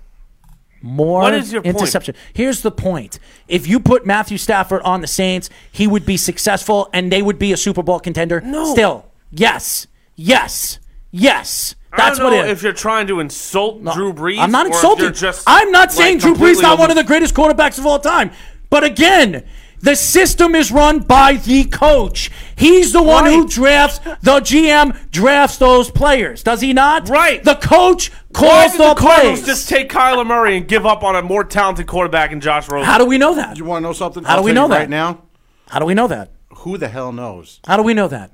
[SPEAKER 5] more
[SPEAKER 4] What is your point?
[SPEAKER 5] interception. Here's the point: if you put Matthew Stafford on the Saints, he would be successful, and they would be a Super Bowl contender.
[SPEAKER 4] No.
[SPEAKER 5] still, yes, yes, yes.
[SPEAKER 4] I
[SPEAKER 5] That's
[SPEAKER 4] don't know
[SPEAKER 5] what it is.
[SPEAKER 4] if you're trying to insult Drew Brees.
[SPEAKER 5] I'm not
[SPEAKER 4] or if
[SPEAKER 5] insulting.
[SPEAKER 4] you're just,
[SPEAKER 5] I'm not
[SPEAKER 4] like,
[SPEAKER 5] saying Drew Brees
[SPEAKER 4] completely
[SPEAKER 5] not
[SPEAKER 4] over-
[SPEAKER 5] one of the greatest quarterbacks of all time. But again, the system is run by the coach. He's the one who
[SPEAKER 4] Right.
[SPEAKER 5] drafts the GM drafts those players. Does he not?
[SPEAKER 4] Right.
[SPEAKER 5] The coach
[SPEAKER 4] Why
[SPEAKER 5] calls
[SPEAKER 4] did the
[SPEAKER 5] the,
[SPEAKER 4] Cardinals
[SPEAKER 5] plays.
[SPEAKER 4] just take Kyler Murray and give up on a more talented quarterback in Josh Rosen?
[SPEAKER 5] How do we know that?
[SPEAKER 7] You want to know something?
[SPEAKER 5] How do
[SPEAKER 7] I'll
[SPEAKER 5] we
[SPEAKER 7] tell
[SPEAKER 5] know
[SPEAKER 7] you
[SPEAKER 5] that?
[SPEAKER 7] right now?
[SPEAKER 5] How do we know that?
[SPEAKER 7] Who the hell knows?
[SPEAKER 5] How do we know that?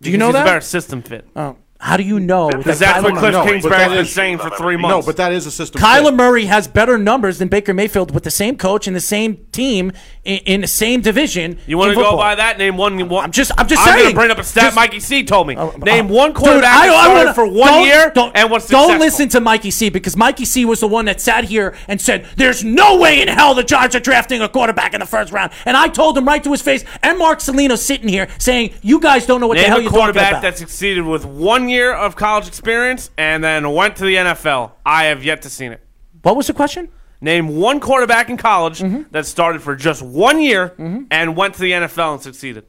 [SPEAKER 5] Do you
[SPEAKER 4] Because
[SPEAKER 5] know
[SPEAKER 4] he's a better
[SPEAKER 5] that?
[SPEAKER 4] system fit.
[SPEAKER 5] Oh, how do you know that
[SPEAKER 4] Because that's what
[SPEAKER 5] Kyler,
[SPEAKER 4] Cliff
[SPEAKER 5] Murray,
[SPEAKER 7] No, but
[SPEAKER 4] Kingsbury's
[SPEAKER 7] that
[SPEAKER 4] been
[SPEAKER 7] is-
[SPEAKER 4] saying for three
[SPEAKER 7] No,
[SPEAKER 4] months.
[SPEAKER 7] but that is a system.
[SPEAKER 5] Kyler
[SPEAKER 7] fit.
[SPEAKER 5] Murray has better numbers than Baker Mayfield with the same coach and the same team in, in the same division?
[SPEAKER 4] you want
[SPEAKER 5] in
[SPEAKER 4] to go
[SPEAKER 5] football?
[SPEAKER 4] by that? Name one. one
[SPEAKER 5] I'm just- I'm just
[SPEAKER 4] gonna
[SPEAKER 5] saying.
[SPEAKER 4] bring up a stat
[SPEAKER 5] Just-
[SPEAKER 4] Mikey C told me.
[SPEAKER 5] Uh,
[SPEAKER 4] Name
[SPEAKER 5] uh,
[SPEAKER 4] one
[SPEAKER 5] dude,
[SPEAKER 4] quarterback
[SPEAKER 5] I-
[SPEAKER 4] who
[SPEAKER 5] I
[SPEAKER 4] started
[SPEAKER 5] wanna-
[SPEAKER 4] for one
[SPEAKER 5] don't-
[SPEAKER 4] year
[SPEAKER 5] don't-
[SPEAKER 4] and was
[SPEAKER 5] Don't
[SPEAKER 4] successful.
[SPEAKER 5] listen to Mikey C because Mikey C was the one that sat here and said, "There's no way in hell the Giants are drafting a quarterback in the first round." And I told him right to his face, and Mark Salino sitting here saying, "You guys don't know what the
[SPEAKER 4] Name
[SPEAKER 5] hell
[SPEAKER 4] a
[SPEAKER 5] you're talking
[SPEAKER 4] quarterback
[SPEAKER 5] about."
[SPEAKER 4] that succeeded with one year of college experience and then went to the NFL. I have yet to see it.
[SPEAKER 5] what was the question?
[SPEAKER 4] Name one quarterback in college
[SPEAKER 5] Mm-hmm.
[SPEAKER 4] that started for just one year and went to the NFL and succeeded.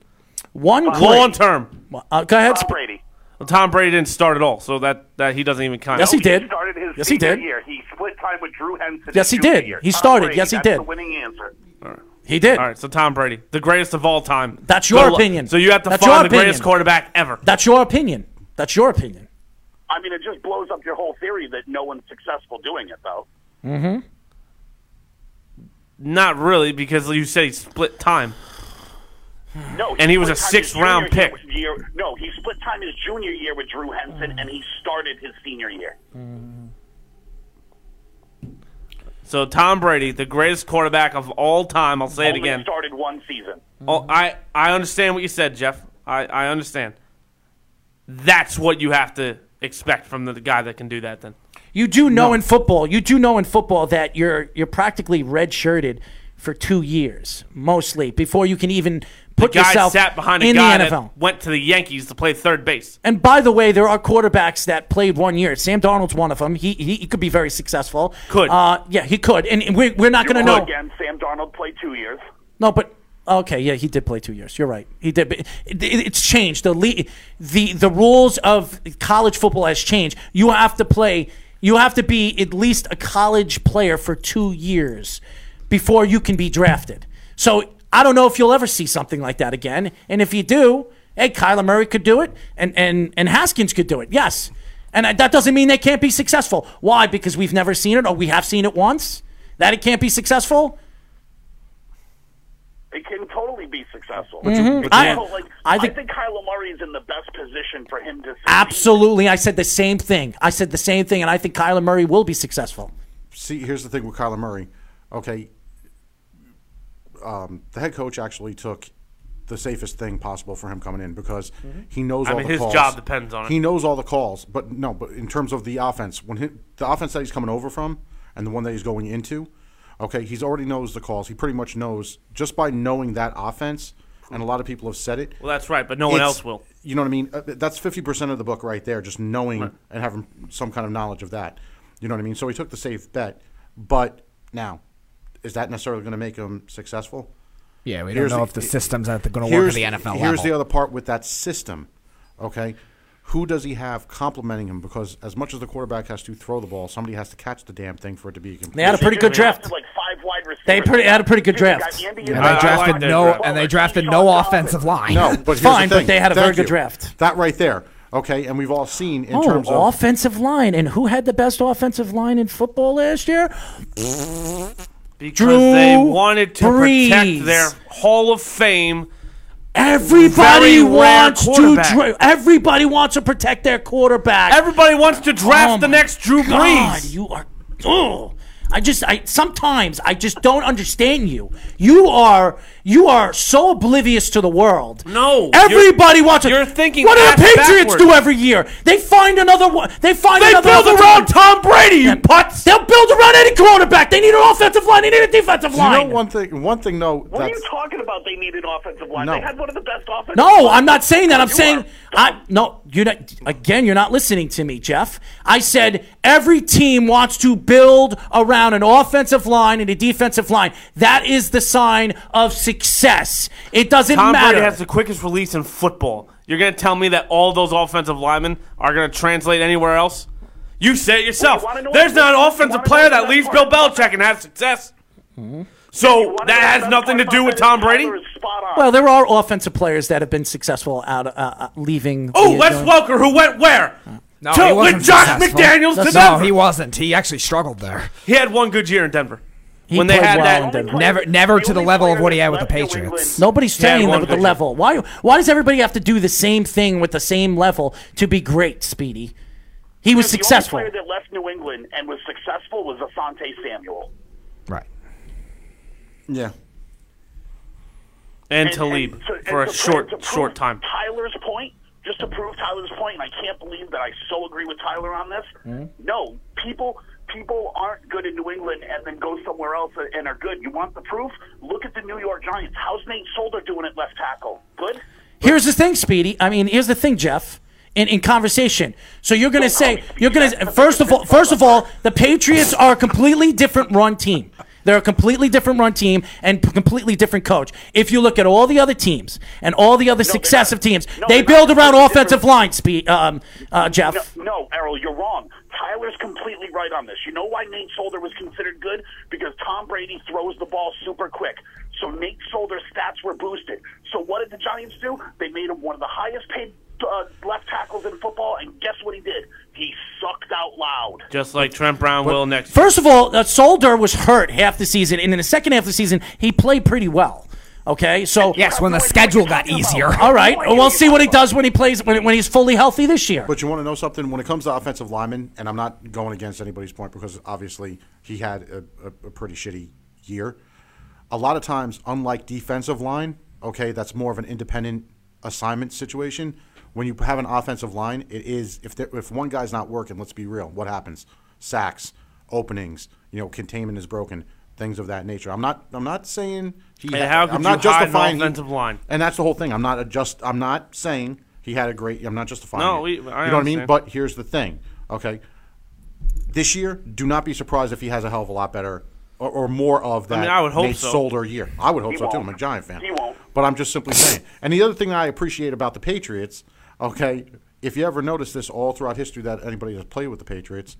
[SPEAKER 5] One
[SPEAKER 4] Long
[SPEAKER 5] quarter-
[SPEAKER 4] term.
[SPEAKER 5] Uh, go ahead.
[SPEAKER 8] Tom
[SPEAKER 5] sp-
[SPEAKER 8] Brady.
[SPEAKER 4] Well, Tom Brady didn't start at all, so that, that he doesn't even count.
[SPEAKER 5] Yes, he did.
[SPEAKER 8] Oh, Started his
[SPEAKER 5] Yes, he
[SPEAKER 8] senior
[SPEAKER 5] did.
[SPEAKER 8] Year. He split time with Drew Henson.
[SPEAKER 5] Yes, he
[SPEAKER 8] his junior
[SPEAKER 5] did.
[SPEAKER 8] year.
[SPEAKER 5] He
[SPEAKER 8] Tom
[SPEAKER 5] started.
[SPEAKER 8] Brady,
[SPEAKER 5] Yes, he
[SPEAKER 8] that's
[SPEAKER 5] did.
[SPEAKER 8] The winning answer.
[SPEAKER 5] He did.
[SPEAKER 4] All right, so Tom Brady, the greatest of all time.
[SPEAKER 5] That's your
[SPEAKER 4] Good lu-
[SPEAKER 5] opinion.
[SPEAKER 4] So you have to
[SPEAKER 5] That's your
[SPEAKER 4] find the greatest
[SPEAKER 5] opinion.
[SPEAKER 4] quarterback ever.
[SPEAKER 5] That's your opinion. That's your opinion.
[SPEAKER 8] I mean, it just blows up your whole theory that no one's successful doing it, though.
[SPEAKER 4] Not really, because you said he split time.
[SPEAKER 8] No,
[SPEAKER 4] And he was
[SPEAKER 8] split
[SPEAKER 4] a
[SPEAKER 8] time
[SPEAKER 4] sixth
[SPEAKER 8] his
[SPEAKER 4] round
[SPEAKER 8] junior
[SPEAKER 4] pick.
[SPEAKER 8] Year, year- no, he split time his junior year with Drew Henson, and he started his senior year.
[SPEAKER 4] So Tom Brady, the greatest quarterback of all time. I'll say it
[SPEAKER 8] Only
[SPEAKER 4] again.
[SPEAKER 8] started one season.
[SPEAKER 4] Oh, I I understand what you said, Jeff. I, I understand. That's what you have to expect from the, the guy that can do that. Then
[SPEAKER 5] You do know in football, you do know in football that you're you're practically redshirted for two years mostly before you can even put
[SPEAKER 4] guy
[SPEAKER 5] yourself
[SPEAKER 4] sat behind a
[SPEAKER 5] in
[SPEAKER 4] guy
[SPEAKER 5] the
[SPEAKER 4] that
[SPEAKER 5] NFL.
[SPEAKER 4] went to the Yankees to play third base.
[SPEAKER 5] And by the way, there are quarterbacks that played one year. Sam Darnold's one of them. He he, he could be very successful.
[SPEAKER 4] Could.
[SPEAKER 5] Uh, yeah, he could. And and we, we're not going to
[SPEAKER 8] Well,
[SPEAKER 5] know.
[SPEAKER 8] Again, Sam Darnold played two years.
[SPEAKER 5] No, but okay, yeah, he did play two years. You're right. He did. But it, it, it's changed. The le- the the rules of college football has changed. You have to play. You have to be at least a college player for two years before you can be drafted. So I don't know if you'll ever see something like that again. And if you do, hey, Kyler Murray could do it, and and and Haskins could do it. Yes. And I- that doesn't mean they can't be successful. Why? Because we've never seen it, or we have seen it once. That it can't be successful.
[SPEAKER 8] It can totally be successful.
[SPEAKER 5] Mm, I-
[SPEAKER 8] So, like,
[SPEAKER 5] Mm-hmm. I
[SPEAKER 8] I
[SPEAKER 5] think-
[SPEAKER 8] think Kyler Murray is in the best position for him to succeed.
[SPEAKER 5] Absolutely. I said the same thing. I said the same thing, and I think Kyler Murray will be successful.
[SPEAKER 7] see, here's the thing with Kyler Murray. Okay, um, the head coach actually took the safest thing possible for him coming in because he knows
[SPEAKER 4] Mm-hmm. I
[SPEAKER 7] all
[SPEAKER 4] mean,
[SPEAKER 7] the
[SPEAKER 4] his
[SPEAKER 7] calls.
[SPEAKER 4] job depends on it.
[SPEAKER 7] He knows all the calls, but no, but in terms of the offense, when he, the offense that he's coming over from and the one that he's going into, okay, he's already knows the calls. He pretty much knows just by knowing that offense. And a lot of people have said it.
[SPEAKER 4] Well, that's right, but no one
[SPEAKER 7] It's-
[SPEAKER 4] else will.
[SPEAKER 7] You know what I mean? Uh, That's fifty percent of the book right there, just knowing and having some kind of knowledge of that. You know what I mean? So he took the safe bet, but now, is that necessarily going to make him successful?
[SPEAKER 6] Yeah, we
[SPEAKER 7] Here's
[SPEAKER 6] don't know
[SPEAKER 7] the-
[SPEAKER 6] if the systems are going to work
[SPEAKER 7] Here's
[SPEAKER 6] at the NFL
[SPEAKER 7] Here's
[SPEAKER 6] level.
[SPEAKER 7] the other part with that system. Okay. Who does he have complementing him? Because as much as the quarterback has to throw the ball, somebody has to catch the damn thing for it to be a complete.
[SPEAKER 5] They had a pretty good
[SPEAKER 8] They drafted,
[SPEAKER 5] draft.
[SPEAKER 8] Like five wide receivers.
[SPEAKER 5] They pretty- had a pretty good
[SPEAKER 8] They got
[SPEAKER 5] draft.
[SPEAKER 8] Andy
[SPEAKER 4] Yeah,
[SPEAKER 6] and
[SPEAKER 4] I-
[SPEAKER 6] they
[SPEAKER 4] I
[SPEAKER 6] drafted
[SPEAKER 4] like that
[SPEAKER 6] no,
[SPEAKER 4] draft.
[SPEAKER 6] and they drafted no offensive line.
[SPEAKER 7] No, but here's
[SPEAKER 5] Fine,
[SPEAKER 7] the
[SPEAKER 5] but
[SPEAKER 7] thing.
[SPEAKER 5] they had a very
[SPEAKER 7] Thank
[SPEAKER 5] good
[SPEAKER 7] you.
[SPEAKER 5] draft.
[SPEAKER 7] That right there. Okay, and we've all seen in
[SPEAKER 5] Oh,
[SPEAKER 7] terms of
[SPEAKER 5] offensive line. And who had the best offensive line in football last year?
[SPEAKER 4] Because
[SPEAKER 5] Drew
[SPEAKER 4] they wanted to
[SPEAKER 5] Brees.
[SPEAKER 4] protect their Hall of Fame.
[SPEAKER 5] Everybody
[SPEAKER 4] Very rare
[SPEAKER 5] wants to.
[SPEAKER 4] quarterback.
[SPEAKER 5] dra- everybody wants to protect their quarterback.
[SPEAKER 4] Everybody wants to draft
[SPEAKER 5] Oh
[SPEAKER 4] the
[SPEAKER 5] my
[SPEAKER 4] next Drew
[SPEAKER 5] God,
[SPEAKER 4] Brees.
[SPEAKER 5] you are. Oh, I just. I sometimes I just don't understand you. You are. You are so oblivious to the world.
[SPEAKER 4] No, you're-
[SPEAKER 5] Everybody wants. to-
[SPEAKER 4] you're thinking
[SPEAKER 5] What do the
[SPEAKER 4] ass
[SPEAKER 5] Patriots do
[SPEAKER 4] backwards.
[SPEAKER 5] every year? They find another. one- They find.
[SPEAKER 4] They
[SPEAKER 5] another
[SPEAKER 4] build
[SPEAKER 5] offensive
[SPEAKER 4] around
[SPEAKER 5] line.
[SPEAKER 4] Tom Brady, you
[SPEAKER 5] Yeah.
[SPEAKER 4] putz.
[SPEAKER 5] They'll build around any quarterback. They need an offensive line. They need a defensive
[SPEAKER 7] you know
[SPEAKER 5] line.
[SPEAKER 7] one thing. One thing, no,
[SPEAKER 8] What are
[SPEAKER 7] that's
[SPEAKER 8] you talking about? They needed offensive line.
[SPEAKER 7] No.
[SPEAKER 8] They had one of the best offensive.
[SPEAKER 5] No, I'm not saying that. I'm
[SPEAKER 8] You
[SPEAKER 5] saying
[SPEAKER 8] are.
[SPEAKER 5] I no. You not again. You're not listening to me, Jeff. I said every team wants to build around an offensive line and a defensive line. That is the sign of success. It doesn't
[SPEAKER 4] Tom
[SPEAKER 5] matter.
[SPEAKER 4] Brady has the quickest release in football. You're going to tell me that all those offensive linemen are going to translate anywhere else? You say it yourself.
[SPEAKER 8] wanna know
[SPEAKER 4] There's
[SPEAKER 8] what-
[SPEAKER 4] not
[SPEAKER 8] you
[SPEAKER 4] an
[SPEAKER 8] wanna
[SPEAKER 4] offensive
[SPEAKER 8] know
[SPEAKER 4] player
[SPEAKER 8] what
[SPEAKER 4] that
[SPEAKER 8] that
[SPEAKER 4] leaves Bill
[SPEAKER 8] part-
[SPEAKER 4] Belichick and has success.
[SPEAKER 7] Mm-hmm.
[SPEAKER 4] So
[SPEAKER 8] One of the
[SPEAKER 4] that has
[SPEAKER 8] best
[SPEAKER 4] nothing to
[SPEAKER 8] parts
[SPEAKER 4] do with
[SPEAKER 8] about
[SPEAKER 4] Tom
[SPEAKER 8] that is
[SPEAKER 4] Brady.
[SPEAKER 8] Tyler is Spot on.
[SPEAKER 5] well, there are offensive players that have been successful out uh, uh, leaving.
[SPEAKER 4] Oh,
[SPEAKER 5] the,
[SPEAKER 4] Les
[SPEAKER 5] uh,
[SPEAKER 4] Welker, who went where?
[SPEAKER 6] No,
[SPEAKER 4] To-
[SPEAKER 6] he wasn't
[SPEAKER 4] with Josh
[SPEAKER 6] successful.
[SPEAKER 4] McDaniels to
[SPEAKER 6] No,
[SPEAKER 4] Denver.
[SPEAKER 6] he wasn't. He actually struggled there.
[SPEAKER 4] He had one good year in Denver.
[SPEAKER 5] He
[SPEAKER 4] when they
[SPEAKER 5] played
[SPEAKER 4] had
[SPEAKER 5] well in
[SPEAKER 4] that,
[SPEAKER 5] Denver.
[SPEAKER 6] Never- never to the
[SPEAKER 8] only
[SPEAKER 6] level of
[SPEAKER 8] player
[SPEAKER 6] what he
[SPEAKER 8] that
[SPEAKER 6] had with the
[SPEAKER 8] left New
[SPEAKER 6] Patriots.
[SPEAKER 8] England-
[SPEAKER 5] Nobody's
[SPEAKER 4] Yeah,
[SPEAKER 5] training
[SPEAKER 4] one
[SPEAKER 5] them at the
[SPEAKER 4] vision.
[SPEAKER 5] level. Why? Why does everybody have to do the same thing with the same level to be great, Speedy? He was successful.
[SPEAKER 8] The only player that left New England and was successful was Asante Samuel.
[SPEAKER 6] Right.
[SPEAKER 7] yeah.
[SPEAKER 4] and
[SPEAKER 8] And-
[SPEAKER 4] Talib
[SPEAKER 8] and to- and
[SPEAKER 4] for a
[SPEAKER 8] to prove-
[SPEAKER 4] short,
[SPEAKER 8] to prove
[SPEAKER 4] short time.
[SPEAKER 8] Tyler's point, just to prove Tyler's point, and I can't believe that I so agree with Tyler on this. No, people people aren't good in New England and then go somewhere else and- and are good. You want the proof? Look at the New York Giants. How's Nate Solder doing at left tackle? Good.
[SPEAKER 5] Here's the thing, Speedy. I mean, here's the thing, Jeff. In, in conversation, so you're going to say you're going to first of all, first of all, the Patriots are a completely different run team. They're a completely different run team and p- completely different coach. If you look at all the other teams and all the other successive teams,
[SPEAKER 8] No,
[SPEAKER 5] they
[SPEAKER 8] they're
[SPEAKER 5] build
[SPEAKER 8] not.
[SPEAKER 5] around
[SPEAKER 8] They're
[SPEAKER 5] offensive
[SPEAKER 8] different.
[SPEAKER 5] line. Speed, um, uh, Jeff.
[SPEAKER 8] No, no, Errol, you're wrong. Tyler's completely right on this. You know why Nate Solder was considered good? Because Tom Brady throws the ball super quick. So Nate Solder's stats were boosted. So what did the Giants do? They made him one of the highest paid uh, left tackles in football, and guess what he did? He sucked out loud.
[SPEAKER 4] Just like Trent Brown will next.
[SPEAKER 5] First of all, uh, Solder was hurt half the season, and in the second half of the season, he played pretty well. Okay, so
[SPEAKER 6] Yes, when the schedule got easier.
[SPEAKER 5] [laughs] all right, we'll see what he does when he plays when, when he's fully healthy this year.
[SPEAKER 7] But you want to know something? When it comes to offensive linemen, and I'm not going against anybody's point because obviously he had a, a, a pretty shitty year. A lot of times, unlike defensive line, okay, that's more of an independent assignment situation. When you have an offensive line, it is if there, if one guy's not working, let's be real, what happens? Sacks, openings, you know, containment is broken, things of that nature. I'm not I'm not saying he.
[SPEAKER 4] And how
[SPEAKER 7] I'm
[SPEAKER 4] could
[SPEAKER 7] not
[SPEAKER 4] you hide an
[SPEAKER 7] justifying he-
[SPEAKER 4] offensive line?
[SPEAKER 7] and that's the whole thing. I'm not adjust. I'm not saying he had a great. I'm not justifying.
[SPEAKER 4] No,
[SPEAKER 7] it.
[SPEAKER 4] we- I
[SPEAKER 7] you know what I mean.
[SPEAKER 4] understand.
[SPEAKER 7] But here's the thing. Okay, this year, do not be surprised if he has a hell of a lot better or, or more of that.
[SPEAKER 4] mean, I would hope
[SPEAKER 7] Nate
[SPEAKER 4] so.
[SPEAKER 7] Solder year. I would hope so too.
[SPEAKER 8] won't.
[SPEAKER 7] I'm a Giant fan.
[SPEAKER 8] He won't.
[SPEAKER 7] But I'm just simply saying. And the other thing I appreciate about the Patriots, okay, if you ever notice this all throughout history that anybody that's played with the Patriots,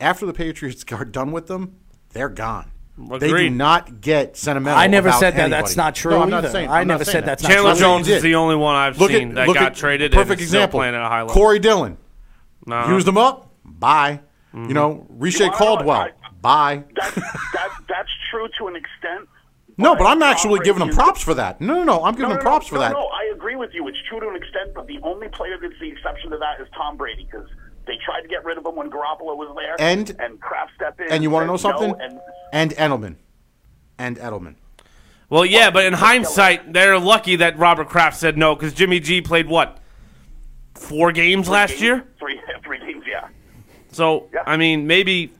[SPEAKER 7] after the Patriots [laughs] are done with them, they're gone. They do
[SPEAKER 4] Agreed.
[SPEAKER 7] not get sentimental.
[SPEAKER 5] I never
[SPEAKER 7] about
[SPEAKER 5] said that.
[SPEAKER 7] anybody.
[SPEAKER 5] That's not true
[SPEAKER 7] No, I'm
[SPEAKER 5] either.
[SPEAKER 7] not saying.
[SPEAKER 5] I
[SPEAKER 7] I'm not
[SPEAKER 5] never
[SPEAKER 7] saying
[SPEAKER 5] said
[SPEAKER 7] that.
[SPEAKER 5] that's not
[SPEAKER 4] Chandler
[SPEAKER 5] true.
[SPEAKER 4] Jones
[SPEAKER 7] Did.
[SPEAKER 4] is the only one I've
[SPEAKER 7] Look
[SPEAKER 4] seen
[SPEAKER 7] at-
[SPEAKER 4] that
[SPEAKER 7] look
[SPEAKER 4] got
[SPEAKER 7] at-
[SPEAKER 4] traded
[SPEAKER 7] Perfect
[SPEAKER 4] and is
[SPEAKER 7] example.
[SPEAKER 4] still playing at a high level.
[SPEAKER 7] Corey Dillon.
[SPEAKER 5] Uh-huh.
[SPEAKER 4] Nah.
[SPEAKER 7] Used him up. Bye.
[SPEAKER 5] Mm-hmm.
[SPEAKER 7] You know,
[SPEAKER 8] You
[SPEAKER 7] Riche
[SPEAKER 8] wanna know what?
[SPEAKER 7] Caldwell.
[SPEAKER 8] I-
[SPEAKER 7] Bye.
[SPEAKER 8] That's, that, [laughs] that's true to an extent.
[SPEAKER 7] [laughs] No, but I'm
[SPEAKER 8] Tom
[SPEAKER 7] actually
[SPEAKER 8] Brady
[SPEAKER 7] giving him
[SPEAKER 8] is-
[SPEAKER 7] props for that. No, no, no. I'm giving
[SPEAKER 8] No,
[SPEAKER 7] him
[SPEAKER 8] no,
[SPEAKER 7] props
[SPEAKER 8] no,
[SPEAKER 7] for
[SPEAKER 8] no,
[SPEAKER 7] that.
[SPEAKER 8] No, I agree with you. It's true to an extent, but the only player that's the exception to that is Tom Brady because they tried to get rid of him when Garoppolo was there,
[SPEAKER 7] And-
[SPEAKER 8] and Kraft stepped in.
[SPEAKER 7] And you want to know
[SPEAKER 8] said no,
[SPEAKER 7] something?
[SPEAKER 8] and
[SPEAKER 7] And Edelman. And Edelman.
[SPEAKER 4] Well, yeah, but in hindsight, they're lucky that Robert Kraft said no because Jimmy G played what four games last
[SPEAKER 8] games-
[SPEAKER 4] year.
[SPEAKER 8] three, [laughs] three games, yeah.
[SPEAKER 4] So
[SPEAKER 8] Yeah.
[SPEAKER 4] I mean, maybe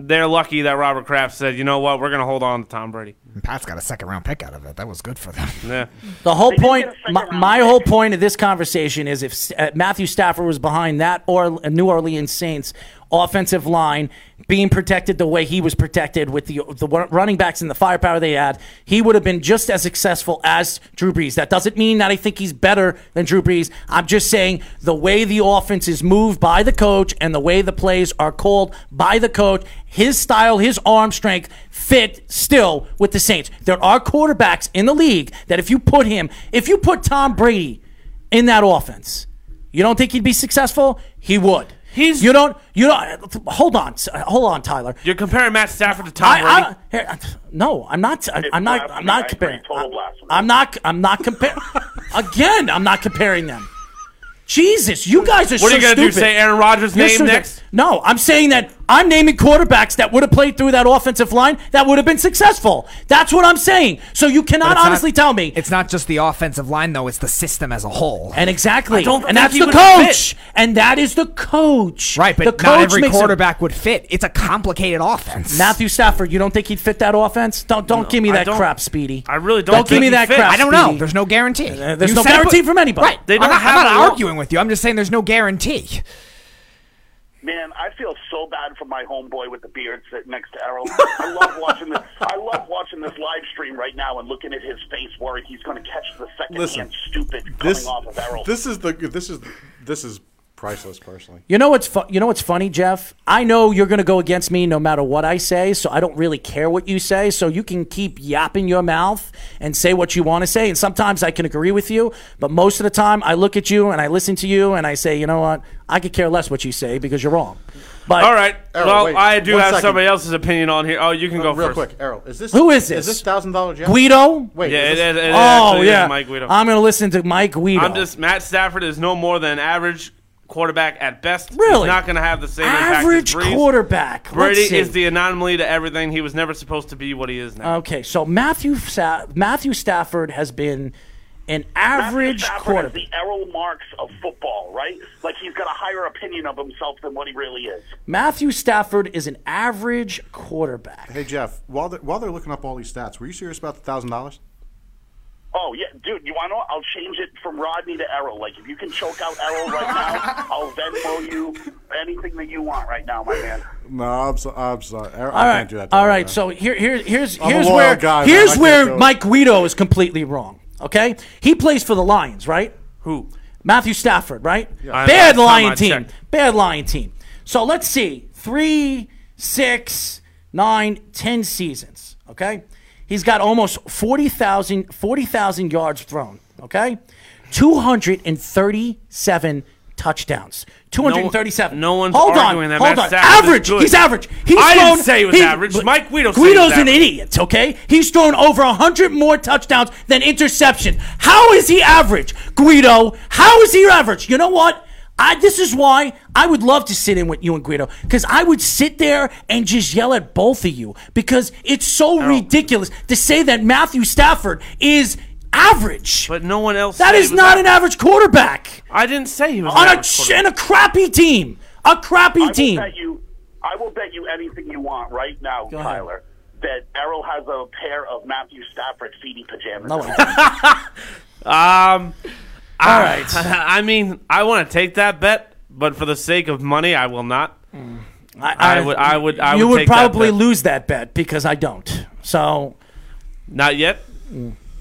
[SPEAKER 4] they're lucky that Robert Kraft said, you know what, we're gonna hold on to Tom Brady.
[SPEAKER 6] And Pat's got a second round pick out of it. That was good for [laughs] them.
[SPEAKER 4] Yeah.
[SPEAKER 5] The whole
[SPEAKER 8] did
[SPEAKER 5] point,
[SPEAKER 8] get a second
[SPEAKER 5] my,
[SPEAKER 8] round
[SPEAKER 5] my
[SPEAKER 8] pick.
[SPEAKER 5] whole point of this conversation is if uh, Matthew Stafford was behind that or New uh, Orleans Saints offensive line being protected the way he was protected with the the wa- running backs and the firepower they had, he would have been just as successful as Drew Brees. That doesn't mean that I think he's better than Drew Brees. I'm just saying the way the offense is moved by the coach and the way the plays are called by the coach, his style, his arm strength fit still with the Saints. There are quarterbacks in the league that if you put him, if you put Tom Brady in that offense, you don't think he'd be successful? He would.
[SPEAKER 4] He's-
[SPEAKER 5] you don't you don't hold on hold on Tyler.
[SPEAKER 4] You're comparing Matt Stafford to Tom Brady.
[SPEAKER 5] I, I, here, no, I'm not. I, am not. I'm not comparing.
[SPEAKER 8] total blasphemy.
[SPEAKER 5] I'm not. I'm not comparing. [laughs] Again, I'm not comparing them. Jesus, you guys are so
[SPEAKER 4] what are you gonna
[SPEAKER 5] stupid.
[SPEAKER 4] do? Say Aaron Rodgers'
[SPEAKER 5] You're
[SPEAKER 4] name
[SPEAKER 5] stupid.
[SPEAKER 4] next?
[SPEAKER 5] No, I'm saying that I'm naming quarterbacks that would have played through that offensive line that would have been successful. That's what I'm saying. So you cannot
[SPEAKER 6] it's not-
[SPEAKER 5] honestly tell me.
[SPEAKER 6] It's not just the offensive line, though, it's the system as a whole.
[SPEAKER 5] And exactly,
[SPEAKER 4] I don't
[SPEAKER 5] and
[SPEAKER 4] think
[SPEAKER 5] that's
[SPEAKER 4] he
[SPEAKER 5] the
[SPEAKER 4] would fit.
[SPEAKER 5] coach, and that is the coach.
[SPEAKER 6] Right, but
[SPEAKER 5] the
[SPEAKER 6] not every
[SPEAKER 5] makes it-
[SPEAKER 6] quarterback would fit. It's a complicated offense.
[SPEAKER 5] Matthew Stafford, you don't think he'd fit that offense? Don't don't give me
[SPEAKER 4] I
[SPEAKER 5] that
[SPEAKER 4] don't-
[SPEAKER 5] crap, Speedy.
[SPEAKER 4] I really don't
[SPEAKER 5] Don't give
[SPEAKER 4] think
[SPEAKER 5] me
[SPEAKER 4] he
[SPEAKER 5] that
[SPEAKER 4] fits.
[SPEAKER 5] crap.
[SPEAKER 6] I don't know.
[SPEAKER 5] Speedy.
[SPEAKER 6] There's no guarantee.
[SPEAKER 5] uh, there's
[SPEAKER 6] You
[SPEAKER 5] no
[SPEAKER 6] said it,
[SPEAKER 5] guarantee
[SPEAKER 6] but-
[SPEAKER 5] from anybody.
[SPEAKER 6] Right.
[SPEAKER 4] They
[SPEAKER 6] I'm
[SPEAKER 4] don't
[SPEAKER 6] not,
[SPEAKER 4] have
[SPEAKER 6] I'm
[SPEAKER 4] a
[SPEAKER 6] not
[SPEAKER 4] lo-
[SPEAKER 6] arguing with you. I'm just saying there's no guarantee.
[SPEAKER 8] Man, I feel so bad for my homeboy with the beard sitting next to Errol. I love watching this. I love watching this live stream right now and looking at his face, worried he's going to catch the second
[SPEAKER 7] Listen,
[SPEAKER 8] hand stupid coming
[SPEAKER 7] This,
[SPEAKER 8] off of Errol.
[SPEAKER 7] this is the this is this is priceless personally.
[SPEAKER 5] You know what's fu- you know what's funny, Jeff? I know you're going to go against me no matter what I say, so I don't really care what you say. So you can keep yapping your mouth and say what you want to say, and sometimes I can agree with you, but most of the time I look at you and I listen to you and I say, you know what? I could care less what you say because you're wrong. But
[SPEAKER 4] All right.
[SPEAKER 7] Errol,
[SPEAKER 4] well,
[SPEAKER 7] Oh, wait,
[SPEAKER 4] I do
[SPEAKER 7] one
[SPEAKER 4] have
[SPEAKER 7] second. Uh,
[SPEAKER 4] somebody else's opinion on here. Oh, you can go
[SPEAKER 7] Real
[SPEAKER 4] first.
[SPEAKER 7] quick, Errol, is this
[SPEAKER 5] Who is this?
[SPEAKER 7] Is this thousand dollar Jeff?
[SPEAKER 5] Guido?
[SPEAKER 7] Wait,
[SPEAKER 4] Yeah,
[SPEAKER 7] is
[SPEAKER 4] it,
[SPEAKER 7] this-
[SPEAKER 4] it, it
[SPEAKER 5] oh
[SPEAKER 4] actually is
[SPEAKER 5] yeah,
[SPEAKER 4] Mike Guido.
[SPEAKER 5] I'm going to listen to Mike Guido.
[SPEAKER 4] I'm just Matt Stafford is no more than an average quarterback at best.
[SPEAKER 5] Really?
[SPEAKER 4] He's not going to have the same
[SPEAKER 5] average
[SPEAKER 4] impact as Brees.
[SPEAKER 5] quarterback.
[SPEAKER 4] Brady
[SPEAKER 5] Let's see. Uh,
[SPEAKER 4] is the anomaly to everything. He was never supposed to be what he is now.
[SPEAKER 5] Okay, so Matthew Sa- Matthew Stafford has been an
[SPEAKER 8] Matthew
[SPEAKER 5] average
[SPEAKER 8] Stafford
[SPEAKER 5] quarterback.
[SPEAKER 8] is the Errol Marks of football, right? Like he's got a higher opinion of himself than what he really is.
[SPEAKER 5] Matthew Stafford is an average quarterback.
[SPEAKER 7] Hey Jeff, while they're, while they're looking up all these stats, were you serious about the thousand dollars?
[SPEAKER 8] Oh yeah, dude. You want to? I'll change it from Rodney to Errol. Like if you can choke out Errol right
[SPEAKER 5] [laughs]
[SPEAKER 8] now, I'll Venmo you anything that you want right now, my man.
[SPEAKER 7] No, I'm, so, I'm sorry. Errol,
[SPEAKER 5] All
[SPEAKER 7] I
[SPEAKER 5] right,
[SPEAKER 7] can't do that. to
[SPEAKER 5] all
[SPEAKER 7] Errol,
[SPEAKER 5] right.
[SPEAKER 7] man.
[SPEAKER 5] So here, here, here's
[SPEAKER 7] a
[SPEAKER 5] here's
[SPEAKER 7] loyal
[SPEAKER 5] where
[SPEAKER 7] guy, man. I
[SPEAKER 5] here's
[SPEAKER 7] can't do
[SPEAKER 5] where
[SPEAKER 7] it.
[SPEAKER 5] Mike Guido is completely wrong. Okay, he plays for the Lions, right?
[SPEAKER 4] Who?
[SPEAKER 5] Matthew Stafford, right?
[SPEAKER 4] I- last
[SPEAKER 5] Bad
[SPEAKER 4] time I
[SPEAKER 5] Lion team.
[SPEAKER 4] checked.
[SPEAKER 5] Bad Lion team. So let's see. Three, six, nine, ten seasons. Okay? He's got almost 40,000 40,000 yards thrown. Okay? 237 touchdowns. 237.
[SPEAKER 4] no one's
[SPEAKER 5] hold on,
[SPEAKER 4] arguing that
[SPEAKER 5] Hold
[SPEAKER 4] Matt
[SPEAKER 5] on.
[SPEAKER 4] Stafford is
[SPEAKER 5] Average.
[SPEAKER 4] good.
[SPEAKER 5] He's average. He's
[SPEAKER 4] I didn't
[SPEAKER 5] thrown,
[SPEAKER 4] say he was average.
[SPEAKER 5] but
[SPEAKER 4] Mike Guido said he was
[SPEAKER 5] Guido's an
[SPEAKER 4] average.
[SPEAKER 5] idiot, okay? He's thrown over 100 more touchdowns than interceptions. How is he average, Guido? How is he average? You know what? I, this is why I would love to sit in with you and Guido because I would sit there and just yell at both of you because it's so ridiculous to say that Matthew Stafford is average.
[SPEAKER 4] But no one else.
[SPEAKER 5] that
[SPEAKER 4] said he
[SPEAKER 5] is
[SPEAKER 4] was
[SPEAKER 5] not an average quarterback
[SPEAKER 4] I didn't say he was an
[SPEAKER 5] on a,
[SPEAKER 4] average
[SPEAKER 5] ch-
[SPEAKER 4] quarterback.
[SPEAKER 5] and a crappy team. A crappy
[SPEAKER 8] I
[SPEAKER 5] team.
[SPEAKER 8] Will bet you, I will bet you anything you want right now,
[SPEAKER 5] ahead.
[SPEAKER 8] Tyler, that Errol has a pair of Matthew Stafford feety pajamas.
[SPEAKER 5] No, I don't.
[SPEAKER 4] Um,
[SPEAKER 5] All
[SPEAKER 8] [laughs]
[SPEAKER 5] right.
[SPEAKER 4] I mean, I want to take that bet, but for the sake of money, I will not.
[SPEAKER 5] I,
[SPEAKER 4] I would- I would- I
[SPEAKER 5] you
[SPEAKER 4] would
[SPEAKER 5] would
[SPEAKER 4] take that
[SPEAKER 5] probably
[SPEAKER 4] bet.
[SPEAKER 5] lose that bet because I don't. So
[SPEAKER 4] Not yet.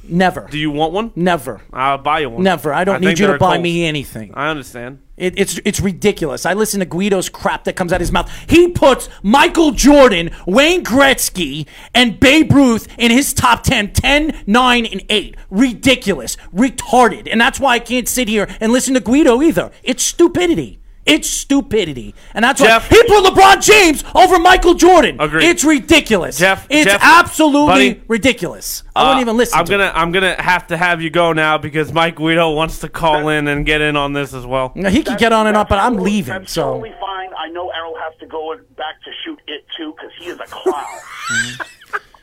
[SPEAKER 5] never,
[SPEAKER 4] Do you want one?
[SPEAKER 5] never,
[SPEAKER 4] I'll buy you one.
[SPEAKER 5] never. I don't
[SPEAKER 4] think
[SPEAKER 5] need you
[SPEAKER 4] they're
[SPEAKER 5] to buy
[SPEAKER 4] Coles.
[SPEAKER 5] me anything.
[SPEAKER 4] I understand.
[SPEAKER 5] It, it's it's ridiculous. I listen to Guido's crap that comes out of his mouth. He puts Michael Jordan, Wayne Gretzky, and Babe Ruth in his top 10, 10, 9, and 8. Ridiculous. Retarded. And that's why I can't sit here and listen to Guido either. It's stupidity. It's stupidity. And that's
[SPEAKER 4] Jeff-
[SPEAKER 5] why he put LeBron James over Michael Jordan.
[SPEAKER 4] Agreed.
[SPEAKER 5] It's ridiculous.
[SPEAKER 4] Jeff-
[SPEAKER 5] it's
[SPEAKER 4] Jeff,
[SPEAKER 5] absolutely
[SPEAKER 4] buddy.
[SPEAKER 5] ridiculous. I wouldn't
[SPEAKER 4] Uh,
[SPEAKER 5] even listen
[SPEAKER 4] I'm
[SPEAKER 5] to
[SPEAKER 4] gonna I'm gonna have to have you go now because Mike Guido wants to call in and get in on this as well.
[SPEAKER 5] it. He could [laughs] get on and
[SPEAKER 8] That's
[SPEAKER 5] up, but I'm
[SPEAKER 8] totally-
[SPEAKER 5] leaving.
[SPEAKER 8] That's
[SPEAKER 5] So
[SPEAKER 8] totally fine. I know Errol has to go back to shoot it too because he is a clown.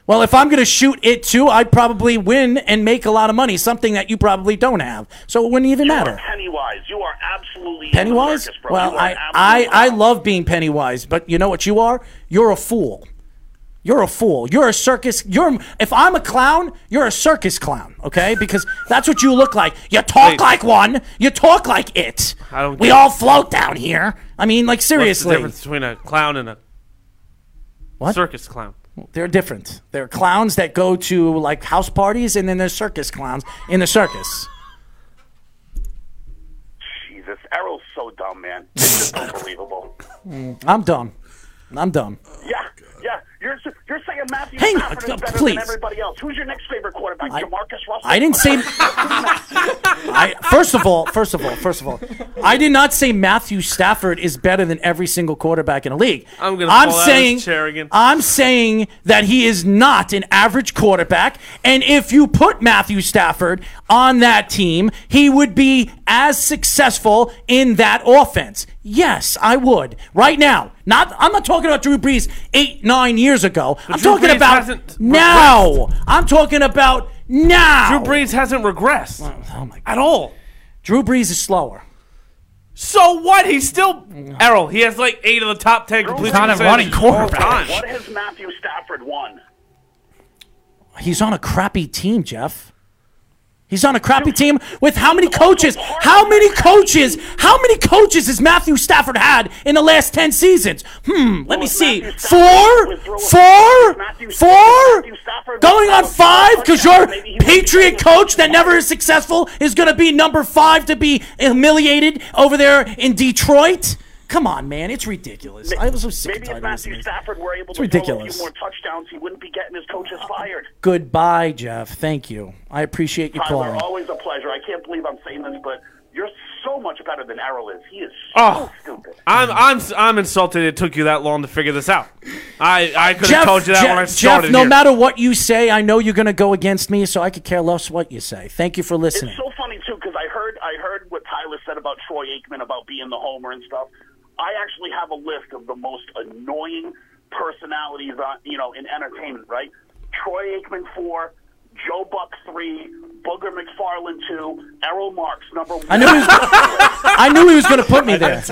[SPEAKER 5] Well, if I'm going to shoot it too, I'd probably win and make a lot of money, something that you probably don't have. So it wouldn't even
[SPEAKER 8] you are
[SPEAKER 5] matter.
[SPEAKER 8] Pennywise. You are absolutely in the
[SPEAKER 5] Pennywise?
[SPEAKER 8] circus, bro.
[SPEAKER 5] Well,
[SPEAKER 8] You are
[SPEAKER 5] I,
[SPEAKER 8] an absolute
[SPEAKER 5] I, I
[SPEAKER 8] clown.
[SPEAKER 5] love being Pennywise, but you know what you are? You're a fool. You're a fool. You're a circus. You're if I'm a clown, you're a circus clown, okay? Because that's what you look like. You talk
[SPEAKER 4] Wait.
[SPEAKER 5] like one. You talk like it.
[SPEAKER 4] I don't
[SPEAKER 5] we
[SPEAKER 4] get-
[SPEAKER 5] all float down here. I mean, like
[SPEAKER 4] What's the
[SPEAKER 5] seriously,
[SPEAKER 4] difference between a clown and a
[SPEAKER 5] What?
[SPEAKER 4] circus clown?
[SPEAKER 5] they're different. They're clowns that go to like house parties, and then there's circus clowns in the circus.
[SPEAKER 8] Jesus, Errol's so dumb, man. It's
[SPEAKER 5] [laughs]
[SPEAKER 8] just unbelievable.
[SPEAKER 5] I'm dumb. I'm dumb.
[SPEAKER 8] Yeah, yeah. You're s- you're saying Matthew
[SPEAKER 5] Hang on,
[SPEAKER 8] Stafford
[SPEAKER 5] uh,
[SPEAKER 8] is better
[SPEAKER 5] please.
[SPEAKER 8] than everybody else. Who's your next favorite quarterback?
[SPEAKER 5] I-
[SPEAKER 8] Jamarcus Russell.
[SPEAKER 5] I didn't
[SPEAKER 8] [laughs]
[SPEAKER 5] say. I, first of all, first of all, first of all, I did not say Matthew Stafford is better than every single quarterback in the league.
[SPEAKER 4] I'm gonna fall out of this chair again.
[SPEAKER 5] I'm saying that he is not an average quarterback, and if you put Matthew Stafford on that team, he would be as successful in that offense. Yes, I would. Right now, not. I'm not talking about Drew Brees eight, nine years ago. I'm
[SPEAKER 4] Drew
[SPEAKER 5] talking
[SPEAKER 4] Brees
[SPEAKER 5] about
[SPEAKER 4] hasn't
[SPEAKER 5] now. I'm talking about now.
[SPEAKER 4] Drew Brees hasn't regressed
[SPEAKER 5] Oh my God.
[SPEAKER 4] at all.
[SPEAKER 5] Drew Brees is slower.
[SPEAKER 4] So what? He's still Errol. He has like eight of the top ten completion
[SPEAKER 5] not a running
[SPEAKER 4] percentages all
[SPEAKER 5] quarterback.
[SPEAKER 4] time.
[SPEAKER 8] What has Matthew Stafford won?
[SPEAKER 5] He's on a crappy team, Jeff. He's on a crappy team with how many coaches? How many coaches? How many coaches has Matthew Stafford had in the last 10 seasons? Hmm, let me see. Four? Four? Four? Going on five? Because your Patriot coach that never is successful is going to be number five to be humiliated over there in Detroit? Come on, man. It's ridiculous. I was so sick and
[SPEAKER 8] Maybe
[SPEAKER 5] tired
[SPEAKER 8] if
[SPEAKER 5] of listening.
[SPEAKER 8] Matthew Stafford were able
[SPEAKER 5] It's
[SPEAKER 8] to
[SPEAKER 5] ridiculous. Uh,
[SPEAKER 8] throw a few more touchdowns, he wouldn't be getting his coaches fired.
[SPEAKER 5] Goodbye, Jeff. Thank you. I appreciate you
[SPEAKER 8] Tyler,
[SPEAKER 5] calling.
[SPEAKER 8] always a pleasure. I can't believe I'm saying this, but you're so much better than Errol is. He is so
[SPEAKER 4] Oh.
[SPEAKER 8] stupid.
[SPEAKER 4] I'm I'm I'm insulted. It took you that long to figure this out. I I could have told you that
[SPEAKER 5] Jeff-
[SPEAKER 4] when I
[SPEAKER 5] Jeff,
[SPEAKER 4] started
[SPEAKER 5] no
[SPEAKER 4] here.
[SPEAKER 5] matter what you say, I know you're going to go against me, so I could care less what you say. Thank you for listening.
[SPEAKER 8] It's so funny too because I heard I heard what Tyler said about Troy Aikman about being the homer and stuff. I actually have a list of the most annoying personalities on you know in entertainment. Right, Troy Aikman four, Joe Buck three, Booger McFarland two, Errol Marks number one.
[SPEAKER 5] I knew he was. I knew he was going to
[SPEAKER 4] [laughs]
[SPEAKER 5] put me there.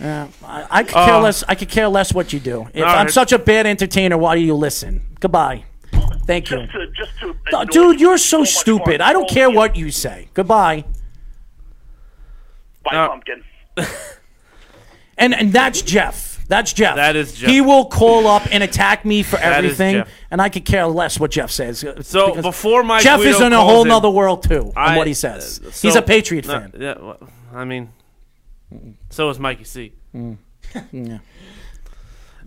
[SPEAKER 5] Yeah, I, I could care less. I could care less what you do. If
[SPEAKER 4] Uh, all
[SPEAKER 5] I'm
[SPEAKER 4] right.
[SPEAKER 5] such a bad entertainer, why do you listen? Goodbye. Thank you,
[SPEAKER 8] Just to, just to
[SPEAKER 5] Uh,
[SPEAKER 8] annoy
[SPEAKER 5] dude.
[SPEAKER 8] you
[SPEAKER 5] You're so
[SPEAKER 8] much
[SPEAKER 5] stupid.
[SPEAKER 8] more.
[SPEAKER 5] I don't
[SPEAKER 8] Oh,
[SPEAKER 5] care
[SPEAKER 8] yeah.
[SPEAKER 5] what you say. Goodbye.
[SPEAKER 8] Bye,
[SPEAKER 4] Uh,
[SPEAKER 8] pumpkin.
[SPEAKER 5] And and that's Jeff. That's Jeff.
[SPEAKER 4] That is Jeff.
[SPEAKER 5] He will call up and attack me for
[SPEAKER 4] [laughs] That is
[SPEAKER 5] everything,
[SPEAKER 4] Jeff.
[SPEAKER 5] and I could care less what Jeff says. uh,
[SPEAKER 4] So
[SPEAKER 5] because
[SPEAKER 4] before my
[SPEAKER 5] Jeff is
[SPEAKER 4] Guido
[SPEAKER 5] in a
[SPEAKER 4] calls
[SPEAKER 5] whole
[SPEAKER 4] in,
[SPEAKER 5] nother world too. on
[SPEAKER 4] I-
[SPEAKER 5] what he says,
[SPEAKER 4] uh,
[SPEAKER 5] he's
[SPEAKER 4] so-
[SPEAKER 5] a Patriot
[SPEAKER 4] no,
[SPEAKER 5] fan.
[SPEAKER 4] Yeah, well, I mean, so is Mikey C.
[SPEAKER 5] [laughs]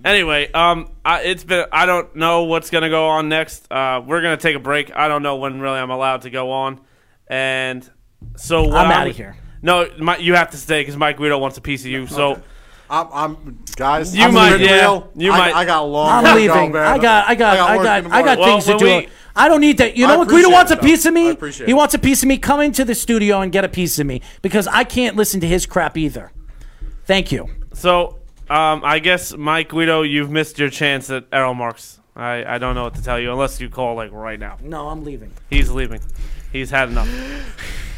[SPEAKER 4] Anyway, um, I, it's been. I don't know what's gonna go on next. Uh, we're gonna take a break. I don't know when really I'm allowed to go on, and so what
[SPEAKER 5] I'm outta here.
[SPEAKER 4] No, my, you have to stay because Mike Guido wants a piece of you. So
[SPEAKER 7] I'm, I'm guys.
[SPEAKER 4] You
[SPEAKER 7] I'm
[SPEAKER 4] might,
[SPEAKER 7] leaving
[SPEAKER 4] yeah.
[SPEAKER 7] real.
[SPEAKER 4] You
[SPEAKER 7] I,
[SPEAKER 4] might.
[SPEAKER 7] I got a long. way
[SPEAKER 5] I'm
[SPEAKER 7] to
[SPEAKER 5] leaving.
[SPEAKER 7] Go, man.
[SPEAKER 5] I got, I got, I
[SPEAKER 7] work
[SPEAKER 5] got,
[SPEAKER 7] in the
[SPEAKER 5] I got
[SPEAKER 7] morning.
[SPEAKER 4] Well,
[SPEAKER 5] things to
[SPEAKER 4] when
[SPEAKER 5] do.
[SPEAKER 4] we-
[SPEAKER 5] I don't need that. You
[SPEAKER 7] I
[SPEAKER 5] know what? Guido
[SPEAKER 7] appreciate
[SPEAKER 5] wants a
[SPEAKER 7] it,
[SPEAKER 5] piece of
[SPEAKER 7] though. I
[SPEAKER 5] me.
[SPEAKER 7] appreciate
[SPEAKER 5] He
[SPEAKER 7] it.
[SPEAKER 5] wants a piece of me. Come into the studio and get a piece of me because I can't listen to his crap either. Thank you.
[SPEAKER 4] so um, I guess Mike Guido, you've missed your chance at Errol Marks. I, I don't know what to tell you unless you call like right now.
[SPEAKER 5] No, I'm leaving.
[SPEAKER 4] He's leaving. He's had enough.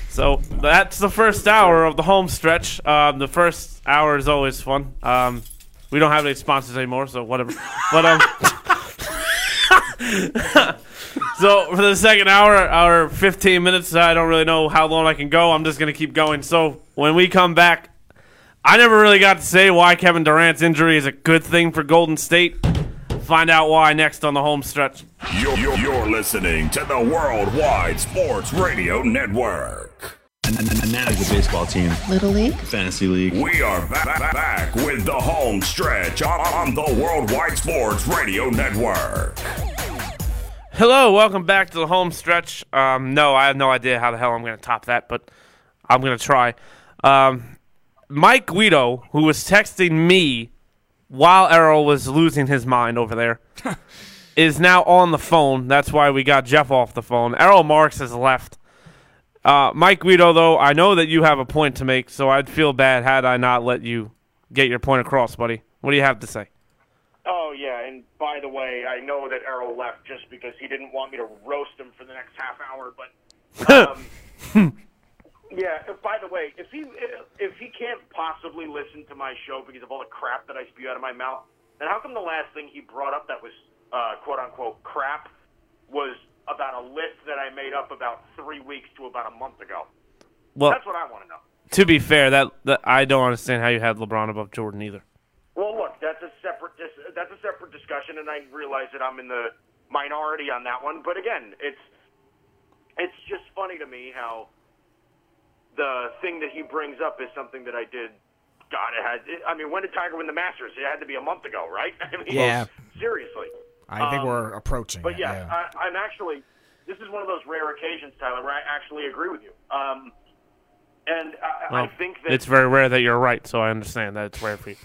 [SPEAKER 4] So that's the first hour of the home stretch. Um, the first hour is always fun. Um, we don't have any sponsors anymore, so whatever. But um, [laughs] so for the second hour, our 15 minutes, I don't really know how long I can go. I'm just gonna keep going. So when we come back, I never really got to say why Kevin Durant's injury is a good thing for Golden State. Find out why next on the home stretch.
[SPEAKER 1] You're, you're, you're listening to the Worldwide Sports Radio Network.
[SPEAKER 9] Manage the baseball team.
[SPEAKER 10] Little League.
[SPEAKER 9] Fantasy league.
[SPEAKER 1] We are back, back, back with the home stretch on, on the Worldwide Sports Radio Network.
[SPEAKER 4] Hello, welcome back to the home stretch. Um, no, I have no idea how the hell I'm going to top that, but I'm going to try. Um, Mike Guido, who was texting me while Errol was losing his mind over there, is now on the phone. That's why we got Jeff off the phone. Errol Marks has left. Uh, Mike Guido, though, I know that you have a point to make, so I'd feel bad had I not let you get your point across, buddy. What do you have to say?
[SPEAKER 11] Oh yeah, and by the way, I know that Errol left just because he didn't want me to roast him for the next half hour. But um, yeah, if- by the way, if he uh, if he can't possibly listen to my show because of all the crap that I spew out of my mouth, then how come the last thing he brought up that was uh, quote unquote crap was about a list that I made up about three weeks to about a month ago.
[SPEAKER 4] Well,
[SPEAKER 11] That's what I want to know.
[SPEAKER 4] to be fair, that, that I don't understand how you had LeBron above Jordan either.
[SPEAKER 11] Well, look, that's a separate dis- that's a separate discussion, and I realize that I'm in the minority on that one. But again, it's it's just funny to me how the thing that he brings up is something that I did. God, it had. It, I mean, when did Tiger win the Masters? It had to be a month ago, right? [laughs] I mean,
[SPEAKER 6] Yeah.
[SPEAKER 11] Seriously.
[SPEAKER 6] I think
[SPEAKER 11] Um,
[SPEAKER 6] we're approaching.
[SPEAKER 11] But
[SPEAKER 6] it,
[SPEAKER 11] yes,
[SPEAKER 6] yeah.
[SPEAKER 11] I, I'm actually. This is one of those rare occasions, Tyler, where I actually agree with you. Um, and I, I
[SPEAKER 4] Well,
[SPEAKER 11] think that
[SPEAKER 4] it's very rare that you're right, so I understand that it's rare for you.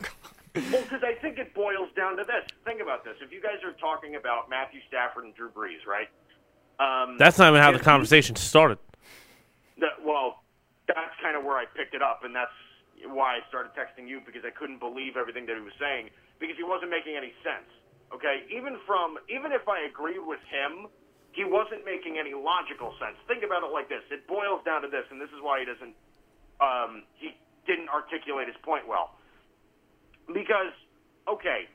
[SPEAKER 11] Well, because I think it boils down to this. Think about this. If you guys are talking about Matthew Stafford and Drew Brees, right? Um,
[SPEAKER 4] That's not even how the
[SPEAKER 11] if-
[SPEAKER 4] conversation started.
[SPEAKER 11] that- well, that's kind of where I picked it up, and that's why I started texting you because I couldn't believe everything that he was saying because he wasn't making any sense. Okay, even from even if I agreed with him, he wasn't making any logical sense. Think about it like this: it boils down to this, and this is why he doesn't. Um, he didn't articulate his point well because okay,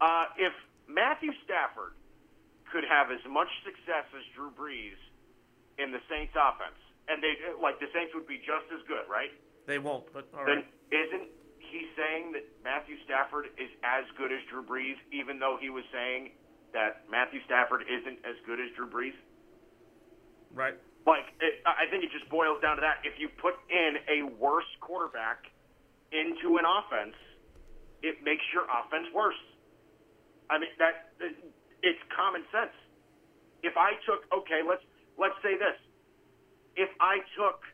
[SPEAKER 11] uh, if Matthew Stafford could have as much success as Drew Brees in the Saints offense, and they like the Saints would be just as good, right?
[SPEAKER 4] They won't, but all
[SPEAKER 11] Then isn't he saying that Matthew Stafford is as good as Drew Brees, even though he was saying that Matthew Stafford isn't as good as Drew Brees?
[SPEAKER 4] right.
[SPEAKER 11] Like, it, I I think it just boils down to that. If you put in a worse quarterback into an offense, it makes your offense worse. I mean, that uh, it's common sense. If I took, okay, let's let's say this. If I took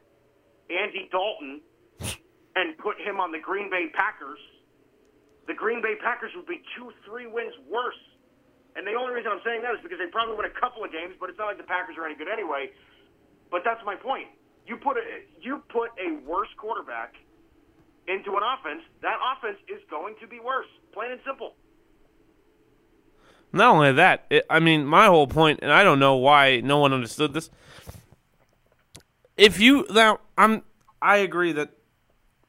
[SPEAKER 11] Andy Dalton and put him on the Green Bay Packers, the Green Bay Packers would be two, three wins worse. And the only reason I'm saying that is because they probably win a couple of games, but it's not like the Packers are any good anyway. But that's my point. You put a you put a worse quarterback into an offense, that offense is going to be worse. Plain and simple.
[SPEAKER 4] Not only that, it, I mean, my whole point, and I don't know why no one understood this. If you now, I'm, I agree that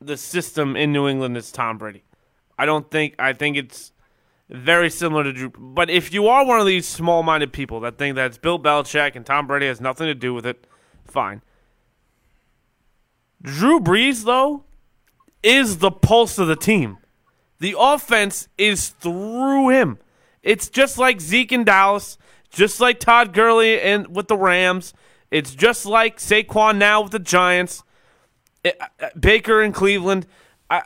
[SPEAKER 4] the system in New England is Tom Brady. I don't think I think it's very similar to Drew. But if you are one of these small-minded people that think that it's Bill Belichick and Tom Brady has nothing to do with it, fine. Drew Brees though is the pulse of the team. The offense is through him. It's just like Zeke in Dallas, just like Todd Gurley and with the Rams. It's just like Saquon now with the Giants, I- I- Baker in Cleveland. I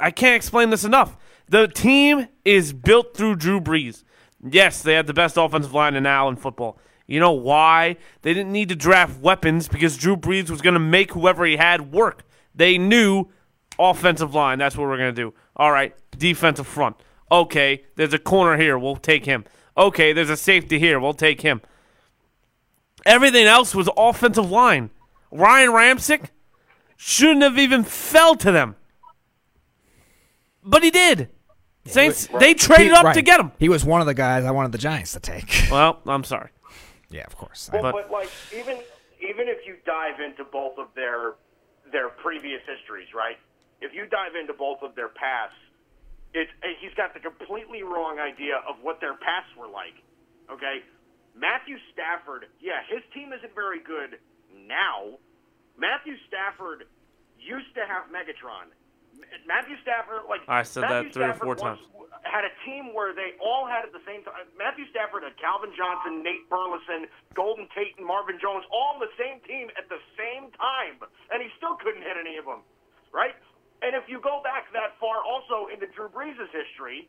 [SPEAKER 4] I can't explain this enough. The team is built through Drew Brees. Yes, they have the best offensive line in Allen football. You know why? They didn't need to draft weapons because Drew Brees was going to make whoever he had work. They knew offensive line. That's what we're going to do. All right, defensive front. Okay, there's a corner here. We'll take him. Okay, there's a safety here. We'll take him. Everything else was offensive line. Ryan Ramsick shouldn't have even fell to them, but he did. Saints, they traded
[SPEAKER 6] He-
[SPEAKER 4] up
[SPEAKER 6] right.
[SPEAKER 4] to get him.
[SPEAKER 6] He was one of the guys I wanted the Giants to take.
[SPEAKER 4] Well, I'm sorry.
[SPEAKER 6] [laughs] yeah, of course.
[SPEAKER 11] Well,
[SPEAKER 4] But-
[SPEAKER 11] but, like even even if you dive into both of their their previous histories, right? If you dive into both of their pasts, it's eh, he's got the completely wrong idea of what their pasts were like. Okay, Matthew Stafford, yeah, his team isn't very good now. Matthew Stafford used to have Megatron. M- Matthew Stafford, like
[SPEAKER 4] I said
[SPEAKER 11] Matthew
[SPEAKER 4] that three or
[SPEAKER 11] Stafford
[SPEAKER 4] four
[SPEAKER 11] once
[SPEAKER 4] times.
[SPEAKER 11] w- Had a team where they all had at the same time. Matthew Stafford had Calvin Johnson, Nate Burleson, Golden Tate, and Marvin Jones all on the same team at the same time, and he still couldn't hit any of them, right? And if you go back that far, also into Drew Brees' history,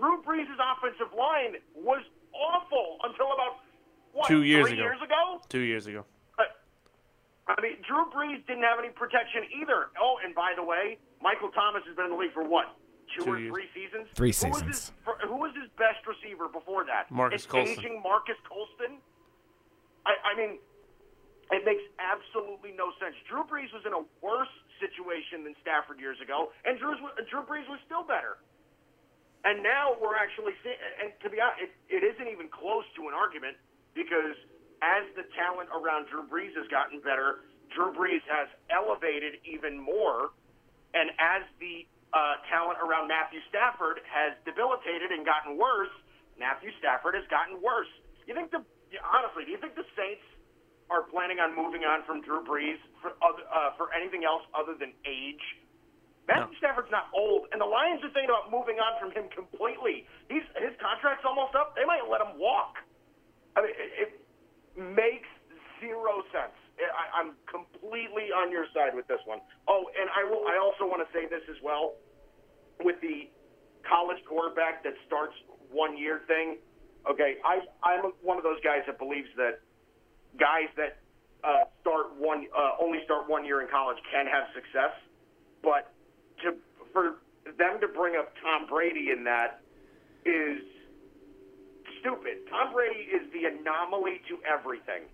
[SPEAKER 11] Drew Brees' offensive line was awful until about what
[SPEAKER 4] Two years
[SPEAKER 11] three
[SPEAKER 4] ago.
[SPEAKER 11] years ago.
[SPEAKER 4] Two years ago.
[SPEAKER 11] I mean, Drew Brees didn't have any protection either. Oh, and by the way, Michael Thomas has been in the league for what? Two,
[SPEAKER 4] Two
[SPEAKER 11] or
[SPEAKER 4] years.
[SPEAKER 11] three seasons?
[SPEAKER 6] Three
[SPEAKER 11] Who was,
[SPEAKER 6] seasons.
[SPEAKER 11] his, fir- who was his best receiver before that?
[SPEAKER 4] Marcus
[SPEAKER 11] it's
[SPEAKER 4] Colston.
[SPEAKER 11] Aging Marcus Colston? I, I mean, it makes absolutely no sense. Drew Brees was in a worse situation than Stafford years ago, and Drew's, Drew Brees was still better. And now we're actually seeing, and to be honest, it, it isn't even close to an argument because as the talent around Drew Brees has gotten better, Drew Brees has elevated even more. And as the uh, talent around Matthew Stafford has debilitated and gotten worse, Matthew Stafford has gotten worse. You think the yeah, honestly, do you think the Saints are planning on moving on from Drew Brees for other, uh, for anything else other than age? Matthew Stafford's not old, and the Lions are thinking about moving on from him completely. He's his contract's almost up. They might let him walk. I mean, it, it makes zero sense. I, I'm completely on your side with this one. Oh, and I will. I also want to say this as well with the college quarterback that starts one year thing. Okay, I I'm one of those guys that believes that guys that uh, start one uh, only start one year in college can have success, but to for them to bring up Tom Brady in that is stupid. Tom Brady is the anomaly to everything.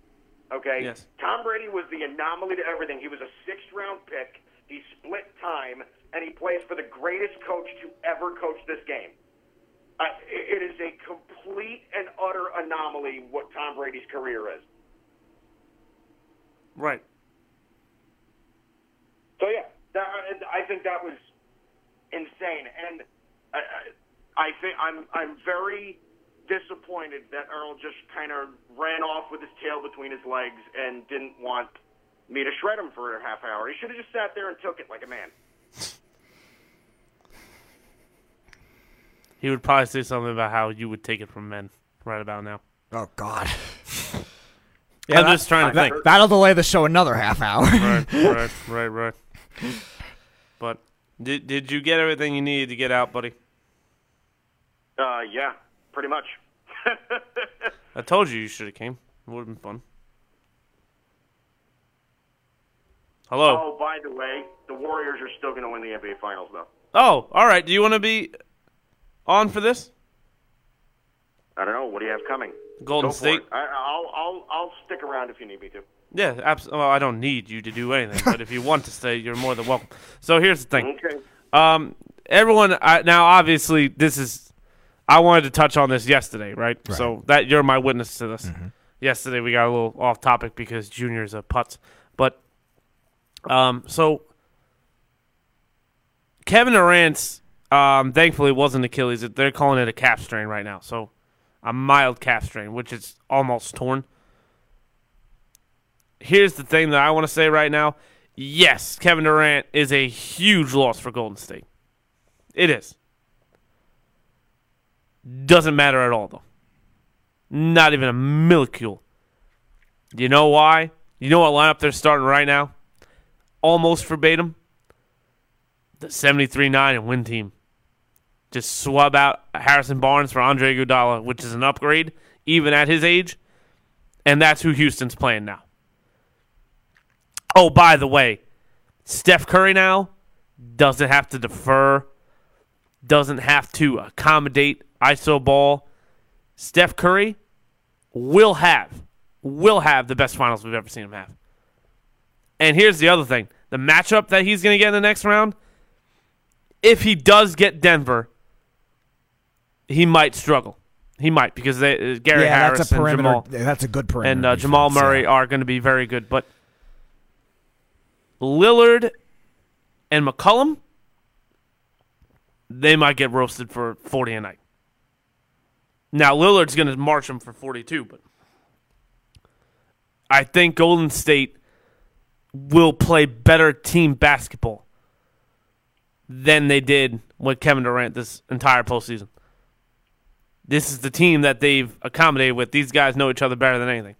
[SPEAKER 11] Okay.
[SPEAKER 4] Yes.
[SPEAKER 11] Tom Brady was the anomaly to everything. He was a sixth round pick. He split time, and he plays for the greatest coach to ever coach this game. Uh, it is a complete and utter anomaly what Tom Brady's career is.
[SPEAKER 4] Right.
[SPEAKER 11] So yeah, that, I think that was insane, and I, I I think I'm I'm very disappointed that Earl just kind of ran off with his tail between his legs and didn't want me to shred him for a half hour. He should have just sat there and took it like a man.
[SPEAKER 4] He would probably say something about how you would take it from men right about now.
[SPEAKER 6] Oh God.
[SPEAKER 4] I'm just trying to think.
[SPEAKER 6] That'll delay the show another half hour.
[SPEAKER 4] right, right, right, right. But did did you get everything you needed to get out, buddy?
[SPEAKER 11] Uh, yeah, pretty much. [laughs]
[SPEAKER 4] I told you you should have came. It would have been fun. Hello.
[SPEAKER 11] Oh, by the way, the Warriors are still going to win the NBA Finals, though.
[SPEAKER 4] Oh, all right. Do you want to be on for this?
[SPEAKER 11] I don't know. What do you have coming?
[SPEAKER 4] Golden
[SPEAKER 11] Go for
[SPEAKER 4] State.
[SPEAKER 11] it. I, I'll I'll I'll stick around if you need me to.
[SPEAKER 4] Yeah, absolutely. Well, I don't need you to do anything, but if you want to stay, you're more than welcome. So here's the thing.
[SPEAKER 11] Okay.
[SPEAKER 4] Um, everyone I, now, obviously, this is. I wanted to touch on this yesterday, right? So that you're my witness to this. Yesterday we got a little off topic because Junior's a putz, but um, so Kevin Durant's um, thankfully wasn't Achilles. They're calling it a calf strain right now, so a mild calf strain, which is almost torn here's the thing that I want to say right now. Yes, Kevin Durant is a huge loss for Golden State. It is. Doesn't matter at all, though. Not even a millicule. You know why? You know what lineup they're starting right now? Almost verbatim. The 73 9 and win team. Just swab out Harrison Barnes for Andre Iguodala, which is an upgrade, even at his age. And that's who Houston's playing now. Oh, by the way, Steph Curry now doesn't have to defer, doesn't have to accommodate ISO ball. Steph Curry will have, will have the best finals we've ever seen him have. And here's the other thing the matchup that he's going to get in the next round, if he does get Denver, he might struggle. He might because they, uh, Gary
[SPEAKER 6] [laughs] yeah,
[SPEAKER 4] Harris
[SPEAKER 6] that's a
[SPEAKER 4] and
[SPEAKER 6] perimeter.
[SPEAKER 4] Jamal
[SPEAKER 6] That's a good perimeter.
[SPEAKER 4] and uh,
[SPEAKER 6] defense,
[SPEAKER 4] Jamal
[SPEAKER 6] yeah.
[SPEAKER 4] Murray are going to be very good. But Lillard and McCollum, they might get roasted for 40 a night. Now, Lillard's going to march him for 42, but I think Golden State will play better team basketball than they did with Kevin Durant this entire postseason. This is the team that they've accommodated with. These guys know each other better than anything.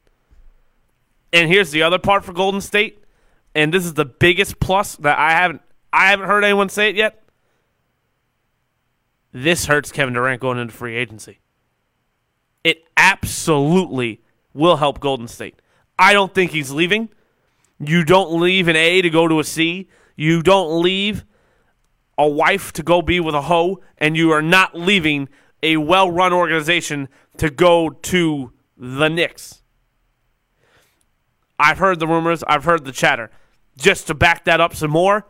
[SPEAKER 4] And here's the other part for Golden State, and this is the biggest plus that I haven't I haven't heard anyone say it yet. This hurts Kevin Durant going into free agency. It absolutely will help Golden State. I don't think he's leaving. You don't leave an A to go to a C. You don't leave a wife to go be with a hoe, and you are not leaving a well run organization to go to the Knicks. I've heard the rumors, I've heard the chatter. Just to back that up some more,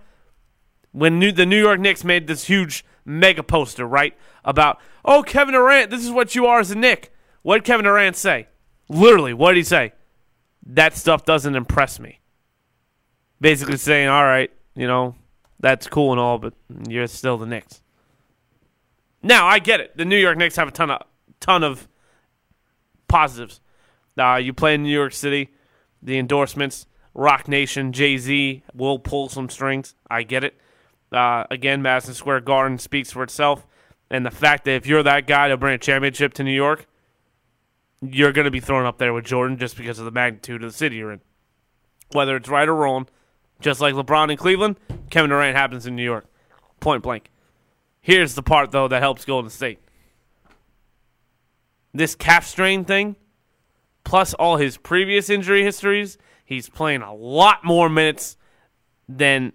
[SPEAKER 4] when New, the New York Knicks made this huge mega poster, right? About, oh, Kevin Durant, this is what you are as a Knick. What did Kevin Durant say? Literally, what did he say? That stuff doesn't impress me. Basically saying, all right, you know, that's cool and all, but you're still the Knicks. Now I get it. The New York Knicks have a ton of ton of positives. Uh, you play in New York City, the endorsements, Rock Nation, Jay Z will pull some strings. I get it. Uh, again, Madison Square Garden speaks for itself. And the fact that if you're that guy to bring a championship to New York, you're going to be thrown up there with Jordan just because of the magnitude of the city you're in. Whether it's right or wrong, just like LeBron in Cleveland, Kevin Durant happens in New York. Point blank. Here's the part, though, that helps Golden State. This calf strain thing, plus all his previous injury histories, he's playing a lot more minutes than,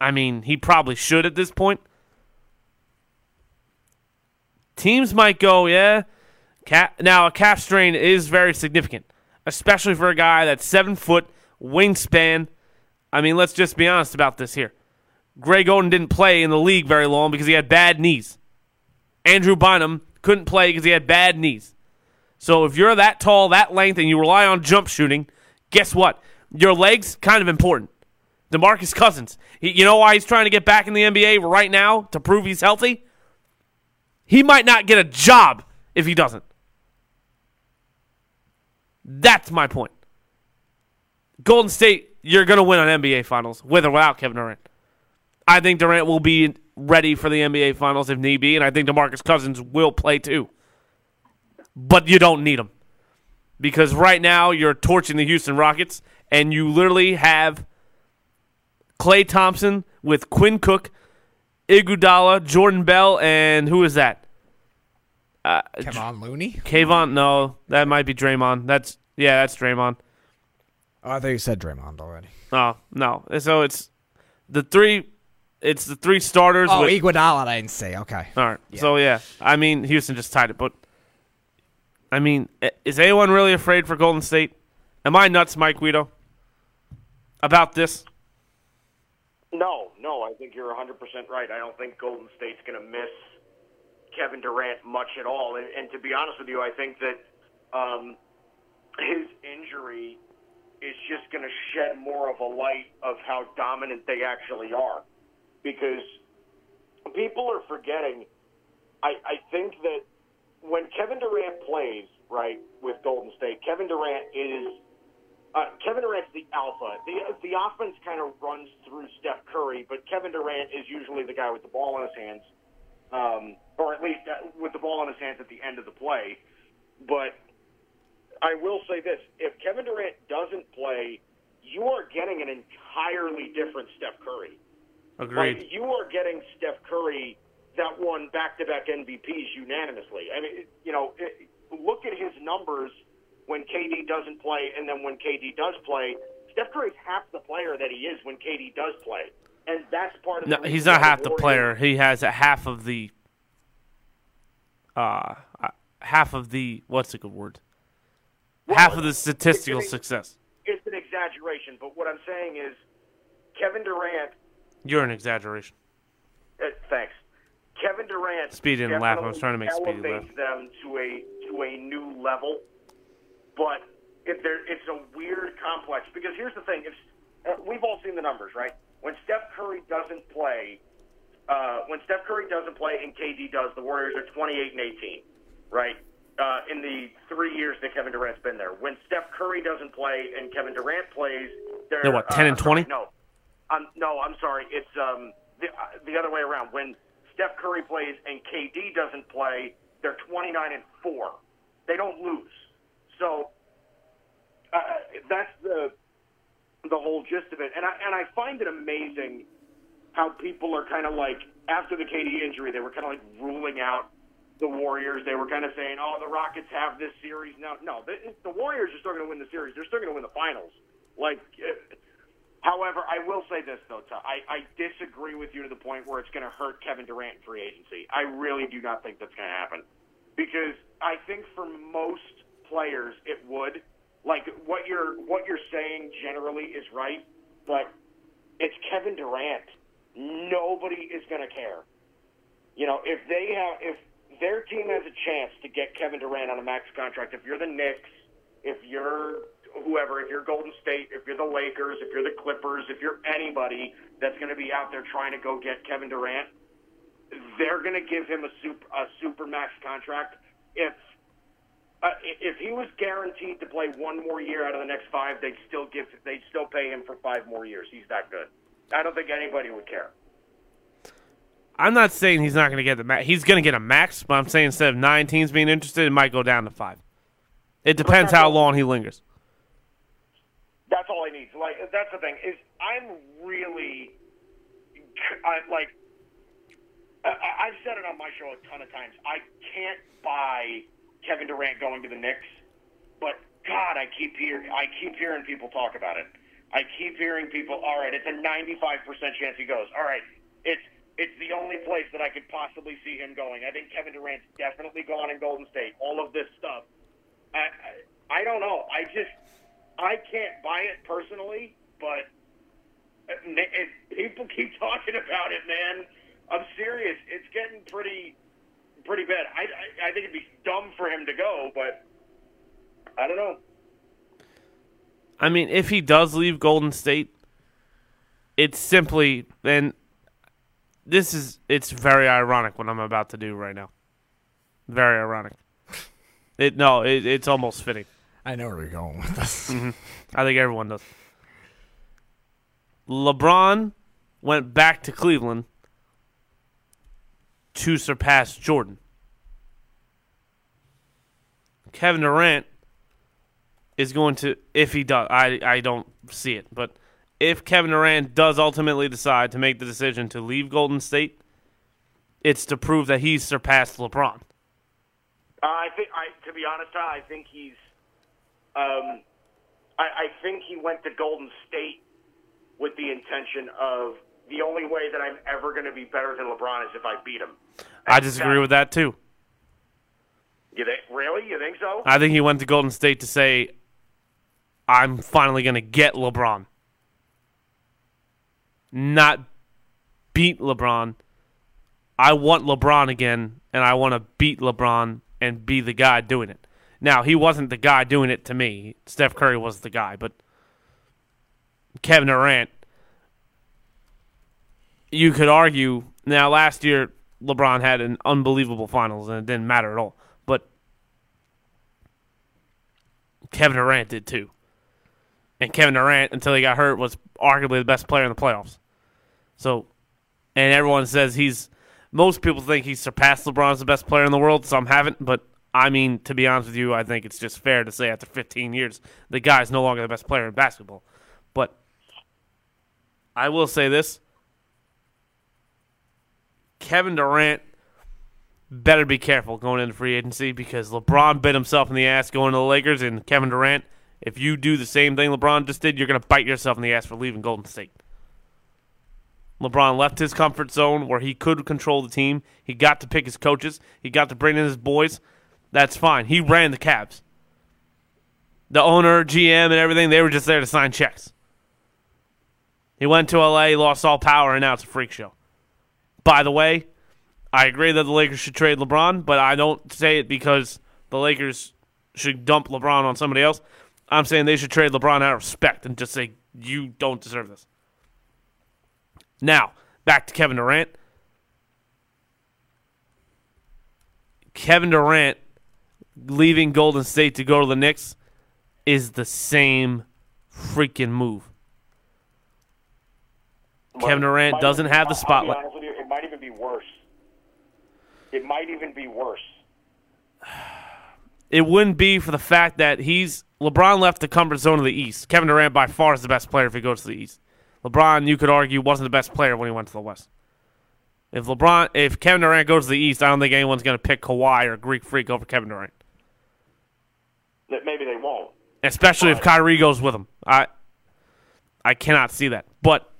[SPEAKER 4] I mean, he probably should at this point. Teams might go, yeah. Ca now, a calf strain is very significant, especially for a guy that's seven foot, wingspan. I mean, let's just be honest about this here. Greg Oden didn't play in the league very long because he had bad knees. Andrew Bynum couldn't play because he had bad knees. So if you're that tall, that length, and you rely on jump shooting, guess what? Your legs kind of important. DeMarcus Cousins, he, you know why he's trying to get back in the NBA right now to prove he's healthy? He might not get a job if he doesn't. That's my point. Golden State, you're going to win an NBA Finals with or without Kevin Durant. I think Durant will be ready for the NBA Finals if need be, and I think DeMarcus Cousins will play too. But you don't need him because right now you're torching the Houston Rockets, and you literally have Clay Thompson with Quinn Cook, Iguodala, Jordan Bell, and who is that?
[SPEAKER 6] Come on, Looney.
[SPEAKER 4] Kayvon? No, that might be Draymond. That's yeah, that's Draymond.
[SPEAKER 6] Oh, I thought you said Draymond already.
[SPEAKER 4] Oh no, so it's the three. It's the three starters.
[SPEAKER 6] Oh,
[SPEAKER 4] with,
[SPEAKER 6] Iguodala, I didn't say. Okay.
[SPEAKER 4] All right. So yeah, I mean Houston just tied it, but I mean, i- is anyone really afraid for Golden State? Am I nuts, Mike Guido? About this?
[SPEAKER 11] No, no, I think you're 100% right. I don't think Golden State's going to miss Kevin Durant much at all. And, and to be honest with you, I think that um, his injury is just going to shed more of a light of how dominant they actually are. Because people are forgetting, I, I think that when Kevin Durant plays, right, with Golden State, Kevin Durant is uh, Kevin Durant's the alpha. The the offense kind of runs through Steph Curry, but Kevin Durant is usually the guy with the ball in his hands, um, or at least uh, with the ball in his hands at the end of the play. But I will say this: if Kevin Durant doesn't play, you are getting an entirely different Steph Curry.
[SPEAKER 4] Agreed.
[SPEAKER 11] Like, you are getting Steph Curry that won back-to-back MVPs unanimously. I mean, it- you know, it, look at his numbers when KD doesn't play, and then when KD does play, Steph Curry's half the player that he is when KD does play, and that's part of.
[SPEAKER 4] No,
[SPEAKER 11] the reason
[SPEAKER 4] he's not
[SPEAKER 11] why
[SPEAKER 4] half the
[SPEAKER 11] Warriors-
[SPEAKER 4] player. He has a half of the. Uh, uh, half of the what's a good word? Half of the statistical success.
[SPEAKER 11] It's an exaggeration, but what I'm saying is, Kevin Durant.
[SPEAKER 4] You're an exaggeration.
[SPEAKER 11] Uh, thanks. Kevin Durant.
[SPEAKER 4] Speed didn't laugh. I was
[SPEAKER 11] definitely
[SPEAKER 4] trying to make Speed
[SPEAKER 11] elevates them to a to a new level, but if there, it's a weird complex because here's the thing: if uh, we've all seen the numbers, right? When Steph Curry doesn't play, uh, when Steph Curry doesn't play and KD does, the Warriors are 28 and 18, right? Uh, in the three years that Kevin Durant's been there, when Steph Curry doesn't play and Kevin Durant plays, they're
[SPEAKER 4] They're what, 10 and
[SPEAKER 11] uh, sorry,
[SPEAKER 4] 20?
[SPEAKER 11] No, um, no, I'm sorry. It's um, the, uh, the other way around. When Steph Curry plays and KD doesn't play, they're 29 and four. They don't lose. So uh, that's the the whole gist of it. And I and I find it amazing how people are kind of like after the KD injury, they were kind of like ruling out the Warriors. They were kind of saying, "Oh, the Rockets have this series now." No, the, the Warriors are still going to win the series. They're still going to win the finals. Like, uh, however, I will say this though, Todd. I, I disagree with you to the point where it's going to hurt Kevin Durant in free agency. I really do not think that's going to happen because I think for most players it would. Like what you're what you're saying generally is right, but it's Kevin Durant. Nobody is going to care. You know, if they have, if their team has a chance to get Kevin Durant on a max contract, if you're the Knicks, if you're whoever, if you're Golden State, if you're the Lakers, if you're the Clippers, if you're anybody that's going to be out there trying to go get Kevin Durant, they're going to give him a super a super max contract if uh, i- if he was guaranteed to play one more year out of the next five, they'd still give they'd still pay him for five more years. He's that good. I don't think anybody would care.
[SPEAKER 4] I'm not saying he's not going to get the max. He's going to get a max, but I'm saying instead of nine teams being interested, it might go down to five. It depends how long he lingers.
[SPEAKER 11] That's all I need. Like that's the thing is I'm really, I like. I- I, I've said it on my show a ton of times. I can't buy Kevin Durant going to the Knicks, but God, I keep hear I keep hearing people talk about it. I keep hearing people. All right, it's a 95% chance he goes. All right, it's it's the only place that I could possibly see him going. I think Kevin Durant's definitely gone in Golden State. All of this stuff. I I, I don't know. I just I can't buy it personally, but it, it, people keep talking about it, man. I'm serious. It's getting pretty pretty bad. I, I I think it'd be dumb for him to go, but I don't know.
[SPEAKER 4] I mean, if he does leave Golden State, it's simply and this is it's very ironic what I'm about to do right now. Very ironic. It no, it, it's almost fitting.
[SPEAKER 10] I know where you're going with this.
[SPEAKER 4] I think everyone does. LeBron went back to Cleveland to surpass Jordan. Kevin Durant is going to if he does I I don't see it, but if Kevin Durant does ultimately decide to make the decision to leave Golden State, it's to prove that he's surpassed LeBron.
[SPEAKER 11] Uh, I think, I, to be honest, Todd, I think he's. Um, I, I think he went to Golden State with the intention of the only way that I'm ever going to be better than LeBron is if I beat him.
[SPEAKER 4] I disagree with that too.
[SPEAKER 11] You think, really? You think so?
[SPEAKER 4] I think he went to Golden State to say, I'm finally going to get LeBron. Not beat LeBron. I want LeBron again, and I want to beat LeBron and be the guy doing it. Now, he wasn't the guy doing it to me. Steph Curry was the guy, but Kevin Durant, you could argue. Now, last year, LeBron had an unbelievable finals, and it didn't matter at all. But Kevin Durant did too. And Kevin Durant, until he got hurt, was arguably the best player in the playoffs. So, and everyone says he's. Most people think he's surpassed LeBron as the best player in the world. Some haven't, but I mean, to be honest with you, I think it's just fair to say after 15 years, the guy's no longer the best player in basketball. But I will say this: Kevin Durant better be careful going into free agency because LeBron bit himself in the ass going to the Lakers and Kevin Durant. If you do the same thing LeBron just did, you're going to bite yourself in the ass for leaving Golden State. LeBron left his comfort zone where he could control the team. He got to pick his coaches. He got to bring in his boys. That's fine. He ran the Cavs. The owner, GM, and everything, they were just there to sign checks. He went to LA, lost all power, and now it's a freak show. By the way, I agree that the Lakers should trade LeBron, but I don't say it because the Lakers should dump LeBron on somebody else. I'm saying they should trade LeBron out of respect and just say, you don't deserve this. Now, back to Kevin Durant. Kevin Durant leaving Golden State to go to the Knicks is the same freaking move. Kevin Durant
[SPEAKER 11] Might-
[SPEAKER 4] doesn't have
[SPEAKER 11] I'll be
[SPEAKER 4] the spotlight.
[SPEAKER 11] honest with you, It might even be worse. It might even be worse.
[SPEAKER 4] it wouldn't be for the fact that he's LeBron left the comfort zone of the East. Kevin Durant by far is the best player if he goes to the East. LeBron, you could argue, wasn't the best player when he went to the West. If LeBron, if Kevin Durant goes to the East, I don't think anyone's going to pick Kawhi or Greek Freak over Kevin Durant,
[SPEAKER 11] That maybe they won't.
[SPEAKER 4] especially if Kyrie goes with him. I, I cannot see that. But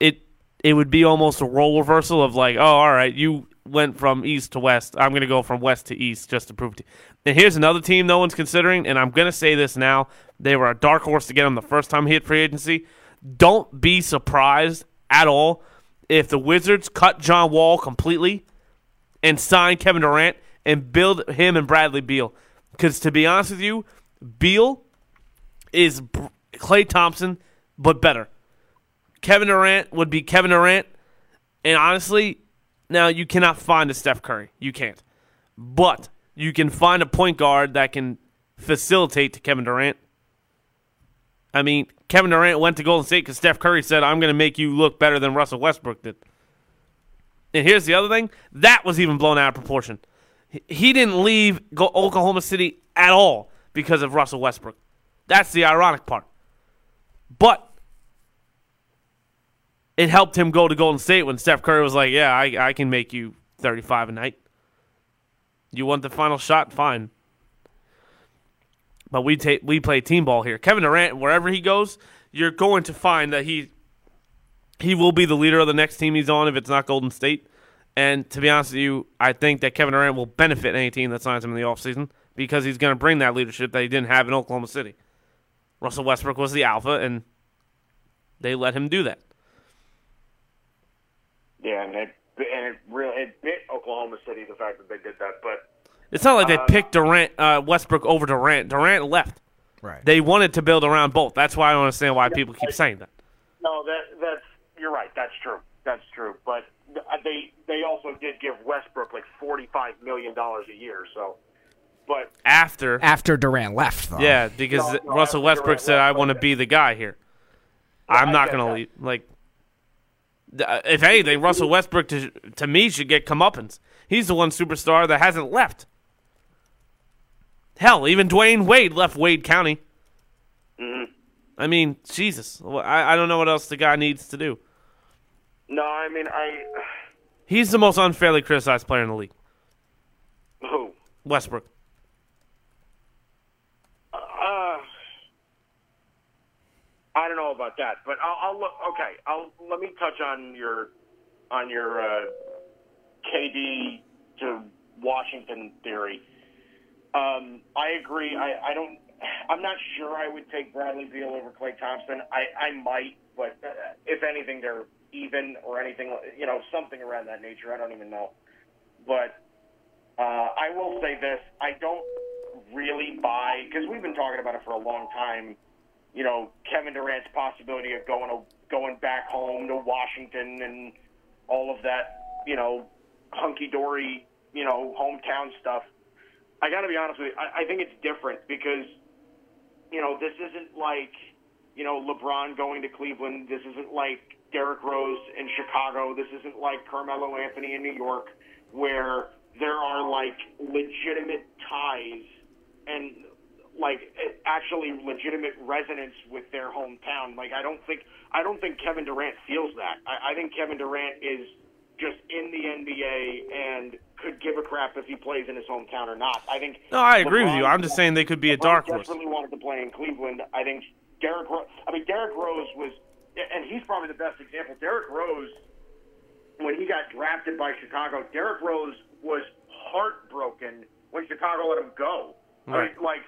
[SPEAKER 4] it it would be almost a role reversal of like, oh, all right, you went from east to west. I'm going to go from west to east just to prove to you. And here's another team no one's considering, and I'm going to say this now. They were a dark horse to get him the first time he hit free agency. Don't be surprised at all if the Wizards cut John Wall completely and sign Kevin Durant and build him and Bradley Beal. Because to be honest with you, Beal is Br- Clay Thompson, but better. Kevin Durant would be Kevin Durant. And honestly, now you cannot find a Steph Curry. You can't. But you can find a point guard that can facilitate to Kevin Durant. I mean, Kevin Durant went to Golden State because Steph Curry said, "I'm going to make you look better than Russell Westbrook did." And here's the other thing that was even blown out of proportion. He- He didn't leave Go- Oklahoma City at all because of Russell Westbrook. That's the ironic part. But it helped him go to Golden State when Steph Curry was like, "Yeah, I, I can make you 35 a night. You want the final shot? Fine." But we take we play team ball here. Kevin Durant, wherever he goes, you're going to find that he he will be the leader of the next team he's on if it's not Golden State. And to be honest with you, I think that Kevin Durant will benefit any team that signs him in the offseason because he's going to bring that leadership that he didn't have in Oklahoma City. Russell Westbrook was the alpha, and they let him do that.
[SPEAKER 11] Yeah, and it and it really it bit Oklahoma City the fact that they did that, but
[SPEAKER 4] It's not like they
[SPEAKER 11] Uh,
[SPEAKER 4] picked Durant uh, Westbrook over Durant. Durant left.
[SPEAKER 6] [laughs] Right.
[SPEAKER 4] They wanted to build around both. That's why I don't understand why people keep saying that.
[SPEAKER 11] No, that that's you're right. That's true. That's true. But th- they they also did give Westbrook like forty five million dollars a year. So, but
[SPEAKER 4] After,
[SPEAKER 6] After Durant left,
[SPEAKER 11] Um,
[SPEAKER 6] though.
[SPEAKER 4] yeah, because
[SPEAKER 11] No, no, after
[SPEAKER 4] Russell Westbrook
[SPEAKER 11] Durant
[SPEAKER 4] said,
[SPEAKER 11] left,
[SPEAKER 4] "I want to be the guy here. I'm
[SPEAKER 11] I
[SPEAKER 4] not
[SPEAKER 11] get
[SPEAKER 4] going to
[SPEAKER 11] that.
[SPEAKER 4] leave." Like, th- uh, if anything, Russell Westbrook to to me should get comeuppance. He's the one superstar that hasn't left. Hell, even Dwayne Wade left Wade County.
[SPEAKER 11] Mm-hmm.
[SPEAKER 4] I mean, Jesus, Well, I, I don't know what else the guy needs to do.
[SPEAKER 11] no, I mean I [sighs]
[SPEAKER 4] He's the most unfairly criticized player in the league.
[SPEAKER 11] who
[SPEAKER 4] Westbrook.
[SPEAKER 11] uh I don't know about that, but I'll, I'll look. Okay, I'll let me touch on your on your uh, KD to Washington theory. Um, I agree. I, I don't. I'm not sure I would take Bradley Beal over Clay Thompson. I, I might, but uh, if anything, they're even or anything, you know, something around that nature. I don't even know. But uh, I will say this: I don't really buy because we've been talking about it for a long time. You know, Kevin Durant's possibility of going to, going back home to Washington and all of that. You know, hunky dory. You know, hometown stuff. I got to be honest with you. I, I think it's different because, you know, this isn't like, you know, LeBron going to Cleveland. This isn't like Derrick Rose in Chicago. This isn't like Carmelo Anthony in New York, where there are like legitimate ties and like actually legitimate resonance with their hometown. Like I don't think I don't think Kevin Durant feels that. I, I think Kevin Durant is just in the NBA and could give a crap if he plays in his hometown or not. I think
[SPEAKER 4] No, I agree with you.
[SPEAKER 11] LeBron-
[SPEAKER 4] I'm just saying they could be a
[SPEAKER 11] LeBron
[SPEAKER 4] dark horse.
[SPEAKER 11] Desperately wanted to play in Cleveland. I think Derrick. Ro- I mean, Derrick Rose was, and he's probably the best example. Derrick Rose, when he got drafted by Chicago, Derrick Rose was heartbroken when Chicago let him go. I
[SPEAKER 4] Right.
[SPEAKER 11] mean, like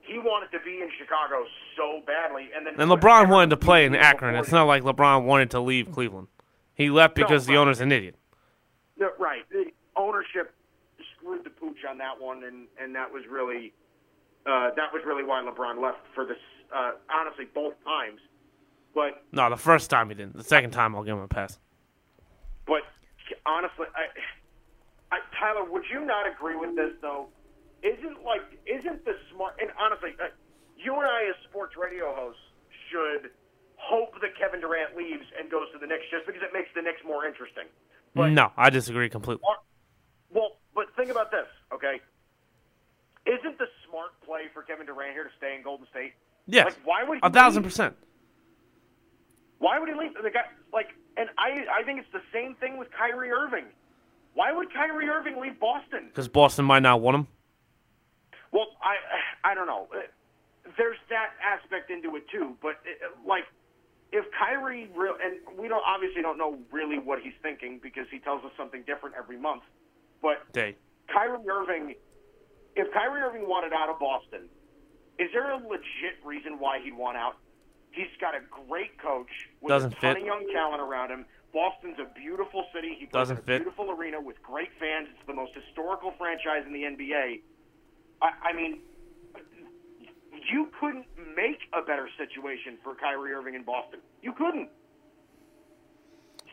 [SPEAKER 11] he wanted to be in Chicago so badly, and then
[SPEAKER 4] And LeBron wanted to play in Akron. It's not like LeBron wanted to leave Cleveland. He left
[SPEAKER 11] No,
[SPEAKER 4] because the
[SPEAKER 11] right.
[SPEAKER 4] owner's an idiot.
[SPEAKER 11] No, right. The ownership screwed the pooch on that one, and and that was really uh, that was really why LeBron left for this. Uh, honestly, both times. But
[SPEAKER 4] No, the first time he didn't. The second time, I'll give him a pass.
[SPEAKER 11] but honestly, I, I, Tyler, would you not agree with this though? Isn't like isn't the smart and honestly, uh, you and I as sports radio hosts should hope that Kevin Durant leaves and goes to the Knicks just because it makes the Knicks more interesting.
[SPEAKER 4] no, I disagree completely.
[SPEAKER 11] Are- Well, but think about this, okay? Isn't the smart play for Kevin Durant here to stay in Golden State?
[SPEAKER 4] Yes,
[SPEAKER 11] Like, why would he
[SPEAKER 4] a thousand
[SPEAKER 11] leave?
[SPEAKER 4] percent.
[SPEAKER 11] Why would he leave? The guy, like, and I, I think it's the same thing with Kyrie Irving. Why would Kyrie Irving leave Boston?
[SPEAKER 4] Because Boston might not want him.
[SPEAKER 11] Well, I, I don't know. There's that aspect into it too, but uh, like, if Kyrie real, and we don't obviously don't know really what he's thinking because he tells us something different every month, but
[SPEAKER 4] They
[SPEAKER 11] Kyrie Irving, if Kyrie Irving wanted out of Boston, is there a legit reason why he'd want out? He's got a great coach with
[SPEAKER 4] Doesn't
[SPEAKER 11] a ton
[SPEAKER 4] fit.
[SPEAKER 11] of young talent around him. Boston's a beautiful city. He plays
[SPEAKER 4] Doesn't
[SPEAKER 11] in a
[SPEAKER 4] fit.
[SPEAKER 11] beautiful arena with great fans. It's the most historical franchise in the NBA. I, I mean, you couldn't make a better situation for Kyrie Irving in Boston. You couldn't.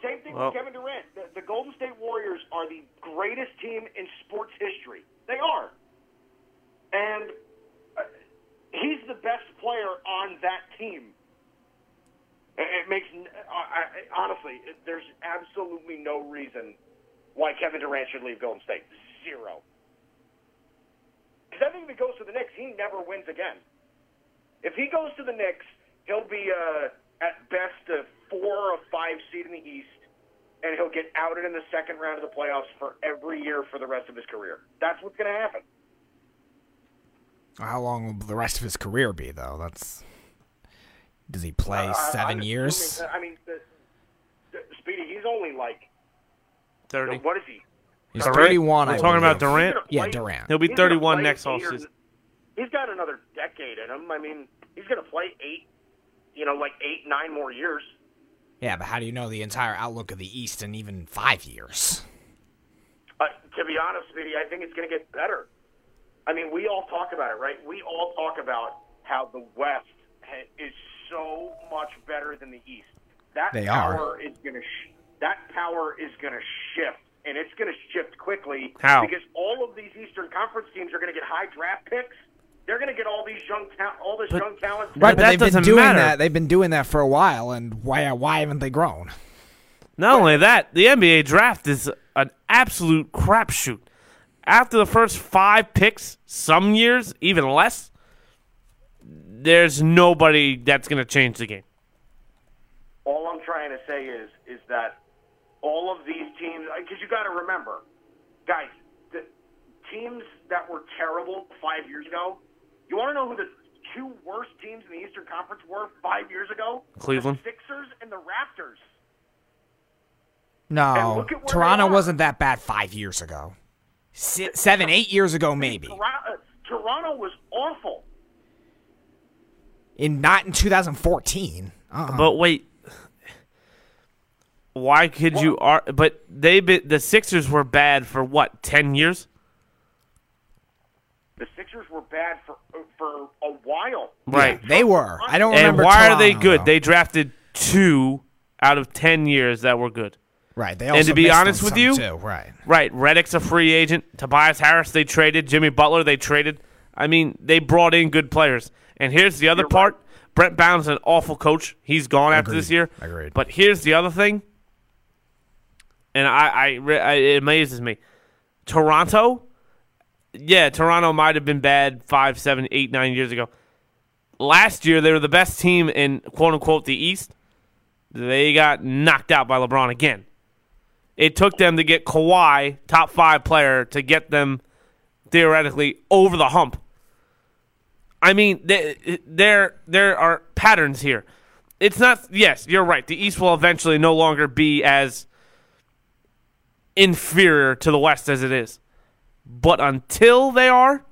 [SPEAKER 11] Same thing
[SPEAKER 4] Well-
[SPEAKER 11] with Kevin Durant. The, the Golden State Warriors are the greatest team in sports history. They are. and uh, he's the best player on that team. It it makes, n- I, I, honestly, it- there's absolutely no reason why Kevin Durant should leave Golden State. Zero. Because I think if he goes to the Knicks, he never wins again. If he goes to the Knicks, he'll be uh, at best a four or five seed in the East, and he'll get outed in the second round of the playoffs for every year for the rest of his career. That's what's going to happen.
[SPEAKER 6] How long will the rest of his career be, though? That's. Does he play
[SPEAKER 11] Uh, I-
[SPEAKER 6] seven
[SPEAKER 11] I'm
[SPEAKER 6] years?
[SPEAKER 11] assuming- I mean, the, the, Speedy, he's only like
[SPEAKER 4] thirty.
[SPEAKER 11] What is he?
[SPEAKER 6] He's
[SPEAKER 4] Durant?
[SPEAKER 6] 31.
[SPEAKER 4] We're
[SPEAKER 6] I
[SPEAKER 4] talking about
[SPEAKER 6] believe.
[SPEAKER 4] Durant?
[SPEAKER 6] Yeah, Durant.
[SPEAKER 4] He'll be
[SPEAKER 11] He's gonna
[SPEAKER 4] 31
[SPEAKER 11] play
[SPEAKER 4] next
[SPEAKER 11] eight or-
[SPEAKER 4] offseason.
[SPEAKER 11] He's got another decade in him. I mean, he's going to play eight, you know, like eight, nine more years.
[SPEAKER 6] Yeah, but how do you know the entire outlook of the East in even five years?
[SPEAKER 11] Uh, to be honest, Speedy, I think it's going to get better. I mean, we all talk about it, right? We all talk about how the West ha- is so much better than the East. That
[SPEAKER 6] They are.
[SPEAKER 11] power is going to sh- that power is going to shift, and it's going to shift quickly.
[SPEAKER 4] How?
[SPEAKER 11] Because all of these Eastern Conference teams are going to get high draft picks. They're going to get all these young ta- all this young talent.
[SPEAKER 4] Right,
[SPEAKER 6] but
[SPEAKER 4] that
[SPEAKER 6] they've been
[SPEAKER 4] doesn't
[SPEAKER 6] doing
[SPEAKER 4] matter.
[SPEAKER 6] that. They've been doing that for a while, and why why haven't they grown?
[SPEAKER 4] Not only that, the NBA draft is an absolute crapshoot. After the first five picks, some years even less, there's nobody that's going to change the game.
[SPEAKER 11] All I'm trying to say is is that all of these teams, because you got to remember, guys, the teams that were terrible five years ago. You want to know who the two worst teams in the Eastern Conference were five years ago?
[SPEAKER 4] Cleveland.
[SPEAKER 11] the Sixers, and the Raptors. And
[SPEAKER 6] No,
[SPEAKER 11] look at where
[SPEAKER 6] Toronto
[SPEAKER 11] they are.
[SPEAKER 6] wasn't that bad five years ago. Si seven, eight years ago, maybe.
[SPEAKER 11] Tora- uh, Toronto was awful.
[SPEAKER 6] In not in 2014. Uh-uh.
[SPEAKER 4] But wait, why could you? Ar- but they been, the Sixers were bad for what ten years?
[SPEAKER 11] The Sixers were bad for for a while.
[SPEAKER 4] Right.
[SPEAKER 6] they were. I don't
[SPEAKER 4] and
[SPEAKER 6] remember.
[SPEAKER 4] why are they
[SPEAKER 6] Toronto,
[SPEAKER 4] good?
[SPEAKER 6] though.
[SPEAKER 4] They drafted two out of ten years that were good.
[SPEAKER 6] right. They
[SPEAKER 4] and
[SPEAKER 6] also
[SPEAKER 4] to be
[SPEAKER 6] missed on
[SPEAKER 4] honest with
[SPEAKER 6] some,
[SPEAKER 4] you-
[SPEAKER 6] too. right?
[SPEAKER 4] Right. Reddick's a free agent. Tobias Harris they traded. Jimmy Butler they traded. I mean, they brought in good players. And here's the other part. Brett Bound's an awful coach. He's gone after this
[SPEAKER 6] Agreed.
[SPEAKER 4] year.
[SPEAKER 6] Agreed.
[SPEAKER 4] But here's the other thing. And I, I, re- I it amazes me. Toronto, yeah, Toronto might have been bad five, seven, eight, nine years ago. Last year they were the best team in quote unquote the East. They got knocked out by LeBron again. It took them to get Kawhi, top five player, to get them theoretically over the hump. I mean, th- there there are patterns here. It's not. Yes, you're right. The East will eventually no longer be as inferior to the West as it is, but until they are,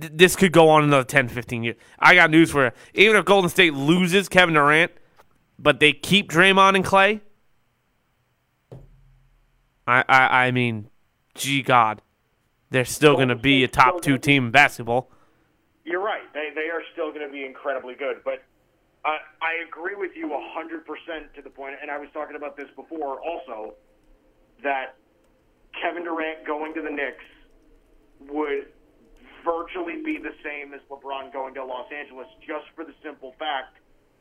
[SPEAKER 4] th- this could go on another 10, 15 years. I got news for you. Even if Golden State loses Kevin Durant, but they keep Draymond and Clay, I, I, I mean, gee God, they're still going to be a top two team in basketball.
[SPEAKER 11] You're right. They they are still going to be incredibly good, but I I agree with you 100% to the point and I was talking about this before also that Kevin Durant going to the Knicks would virtually be the same as LeBron going to Los Angeles just for the simple fact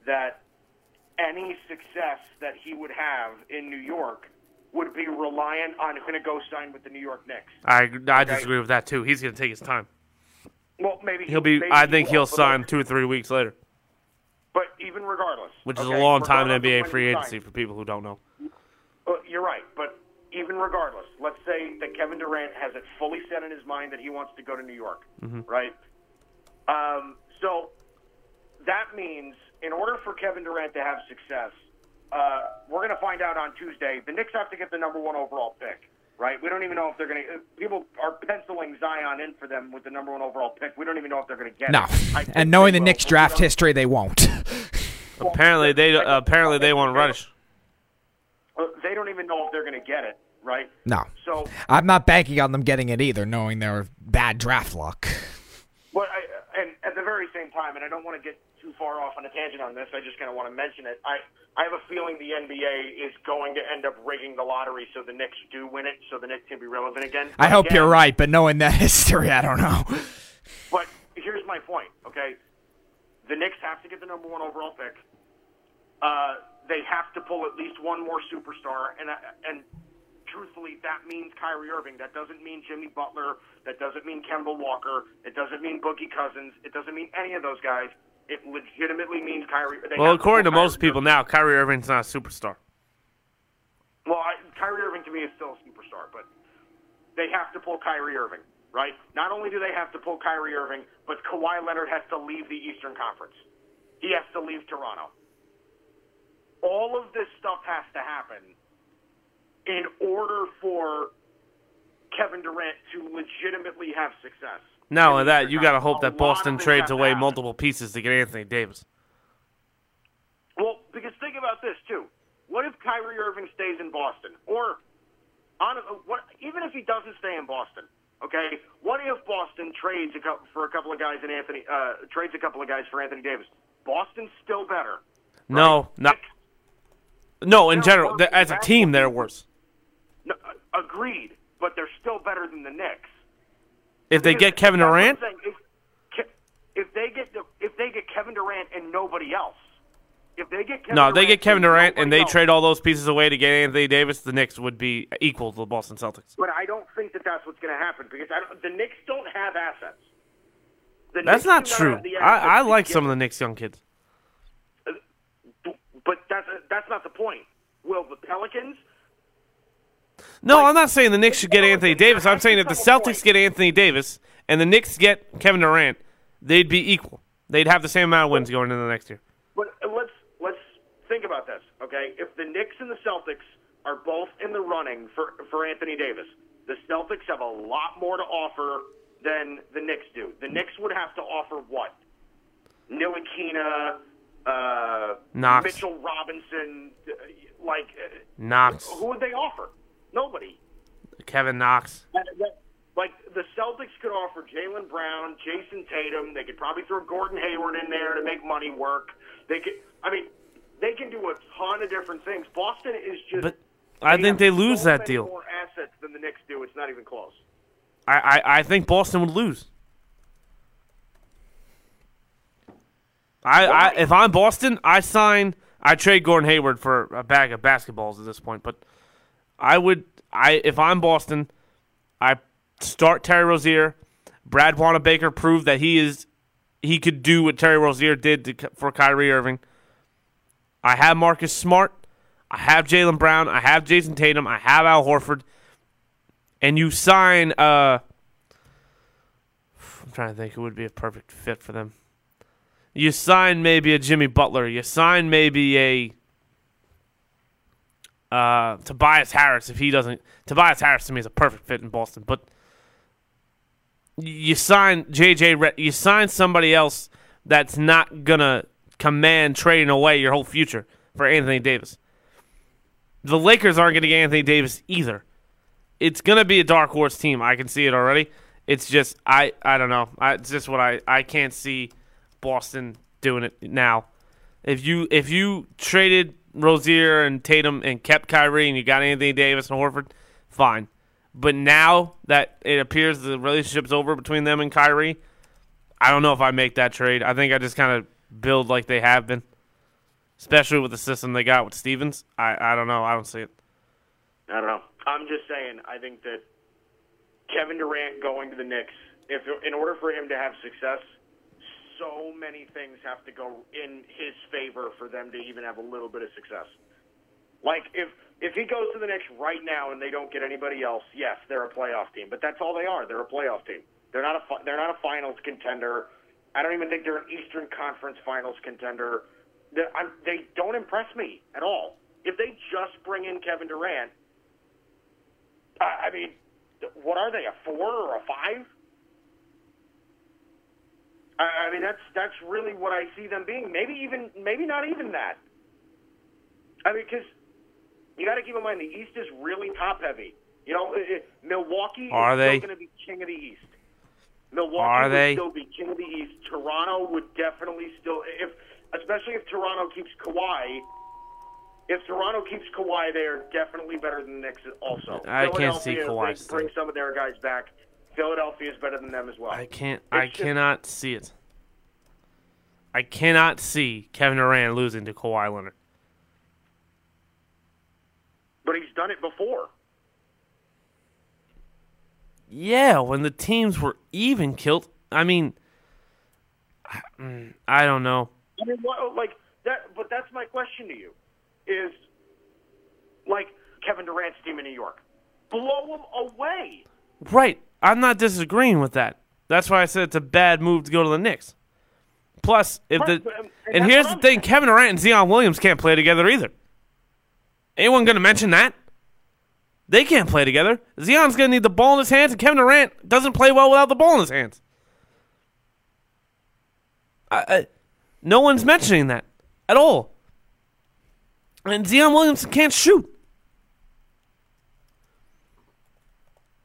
[SPEAKER 11] that any success that he would have in New York would be reliant on going to go sign with the New York Knicks.
[SPEAKER 4] I, I disagree with that too. He's going to take his time.
[SPEAKER 11] Well, maybe
[SPEAKER 4] He'll be.
[SPEAKER 11] maybe
[SPEAKER 4] I
[SPEAKER 11] he
[SPEAKER 4] think
[SPEAKER 11] will,
[SPEAKER 4] he'll
[SPEAKER 11] but look-
[SPEAKER 4] sign two or three weeks later,
[SPEAKER 11] But even regardless,
[SPEAKER 4] which is
[SPEAKER 11] okay,
[SPEAKER 4] a long time in
[SPEAKER 11] regardless of
[SPEAKER 4] NBA
[SPEAKER 11] when
[SPEAKER 4] free
[SPEAKER 11] he
[SPEAKER 4] agency
[SPEAKER 11] signed,
[SPEAKER 4] for people who don't know.
[SPEAKER 11] uh, you're right, but even regardless, let's say that Kevin Durant has it fully set in his mind that he wants to go to New York,
[SPEAKER 4] Mm-hmm.
[SPEAKER 11] right? Um, so that means in order for Kevin Durant to have success, uh, we're going to find out on Tuesday. The Knicks have to get the number one overall pick, right? We don't even know if they're going to. uh, People are penciling Zion in for them with the number one overall pick. We don't even know if they're going to get
[SPEAKER 6] No,
[SPEAKER 11] it. I think
[SPEAKER 6] [laughs] and knowing
[SPEAKER 11] they
[SPEAKER 6] the
[SPEAKER 11] will,
[SPEAKER 6] Knicks
[SPEAKER 11] but we
[SPEAKER 6] draft
[SPEAKER 11] don't-
[SPEAKER 6] history, they won't. [laughs]
[SPEAKER 4] Apparently they apparently they want Reddish.
[SPEAKER 11] Uh, they don't even know if they're going to get it, right?
[SPEAKER 6] no,
[SPEAKER 11] So,
[SPEAKER 6] I'm not banking on them getting it either, knowing their bad draft luck.
[SPEAKER 11] but I, and, and at the very same time, and I don't want to get too far off on a tangent on this. I just kind of want to mention it. I I have a feeling the NBA is going to end up rigging the lottery so the Knicks do win it, so the Knicks can be relevant again.
[SPEAKER 6] I hope
[SPEAKER 11] Again,
[SPEAKER 6] you're right, but knowing that [laughs] history, I don't know.
[SPEAKER 11] But here's my point, okay? The Knicks have to get the number one overall pick. Uh, they have to pull at least one more superstar, and uh, and truthfully, that means Kyrie Irving. That doesn't mean Jimmy Butler. That doesn't mean Kemba Walker. It doesn't mean Boogie Cousins. It doesn't mean any of those guys. It legitimately means Kyrie. They
[SPEAKER 4] Well,
[SPEAKER 11] have
[SPEAKER 4] according to
[SPEAKER 11] pull Kyrie
[SPEAKER 4] most people now, Kyrie Irving's not a superstar.
[SPEAKER 11] well, I, Kyrie Irving to me is still a superstar, but they have to pull Kyrie Irving, right? Not only do they have to pull Kyrie Irving, but Kawhi Leonard has to leave the Eastern Conference. He has to leave Toronto. All of this stuff has to happen in order for Kevin Durant to legitimately have success.
[SPEAKER 4] Not only that, you got to hope
[SPEAKER 11] A lot
[SPEAKER 4] that
[SPEAKER 11] of
[SPEAKER 4] Boston
[SPEAKER 11] things
[SPEAKER 4] trades
[SPEAKER 11] have to
[SPEAKER 4] away
[SPEAKER 11] happen.
[SPEAKER 4] multiple pieces to get Anthony Davis.
[SPEAKER 11] Well, because think about this too. What if Kyrie Irving stays in Boston, or on what? Even if he doesn't stay in Boston, okay? What if Boston trades a couple, for a couple of guys and Anthony uh, trades a couple of guys for Anthony Davis? Boston's still better.
[SPEAKER 4] No, not. No, in general, th- as a team, they're worse.
[SPEAKER 11] No, uh, agreed, but they're still better than the Knicks.
[SPEAKER 4] If they get Kevin
[SPEAKER 11] That's what I'm
[SPEAKER 4] Durant,
[SPEAKER 11] saying. If, Ke- if they get the, if they get Kevin Durant and nobody else, if they get Kevin
[SPEAKER 4] no, if they
[SPEAKER 11] Durant
[SPEAKER 4] get Kevin Durant and
[SPEAKER 11] nobody
[SPEAKER 4] they
[SPEAKER 11] else,
[SPEAKER 4] trade all those pieces away to get Anthony Davis, the Knicks would be equal to the Boston Celtics.
[SPEAKER 11] But I don't think that that's what's going to happen because I don't, the Knicks don't have assets. The Knicks
[SPEAKER 4] That's not
[SPEAKER 11] do have
[SPEAKER 4] true.
[SPEAKER 11] the assets
[SPEAKER 4] I, I
[SPEAKER 11] to
[SPEAKER 4] like
[SPEAKER 11] get-
[SPEAKER 4] some of the Knicks young kids.
[SPEAKER 11] but that's that's not the point. Will the Pelicans?
[SPEAKER 4] No, I'm not saying the Knicks should get Anthony Davis. I'm saying if the Celtics get Anthony Davis and the Knicks get Kevin Durant, they'd be equal. They'd have the same amount of wins going into the next year.
[SPEAKER 11] But let's let's think about this, okay? If the Knicks and the Celtics are both in the running for for Anthony Davis, the Celtics have a lot more to offer than the Knicks do. The Knicks would have to offer what? Nilakina, uh,
[SPEAKER 4] Knox.
[SPEAKER 11] Mitchell Robinson, uh, like uh,
[SPEAKER 4] Knox,
[SPEAKER 11] Who would they offer? Nobody.
[SPEAKER 4] Kevin Knox.
[SPEAKER 11] Like the Celtics could offer Jalen Brown, Jason Tatum. They could probably throw Gordon Hayward in there to make money work. They could. I mean, they can do a ton of different things. Boston is just.
[SPEAKER 4] But I think
[SPEAKER 11] have
[SPEAKER 4] they lose
[SPEAKER 11] so
[SPEAKER 4] that
[SPEAKER 11] many
[SPEAKER 4] deal.
[SPEAKER 11] More assets than the Knicks do. It's not even close.
[SPEAKER 4] I, I, I think Boston would lose. I, I if I'm Boston, I sign I trade Gordon Hayward for a bag of basketballs at this point, but I would I if I'm Boston, I start Terry Rozier. Brad Wanamaker proved that he is he could do what Terry Rozier did to, for Kyrie Irving. I have Marcus Smart, I have Jalen Brown, I have Jason Tatum, I have Al Horford and you sign uh I'm trying to think who would be a perfect fit for them. You sign maybe a Jimmy Butler, you sign maybe a uh Tobias Harris if he doesn't Tobias Harris to me is a perfect fit in Boston, but y- you sign JJ Rett, you sign somebody else that's not going to command trading away your whole future for Anthony Davis. The Lakers aren't going to get Anthony Davis either it's gonna be a dark horse team. I can see it already. It's just I I don't know. I, it's just what I I can't see Boston doing it now. If you if you traded Rozier and Tatum and kept Kyrie and you got Anthony Davis and Horford, fine. But now that it appears the relationship's over between them and Kyrie, I don't know if I make that trade. I think I just kind of build like they have been, especially with the system they got with Stevens. I I don't know. I don't see it.
[SPEAKER 11] I don't know. I'm just saying. I think that Kevin Durant going to the Knicks, if in order for him to have success, so many things have to go in his favor for them to even have a little bit of success. Like if if he goes to the Knicks right now and they don't get anybody else, yes, they're a playoff team. But that's all they are. They're a playoff team. They're not a fi- they're not a finals contender. I don't even think they're an Eastern Conference Finals contender. They're, I'm, they don't impress me at all. If they just bring in Kevin Durant, I, I mean, th- what are they? A four or a five? I, I mean, that's that's really what I see them being. Maybe even maybe not even that. I mean, because you got to keep in mind the East is really top heavy. You know, i i Milwaukee
[SPEAKER 4] Are
[SPEAKER 11] is
[SPEAKER 4] they?
[SPEAKER 11] still going to be king of the East. Milwaukee
[SPEAKER 4] Are
[SPEAKER 11] would
[SPEAKER 4] they?
[SPEAKER 11] still be king of the East. Toronto would definitely still, if especially if Toronto keeps Kawhi. If Toronto keeps Kawhi, they are definitely better than the Knicks. Also,
[SPEAKER 4] I can't see
[SPEAKER 11] Philadelphia, if
[SPEAKER 4] Kawhi
[SPEAKER 11] they
[SPEAKER 4] still.
[SPEAKER 11] Bring some of their guys back. Philadelphia is better than them as well.
[SPEAKER 4] I can't. I cannot see it. I cannot see Kevin Durant losing to Kawhi Leonard.
[SPEAKER 11] But he's done it before.
[SPEAKER 4] Yeah, when the teams were even killed. I mean, I- mm, I don't know.
[SPEAKER 11] I mean, what, like that. But that's my question to you: is like Kevin Durant's team in New York, blow them away.
[SPEAKER 4] Right. I'm not disagreeing with that. That's why I said it's a bad move to go to the Knicks. Plus, if
[SPEAKER 11] Right,
[SPEAKER 4] the
[SPEAKER 11] but, um, and
[SPEAKER 4] and
[SPEAKER 11] that's
[SPEAKER 4] here's
[SPEAKER 11] what
[SPEAKER 4] the
[SPEAKER 11] I'm
[SPEAKER 4] thing, Kevin Durant and Zion Williams can't play together either. Anyone going to mention that? They can't play together. Zion's going to need the ball in his hands, and Kevin Durant doesn't play well without the ball in his hands. I, I, no one's mentioning that at all. And Zion Williamson can't shoot.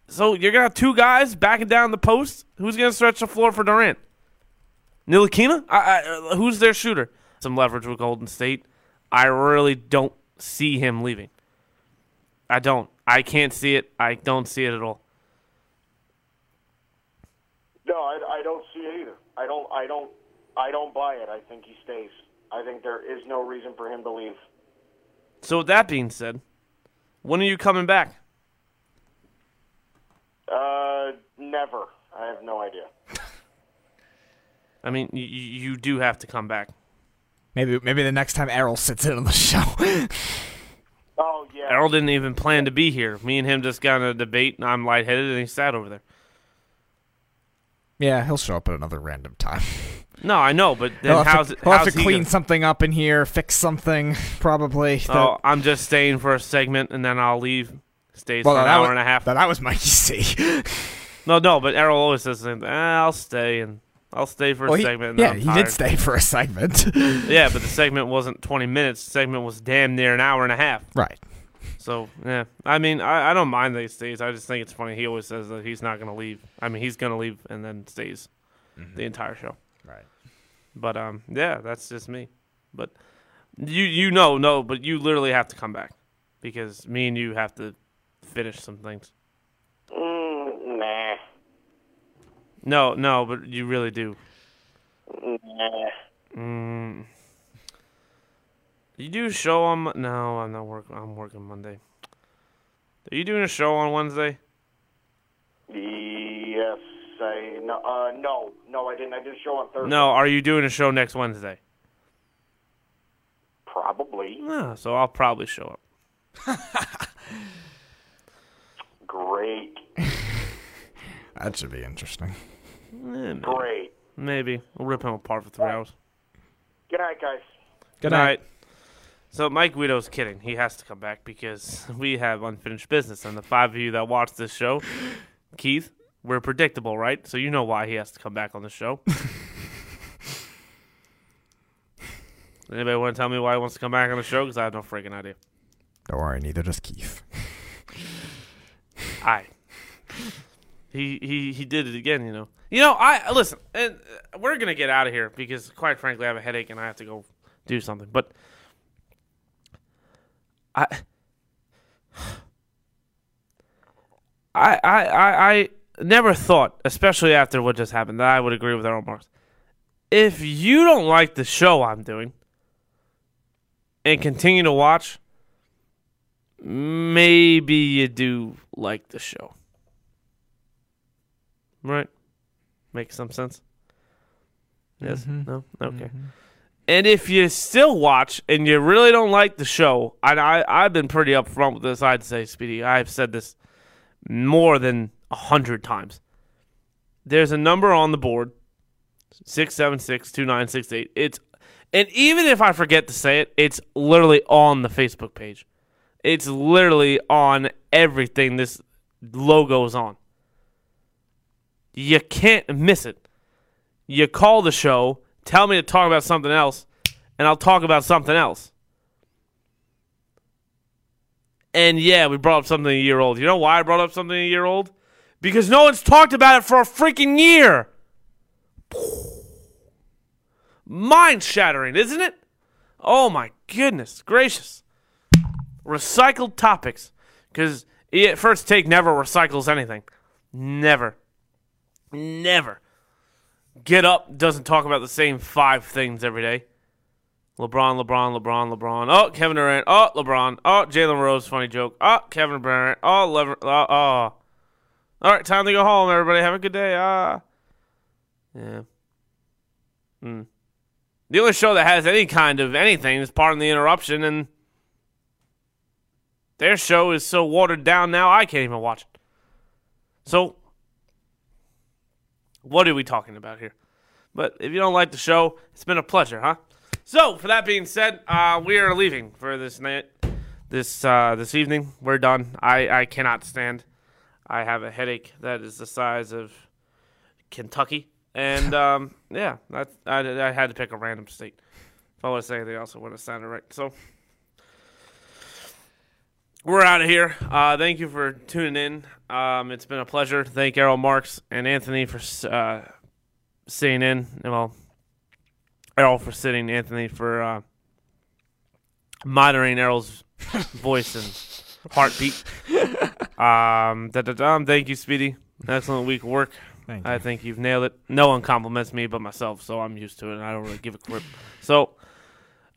[SPEAKER 4] So you're gonna have two guys backing down the post. Who's gonna stretch the floor for Durant? Nilakina? I, I, uh, who's their shooter? Some leverage with Golden State. I really don't see him leaving. I don't. I can't see it. I don't see it at all.
[SPEAKER 11] No, I, I don't see it either. I don't. I don't. I don't buy it. I think he stays. I think there is no reason for him to leave.
[SPEAKER 4] So with that being said, when are you coming back?
[SPEAKER 11] Uh, never. I have no idea.
[SPEAKER 4] I mean, you, you do have to come back.
[SPEAKER 6] Maybe maybe the next time Errol sits in on the [laughs] show.
[SPEAKER 11] Oh yeah.
[SPEAKER 4] Errol didn't even plan to be here. Me and him just got in a debate, and I'm lightheaded, and he sat over there.
[SPEAKER 6] yeah, he'll show up at another random time.
[SPEAKER 4] No, I know, but then
[SPEAKER 6] he'll have
[SPEAKER 4] how's
[SPEAKER 6] to,
[SPEAKER 4] it?
[SPEAKER 6] he'll have
[SPEAKER 4] how's
[SPEAKER 6] to
[SPEAKER 4] he
[SPEAKER 6] clean
[SPEAKER 4] gonna-
[SPEAKER 6] something up in here, fix something probably. that-
[SPEAKER 4] Oh, I'm just staying for a segment and then I'll leave. Stays
[SPEAKER 6] Well,
[SPEAKER 4] for an
[SPEAKER 6] that
[SPEAKER 4] hour
[SPEAKER 6] was-
[SPEAKER 4] and a half.
[SPEAKER 6] that was Mikey C.
[SPEAKER 4] no, no, but Errol always says the same thing. "Eh, I'll stay and I'll stay for a
[SPEAKER 6] Well, he-
[SPEAKER 4] segment. and
[SPEAKER 6] yeah,
[SPEAKER 4] I'm
[SPEAKER 6] he
[SPEAKER 4] tired."
[SPEAKER 6] did stay for a segment. [laughs]
[SPEAKER 4] Yeah, but the segment wasn't 20 minutes. The segment was damn near an hour and a half.
[SPEAKER 6] right.
[SPEAKER 4] So yeah, I mean, I, I don't mind that he stays. I just think it's funny. He always says that he's not gonna leave. I mean, he's gonna leave and then stays the entire show.
[SPEAKER 6] Right.
[SPEAKER 4] But um, yeah, that's just me. But you you know no, but you literally have to come back because me and you have to finish some things.
[SPEAKER 11] Mm, nah.
[SPEAKER 4] No, no, but you really do. Mm.
[SPEAKER 11] Nah.
[SPEAKER 4] You do show on Mo- no, I'm not working. I'm working Monday. Are you doing a show on Wednesday?
[SPEAKER 11] Yes. I no. Uh, no. No, I didn't. I did a show on Thursday.
[SPEAKER 4] No, are you doing a show next Wednesday?
[SPEAKER 11] Probably.
[SPEAKER 4] No, so I'll probably show up.
[SPEAKER 11] Great.
[SPEAKER 10] That should be interesting.
[SPEAKER 4] Eh, may-
[SPEAKER 11] Great.
[SPEAKER 4] maybe we'll rip him apart for three hours.
[SPEAKER 11] Good night, guys.
[SPEAKER 6] Good
[SPEAKER 4] All
[SPEAKER 6] night.
[SPEAKER 4] right. So Mike Guido's kidding. He has to come back because [laughs] we have unfinished business, and the five of you that watch this
[SPEAKER 6] [gasps]
[SPEAKER 4] show, Keith, we're predictable, right? So you know why he has to come back on the
[SPEAKER 6] [laughs]
[SPEAKER 4] show. Anybody want to tell me why he wants to come back on the show? Because I have no freaking idea.
[SPEAKER 10] Don't worry, neither does Keith.
[SPEAKER 4] I. He he he did it again, you know. You know, I listen, and uh, we're gonna get out of here because, quite frankly, I have a headache and I have to go do something. But I, [sighs] I, I, I, I never thought, especially after what just happened, that I would agree with Errol Marks. If you don't like the show I'm doing and continue to watch, maybe you do like the show. Right? Makes some sense? Yes? No? Okay. And if you still watch and you really don't like the show, and I, I've been pretty upfront with this, I'd say, Speedy, I've said this more than a hundred times. There's a number on the board, six seven six two nine six eight. It's and even if I forget to say it, it's literally on the Facebook page. It's literally on everything this logo's on. You can't miss it. You call the show, tell me to talk about something else, and I'll talk about something else. And yeah, we brought up something a year old. You know why I brought up something a year old? because no one's talked about it for a freaking year. Mind shattering, isn't it? Oh my goodness gracious. Recycled topics. Because First Take never recycles anything. Never. Never. Get Up doesn't talk about the same five things every day. LeBron, LeBron, LeBron, LeBron. Oh, Kevin Durant. Oh, LeBron. Oh, Jalen Rose. Funny joke. Oh, Kevin Durant. Oh, Lever. Oh, oh. All right, time to go home, everybody. Have a good day. Ah. Yeah. Hmm. The only show that has any kind of anything is Pardon the Interruption, and their show is so watered down now I can't even watch it. So, what are we talking about here? But if you don't like the show, it's been a pleasure, huh? So, for that being said, uh, we are leaving for this night, this uh, this evening. We're done. I I cannot stand. I have a headache that is the size of Kentucky, and um, yeah, that, I I had to pick a random state. If I was saying they also would have sounded right. So. We're out of here. Uh, thank you for tuning in. Um, it's been a pleasure. Thank Errol Marks and Anthony for uh, sitting in. Well, Errol for sitting, Anthony for uh, monitoring Errol's voice and heartbeat. Um, da, da, da. Thank you, Speedy. Excellent week of work.
[SPEAKER 12] Thank
[SPEAKER 4] I think you've nailed it. No one compliments me but myself, so I'm used to it. and I don't really give a crap. So,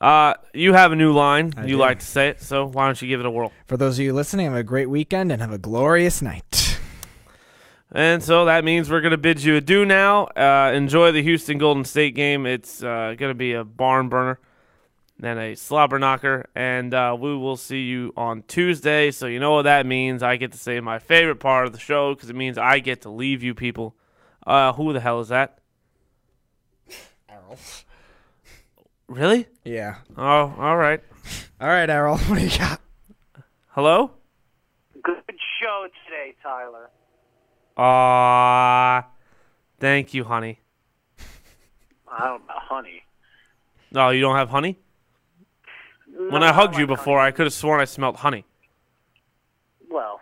[SPEAKER 4] uh, you have a new line. you
[SPEAKER 6] do.
[SPEAKER 4] like to say it, so why don't you give it a whirl?
[SPEAKER 6] For those of you listening, have a great weekend and have a glorious night.
[SPEAKER 4] And so that means we're going to bid you adieu now. Uh, enjoy the Houston Golden State game. It's uh, going to be a barn burner and a slobber knocker. And uh, we will see you on Tuesday. So you know what that means. I get to say my favorite part of the show because it means I get to leave you people. Uh, who the hell is that?
[SPEAKER 12] Errol.
[SPEAKER 4] Really?
[SPEAKER 6] Yeah.
[SPEAKER 4] Oh, all right.
[SPEAKER 6] All right, Errol. [laughs] What do you got?
[SPEAKER 4] Hello?
[SPEAKER 5] Good show today, Tyler.
[SPEAKER 4] Ah, thank you, honey.
[SPEAKER 5] I don't know, Oh, honey.
[SPEAKER 4] No, you don't have honey? when I hugged you before, I could have sworn I smelled honey.
[SPEAKER 5] Well,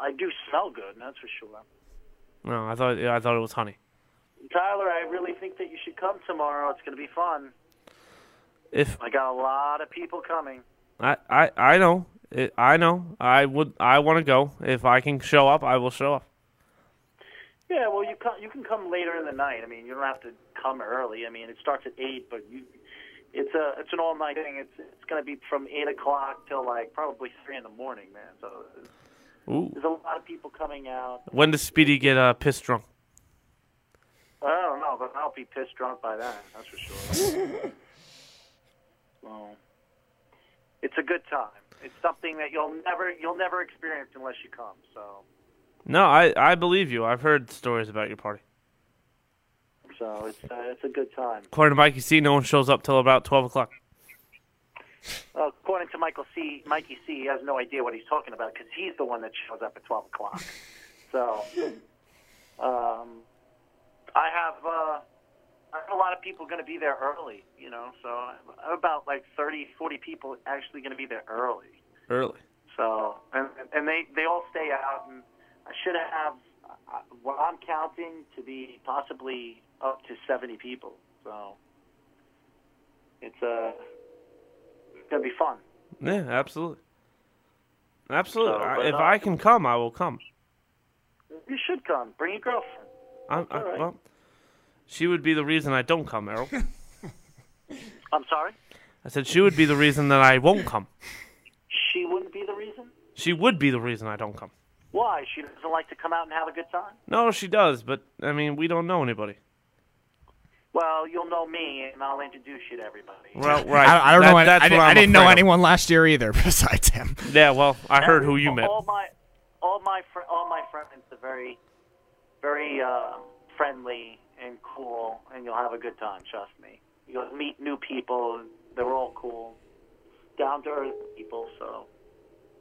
[SPEAKER 5] I do smell good, that's for sure.
[SPEAKER 4] No, I thought I thought it was honey.
[SPEAKER 5] Tyler, I really think that you should come tomorrow. It's going to be fun.
[SPEAKER 4] If
[SPEAKER 5] I got a lot of people coming.
[SPEAKER 4] I, I, I know. It, I know. I would. I want to go. If I can show up, I will show up.
[SPEAKER 5] Yeah, well, you come, you can come later in the night. I mean, you don't have to come early. I mean, it starts at eight, but you, it's a it's an all night thing. It's it's going to be from eight o'clock till like probably three in the morning, man. So
[SPEAKER 4] Ooh.
[SPEAKER 5] there's a lot of people coming out.
[SPEAKER 4] When does Speedy get uh, pissed drunk?
[SPEAKER 5] I don't know, but I'll be pissed drunk by that. That's for sure. well, it's a good time. It's something that you'll never you'll never experience unless you come. So
[SPEAKER 4] No, I, I believe you. I've heard stories about your party.
[SPEAKER 5] so it's uh, it's a good time.
[SPEAKER 4] According to Mikey C, no one shows up till about twelve o'clock.
[SPEAKER 5] Uh, according to Michael C, Mikey C, he has no idea what he's talking about because he's the one that shows up at twelve [laughs] o'clock. So, um, I have uh, I have a lot of people going to be there early. You know, so I have about like 30, 40 people actually going to be there early.
[SPEAKER 4] Early.
[SPEAKER 5] So, and and they they all stay out, and I should have uh, what I'm counting to be possibly up to 70 people. So, it's uh, it's gonna be fun.
[SPEAKER 4] Yeah, absolutely. Absolutely.
[SPEAKER 5] So,
[SPEAKER 4] I-
[SPEAKER 5] but,
[SPEAKER 4] if
[SPEAKER 5] uh,
[SPEAKER 4] I can come, I will come.
[SPEAKER 5] You should come. Bring your girlfriend.
[SPEAKER 4] I'm, I,
[SPEAKER 5] all right.
[SPEAKER 4] Well, she would be the reason I don't come, Errol. [laughs]
[SPEAKER 5] I'm sorry.
[SPEAKER 4] I said she would be the reason that I won't come.
[SPEAKER 5] She wouldn't be the reason.
[SPEAKER 4] She would be the reason I don't come.
[SPEAKER 5] Why? She doesn't like to come out and have a good time.
[SPEAKER 4] No, she does, but I mean, we don't know anybody.
[SPEAKER 5] Well, you'll know me, and I'll introduce you to everybody.
[SPEAKER 4] Well, right.
[SPEAKER 12] I, I don't
[SPEAKER 4] That-
[SPEAKER 12] know. any-
[SPEAKER 4] that's
[SPEAKER 12] I, didn't,
[SPEAKER 4] what
[SPEAKER 12] I
[SPEAKER 4] I'm
[SPEAKER 12] didn't know
[SPEAKER 4] afraid of.
[SPEAKER 12] anyone last year
[SPEAKER 6] [laughs]
[SPEAKER 12] either, besides him.
[SPEAKER 4] Yeah, well, I heard who you
[SPEAKER 5] all,
[SPEAKER 4] met.
[SPEAKER 5] All my, all my, fr- all my friends are very, very uh, friendly and cool, and you'll have a good time. Trust me. You'll meet new people. They're all cool, down to earth people. So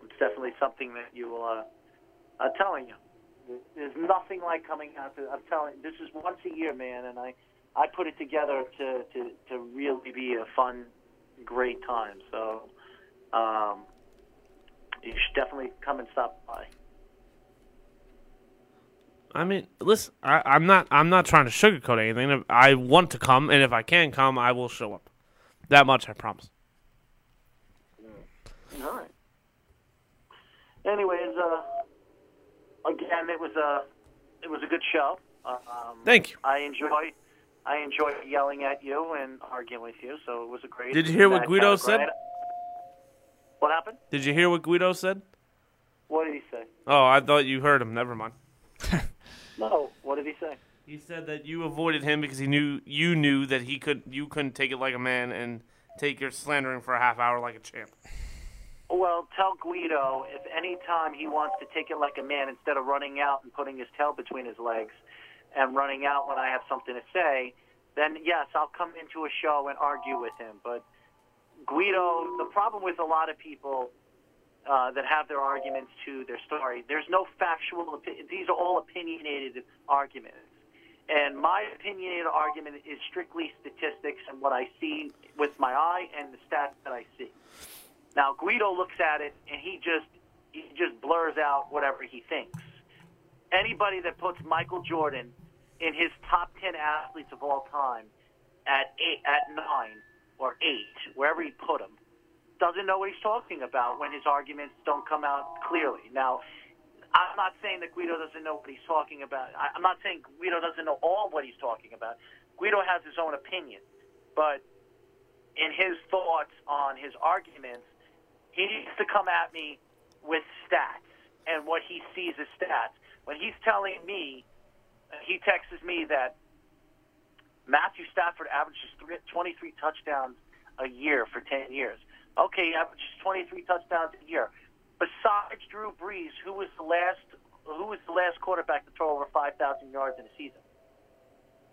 [SPEAKER 5] it's definitely something that you will. Uh, I'm telling you, there's nothing like coming out. To, I'm telling. This is once a year, man, and I, I put it together to to to really be a fun, great time. So. Um, you should definitely come and stop by.
[SPEAKER 4] I mean, listen, I, I'm not I'm not trying to sugarcoat anything. If I want to come, and if I can come, I will show up. That much I promise.
[SPEAKER 5] All right. Anyways, uh, again, it was a it was a good show. Uh, Um,
[SPEAKER 4] Thank you.
[SPEAKER 5] I enjoy I enjoy yelling at you and arguing with you, so it was a great.
[SPEAKER 4] Did you hear what
[SPEAKER 5] that
[SPEAKER 4] Guido
[SPEAKER 5] kind of
[SPEAKER 4] said?
[SPEAKER 5] variety. What happened?
[SPEAKER 4] Did you hear what Guido said?
[SPEAKER 5] What did he say?
[SPEAKER 4] Oh, I thought you heard him. Never mind.
[SPEAKER 5] No. Oh, What did he say?
[SPEAKER 4] He said that you avoided him because he knew you knew that he could you couldn't take it like a man and take your slandering for a half hour like a champ.
[SPEAKER 5] Well, tell Guido if any time he wants to take it like a man instead of running out and putting his tail between his legs and running out when I have something to say, then yes, I'll come into a show and argue with him. But Guido, the problem with a lot of people uh, that have their arguments to their story, there's no factual. Opi- these are all opinionated arguments. And my opinionated argument is strictly statistics and what I see with my eye and the stats that I see. Now Guido looks at it and he just he just blurs out whatever he thinks. Anybody that puts Michael Jordan in his top ten athletes of all time at eight, at nine or eight, wherever he put him, doesn't know what he's talking about when his arguments don't come out clearly. Now I'm not saying that Guido doesn't know what he's talking about. I, I'm not saying Guido doesn't know all what he's talking about. Guido has his own opinion, but in his thoughts on his arguments, he needs to come at me with stats and what he sees as stats. When he's telling me, he texts me that Matthew Stafford averages three- 23 touchdowns a year for 10 years. Okay, he averages 23 touchdowns a year. Besides Drew Brees, who was the last who was the last quarterback to throw over 5,000 yards in a season?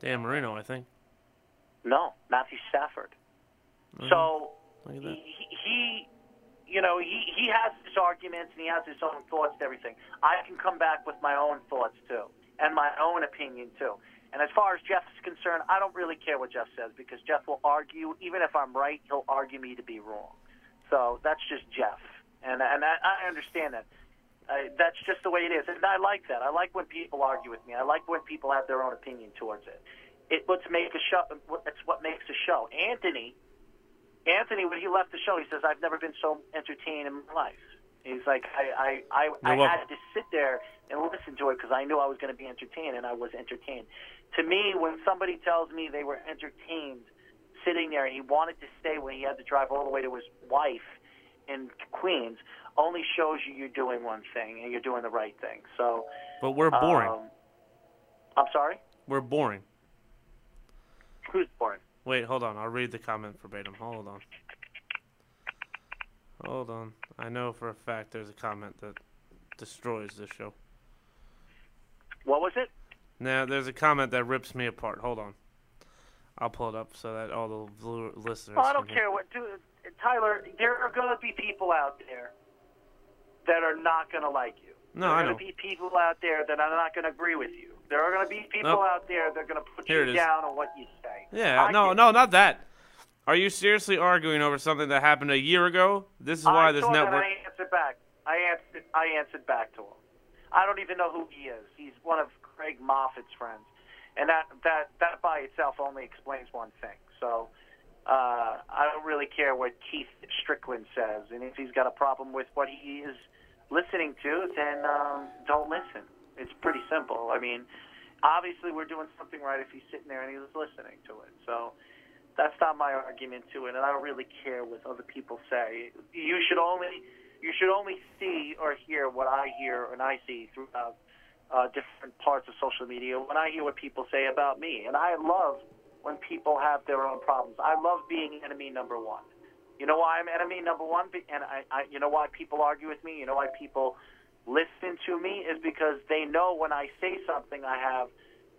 [SPEAKER 4] Dan Marino, I think.
[SPEAKER 5] No, Matthew Stafford. So
[SPEAKER 4] Look at that.
[SPEAKER 5] he, he you know, he, he has his arguments and he has his own thoughts and everything. I can come back with my own thoughts too and my own opinion too. And as far as Jeff's concerned, I don't really care what Jeff says because Jeff will argue, even if I'm right, he'll argue me to be wrong. So that's just Jeff, and and I, I understand that. I, that's just the way it is, and I like that. I like when people argue with me. I like when people have their own opinion towards it. It what's make a show. It's what makes a show. Anthony, Anthony, when he left the show, he says, "I've never been so entertained in my life." He's like, "I I I, I
[SPEAKER 13] You're
[SPEAKER 5] had to sit there and listen to it because I knew I was going to be entertained, and I was entertained." To me, when somebody tells me they were entertained sitting there, and he wanted to stay when he had to drive all the way to his wife in Queens, only shows you you're doing one thing and you're doing the right thing. So
[SPEAKER 4] But we're boring.
[SPEAKER 5] um, I'm sorry.
[SPEAKER 4] We're boring.
[SPEAKER 5] Who's boring?
[SPEAKER 4] Wait, hold on. I'll read the comment verbatim. Hold on. Hold on. I know for a fact there's a comment that destroys this show.
[SPEAKER 5] What was it?
[SPEAKER 4] Now, there's a comment that rips me apart. Hold on. I'll pull it up so that all the l- listeners.
[SPEAKER 5] Well, Oh, I don't
[SPEAKER 4] can hear.
[SPEAKER 5] care what, dude. Tyler, there are going to be people out there that are not going to like you.
[SPEAKER 4] No,
[SPEAKER 5] there
[SPEAKER 4] I
[SPEAKER 5] are going
[SPEAKER 4] know.
[SPEAKER 5] to be people out there that are not going to agree with you. There are going to be people
[SPEAKER 4] Nope.
[SPEAKER 5] out there that are going to put
[SPEAKER 4] Here it
[SPEAKER 5] you
[SPEAKER 4] is.
[SPEAKER 5] down on what you say.
[SPEAKER 4] Yeah,
[SPEAKER 5] I
[SPEAKER 4] no,
[SPEAKER 5] get-
[SPEAKER 4] no, not that. Are you seriously arguing over something that happened a year ago? This is why
[SPEAKER 5] I
[SPEAKER 4] this
[SPEAKER 5] saw that
[SPEAKER 4] network.
[SPEAKER 5] and I answered back. I answered. I answered back to him. I don't even know who he is. He's one of Craig Moffat's friends, and that that that by itself only explains one thing. So uh, I don't really care what Keith Strickland says, and if he's got a problem with what he is listening to, then um, don't listen. It's pretty simple. I mean, obviously we're doing something right if he's sitting there and he's listening to it. So that's not my argument to it, and I don't really care what other people say. You should only you should only see or hear what I hear and I see throughout uh, different parts of social media. When I hear what people say about me, and I love when people have their own problems. I love being enemy number one. You know why I'm enemy number one, Be- and I, I you know why people argue with me. You know why people listen to me is because they know when I say something, I have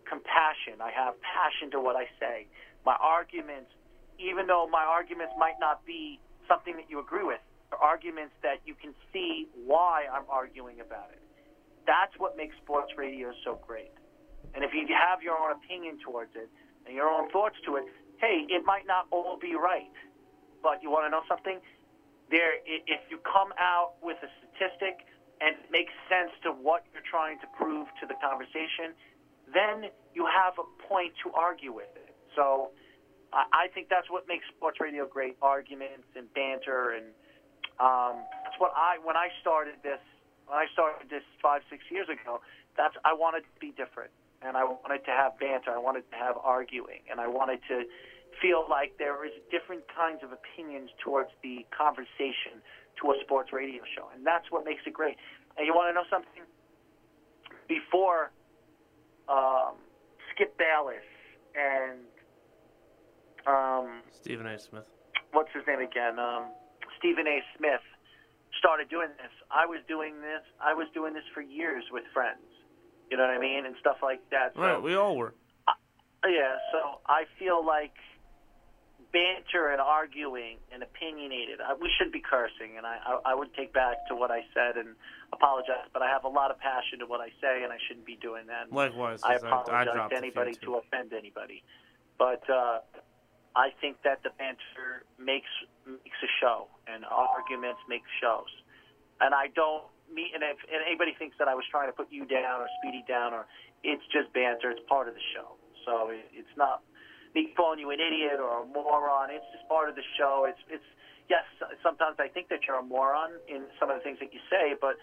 [SPEAKER 5] compassion. I have passion to what I say. My arguments, even though my arguments might not be something that you agree with, are arguments that you can see why I'm arguing about it. That's what makes sports radio so great. And if you have your own opinion towards it and your own thoughts to it, hey, it might not all be right. But you want to know something? There, i- if you come out with a statistic and it makes sense to what you're trying to prove to the conversation, then you have a point to argue with it. So I, I think that's what makes sports radio great arguments and banter and um, that's what I when I started this when I started this five six years ago. That's I wanted to be different and I wanted to have banter. I wanted to have arguing and I wanted to feel like there is different kinds of opinions towards the conversation to a sports radio show and that's what makes it great. And you want to know something? Before um, Skip Bayless and um,
[SPEAKER 4] Stephen A. Smith.
[SPEAKER 5] what's his name again? Um, Stephen A. Smith started doing this. I was doing this. I was doing this for years with friends. You know what I mean, and stuff like that. So,
[SPEAKER 4] Right, we all were.
[SPEAKER 5] Yeah. So I feel like banter and arguing and opinionated. I, we should be cursing, and I, I I would take back to what I said and apologize. But I have a lot of passion to what I say, and I shouldn't be doing that.
[SPEAKER 4] Likewise,
[SPEAKER 5] I
[SPEAKER 4] as I- I
[SPEAKER 5] apologize
[SPEAKER 4] dropped
[SPEAKER 5] to
[SPEAKER 4] a few,
[SPEAKER 5] anybody
[SPEAKER 4] too.
[SPEAKER 5] to offend anybody. But uh, I think that the banter makes makes a show, and arguments make shows. And I don't mean, and if and anybody thinks that I was trying to put you down or Speedy down, or it's just banter. It's part of the show. So it, it's not me calling you an idiot or a moron. It's just part of the show. It's it's yes. Sometimes I think that you're a moron in some of the things that you say, but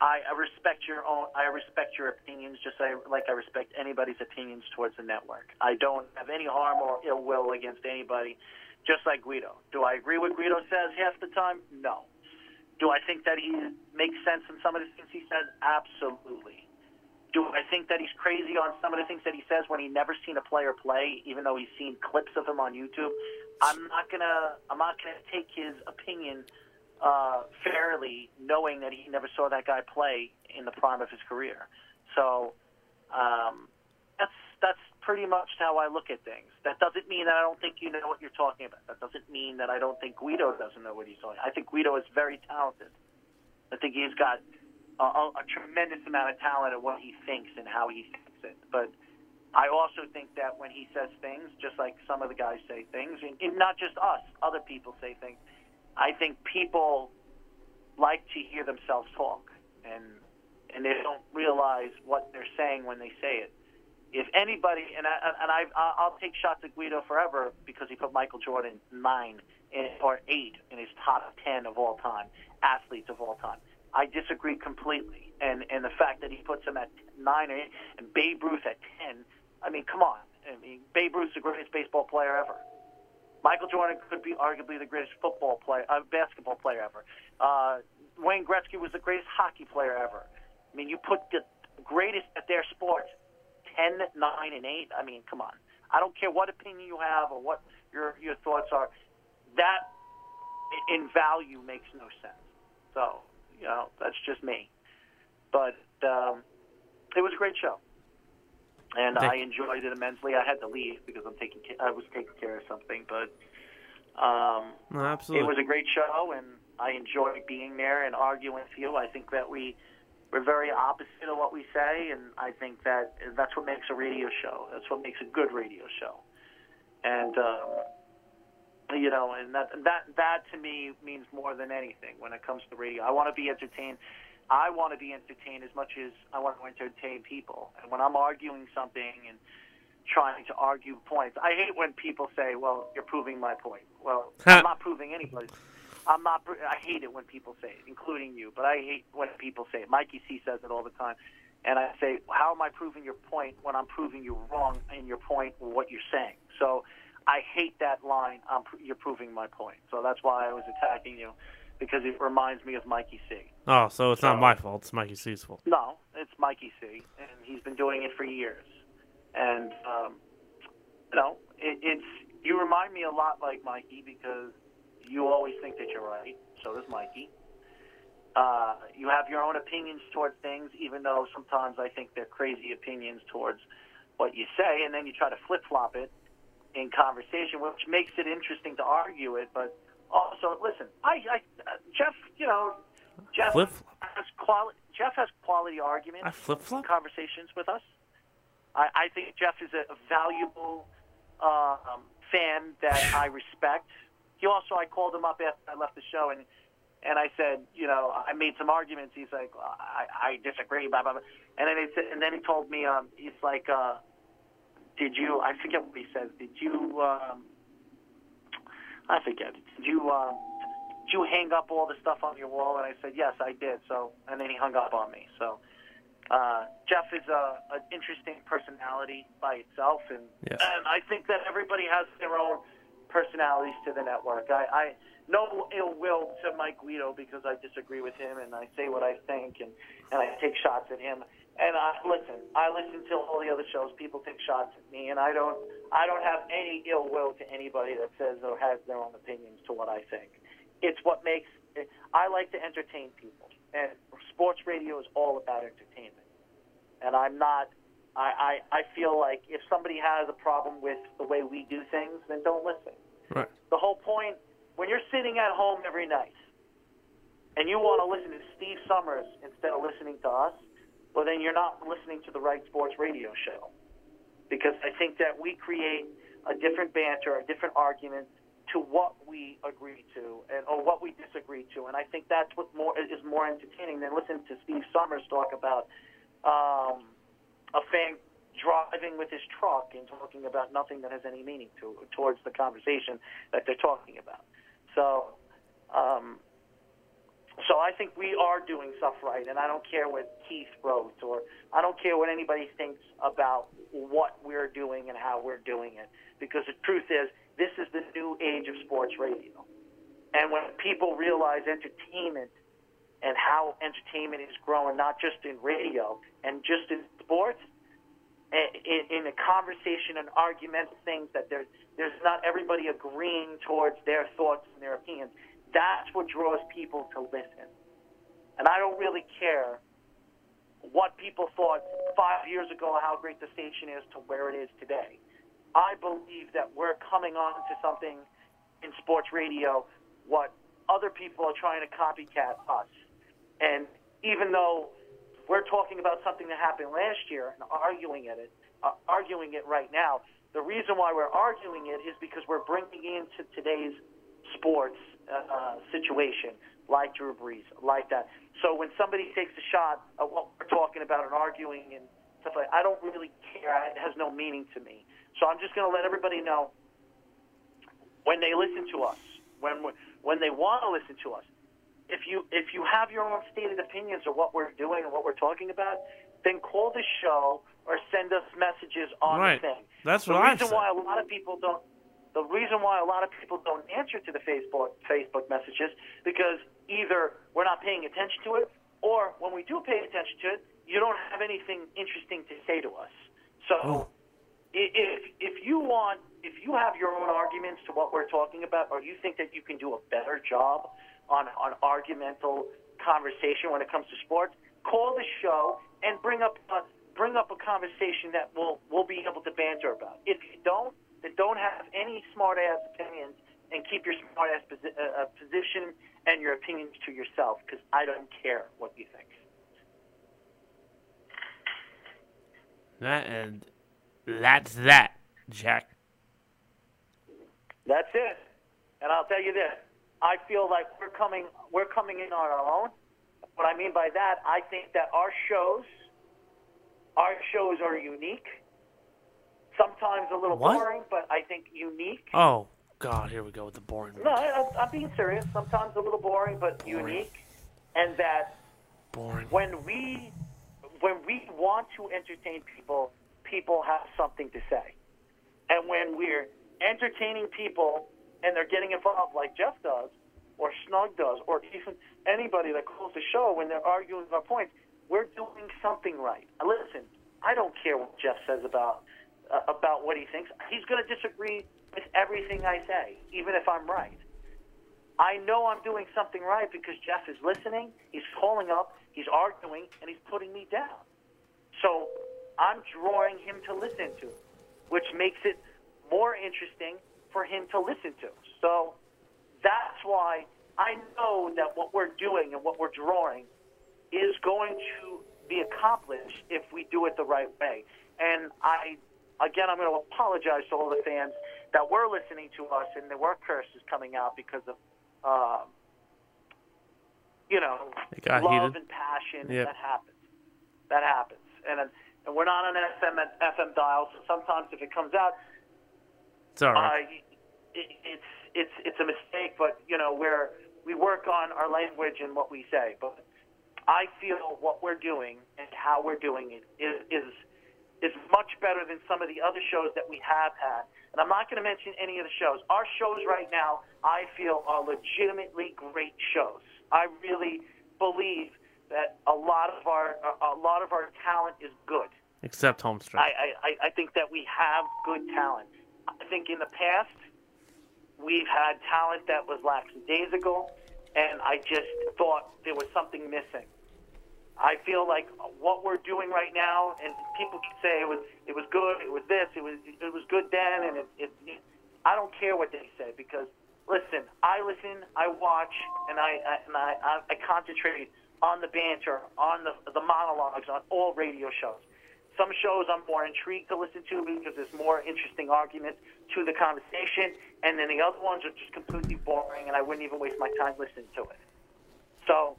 [SPEAKER 5] I, I respect your own. I respect your opinions, just like, like I respect anybody's opinions towards the network. I don't have any harm or ill will against anybody, just like Guido. Do I agree with Guido says half the time? No. Do I think that he makes sense in some of the things he says? Absolutely. Do I think that he's crazy on some of the things that he says when he never seen a player play, even though he's seen clips of him on YouTube? I'm not gonna I'm not gonna take his opinion uh, fairly, knowing that he never saw that guy play in the prime of his career. So um, that's that's pretty much how I look at things. That doesn't mean that I don't think you know what you're talking about. That doesn't mean that I don't think Guido doesn't know what he's talking. I think Guido is very talented. I think he's got a, a, a tremendous amount of talent at what he thinks and how he thinks it. But I also think that when he says things, just like some of the guys say things, and, and not just us, other people say things. I think people like to hear themselves talk, and and they don't realize what they're saying when they say it. If anybody, and I, and I, I- I'll take shots at Guido forever because he put Michael Jordan nine in, or eight in his top ten of all time athletes of all time. I disagree completely, and and the fact that he puts him at nine or eight, and Babe Ruth at ten. I mean, come on. I mean, Babe Ruth's the greatest baseball player ever. Michael Jordan could be arguably the greatest football player, uh, basketball player ever. Uh, Wayne Gretzky was the greatest hockey player ever. I mean, you put the greatest at their sports, 10, 9, and 8. I mean, come on. I don't care what opinion you have or what your, your thoughts are. That i- in value makes no sense. So, you know, that's just me. But um, it was a great show. And
[SPEAKER 14] Thank
[SPEAKER 5] I
[SPEAKER 14] you.
[SPEAKER 5] enjoyed it immensely. I had to leave because I'm taking ca- I was taking care of something, but um,
[SPEAKER 4] No, absolutely.
[SPEAKER 5] it was a great show, and I enjoyed being there and arguing with you. I think that we we're very opposite of what we say, and I think that that's what makes a radio show. That's what makes a good radio show. And um, you know, and that that that to me means more than anything when it comes to radio. I want to be entertained. I want to be entertained as much as I want to entertain people. And when I'm arguing something and trying to argue points. I hate when people say, "Well, you're proving my point." Well, I'm not proving anybody's. I'm not. pr- I hate it when people say it, including you. But I hate when people say it. Mikey C says it all the time, and I say, "How am I proving your point when I'm proving you wrong in your point or what you're saying?" So I hate that line. I'm pr- you're proving my point. So that's why I was attacking you because it reminds me of Mikey C.
[SPEAKER 4] Oh, so it's not my fault. It's Mikey C's fault.
[SPEAKER 5] No, it's Mikey C, and he's been doing it for years. And um, you know, it, it's you remind me a lot like Mikey because you always think that you're right. So does Mikey. Uh, you have your own opinions towards things, even though sometimes I think they're crazy opinions towards what you say, and then you try to flip flop it in conversation, which makes it interesting to argue it. But also, listen, I, I uh, Jeff, you know, Jeff
[SPEAKER 4] Flip
[SPEAKER 5] has quali- Jeff has quality arguments.
[SPEAKER 4] I flip-flop?
[SPEAKER 5] conversations with us. I, I think Jeff is a, a valuable uh, um, fan that I respect. He also I called him up after I left the show and And I said, you know, I made some arguments. He's like, I, I disagree, blah blah blah. And then he said, and then he told me, um, he's like, uh, did you? I forget what he says. Did you? Um, I forget. Did you? Um, did you hang up all the stuff on your wall? And I said, yes, I did. So, and then he hung up on me. So, uh, Jeff is a, an interesting personality by itself, and
[SPEAKER 15] Yes.
[SPEAKER 5] and I think that everybody has their own personalities to the network. I, I no ill will to Mike Guido because I disagree with him, and I say what I think, and and I take shots at him. And I listen. I listen to all the other shows. People take shots at me, and I don't. I don't have any ill will to anybody that says or has their own opinions to what I think. It's what makes. I like to entertain people, and sports radio is all about entertainment. And I'm not. I, I, I feel like if somebody has a problem with the way we do things, then don't listen.
[SPEAKER 15] Right.
[SPEAKER 5] The whole point, when you're sitting at home every night and you want to listen to Steve Summers instead of listening to us, well, then you're not listening to the right sports radio show. Because I think that we create a different banter, a different argument to what we agree to and or what we disagree to. And I think that's what more is more entertaining than listening to Steve Summers talk about um, a fan driving with his truck and talking about nothing that has any meaning to towards the conversation that they're talking about. So, um, so I think we are doing stuff right, and I don't care what Keith wrote or I don't care what anybody thinks about what we're doing and how we're doing it, because the truth is this is the new age of sports radio, and when people realize entertainment and how entertainment is growing, not just in radio and just in sports, i- in, in a conversation and argument things that there's there's not everybody agreeing towards their thoughts and their opinions. That's what draws people to listen. And I don't really care what people thought five years ago how great the station is to where it is today. I believe that we're coming on to something in sports radio what other people are trying to copycat us. And even though we're talking about something that happened last year and arguing at it, uh, arguing it right now, the reason why we're arguing it is because we're bringing into today's sports uh, situation, like Drew Brees, like that. So when somebody takes a shot at what we're talking about and arguing and stuff like, I don't really care. It has no meaning to me. So I'm just going to let everybody know when they listen to us, when we- when they want to listen to us. If you if you have your own stated opinions of what we're doing and what we're talking about, then call the show or send us messages on
[SPEAKER 4] Right.
[SPEAKER 5] the thing.
[SPEAKER 4] That's
[SPEAKER 5] the
[SPEAKER 4] what I
[SPEAKER 5] reason
[SPEAKER 4] said.
[SPEAKER 5] why a lot of people don't. The reason why a lot of people don't answer to the Facebook Facebook messages because either we're not paying attention to it, or when we do pay attention to it, you don't have anything interesting to say to us. So
[SPEAKER 4] Oh.
[SPEAKER 5] i- if if you want if you have your own arguments to what we're talking about or you think that you can do a better job on on argumental conversation when it comes to sports call the show and bring up a, bring up a conversation that we'll we'll be able to banter about if you don't then don't have any smart ass opinions and keep your smart ass posi- uh, uh, position and your opinions to yourself because i don't care what you think
[SPEAKER 4] That and that's that, Jack.
[SPEAKER 5] That's it. And I'll tell you this: I feel like we're coming, we're coming in on our own. What I mean by that, I think that our shows, our shows are unique. Sometimes a little
[SPEAKER 4] What?
[SPEAKER 5] boring, but I think unique.
[SPEAKER 4] Oh God, here we go with the boring.
[SPEAKER 5] No, I, I- I'm being serious. Sometimes a little boring, but unique. And that when we when we want to entertain people, people have something to say. And when we're entertaining people and they're getting involved, like Jeff does, or Snug does, or even anybody that calls the show when they're arguing about points, we're doing something right. And Listen, I don't care what Jeff says about uh, about what he thinks. He's going to disagree with everything I say, even if I'm right. I know I'm doing something right because Jeff is listening, he's calling up, he's arguing, and he's putting me down. So I'm drawing him to listen to, which makes it more interesting for him to listen to. So that's why I know that what we're doing and what we're drawing is going to be accomplished if we do it the right way. And I, again, I'm going to apologize to all the fans that were listening to us and there were curses coming out because of um, uh, you know,
[SPEAKER 4] It got
[SPEAKER 5] love
[SPEAKER 4] heated.
[SPEAKER 5] and passion.
[SPEAKER 4] Yep.
[SPEAKER 5] That happens. That happens. And and we're not on FM FM dial, so sometimes if it comes out,
[SPEAKER 4] It's all right.
[SPEAKER 5] uh, it, it's it's it's a mistake. But you know, where we work on our language and what we say. But I feel what we're doing and how we're doing it is is is much better than some of the other shows that we have had. And I'm not going to mention any of the shows. Our shows right now, I feel, are legitimately great shows. I really believe that a lot of our a a lot of our talent is good.
[SPEAKER 4] Except Homestretch.
[SPEAKER 5] I, I- I, I think that we have good talent. I think in the past, we've had talent that was lackadaisical, and I just thought there was something missing. I feel like what we're doing right now, and people can say it was it was good, it was this, it was it was good then, and it, it, it I don't care what they say because listen, I listen, I watch, and I, I and I, I, I concentrate on the banter, on the the monologues, on all radio shows. Some shows I'm more intrigued to listen to because there's more interesting arguments to the conversation, and then the other ones are just completely boring, and I wouldn't even waste my time listening to it. So,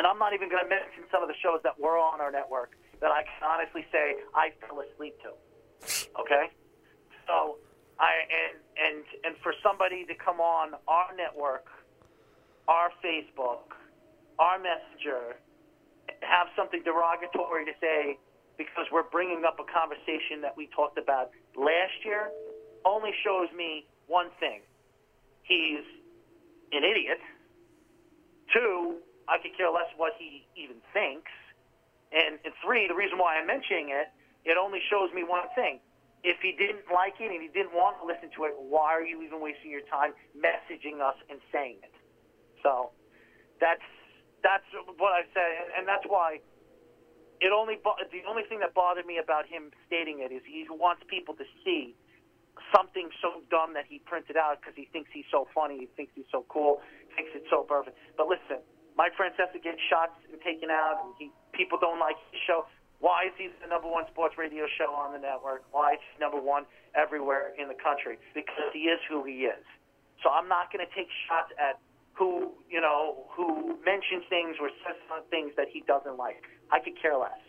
[SPEAKER 5] and I'm not even going to mention some of the shows that were on our network that I can honestly say I fell asleep to. Okay, so I and and and for somebody to come on our network, our Facebook, our Messenger, have something derogatory to say because we're bringing up a conversation that we talked about last year only shows me one thing. He's an idiot. Two, I could care less what he even thinks. And, and three, the reason why I'm mentioning it, it only shows me one thing. If he didn't like it and he didn't want to listen to it, why are you even wasting your time messaging us and saying it? So that's that's what I say, and, and that's why it only bo- the only thing that bothered me about him stating it is he wants people to see something so dumb that he printed out because he thinks he's so funny, he thinks he's so cool, thinks it's so perfect. But listen, Mike Francesa gets shots and taken out, and he people don't like his show. Why is he the number one sports radio show on the network? Why is he number one everywhere in the country? Because he is who he is. So I'm not going to take shots at who you know who mentions things or says some things that he doesn't like. I could care less.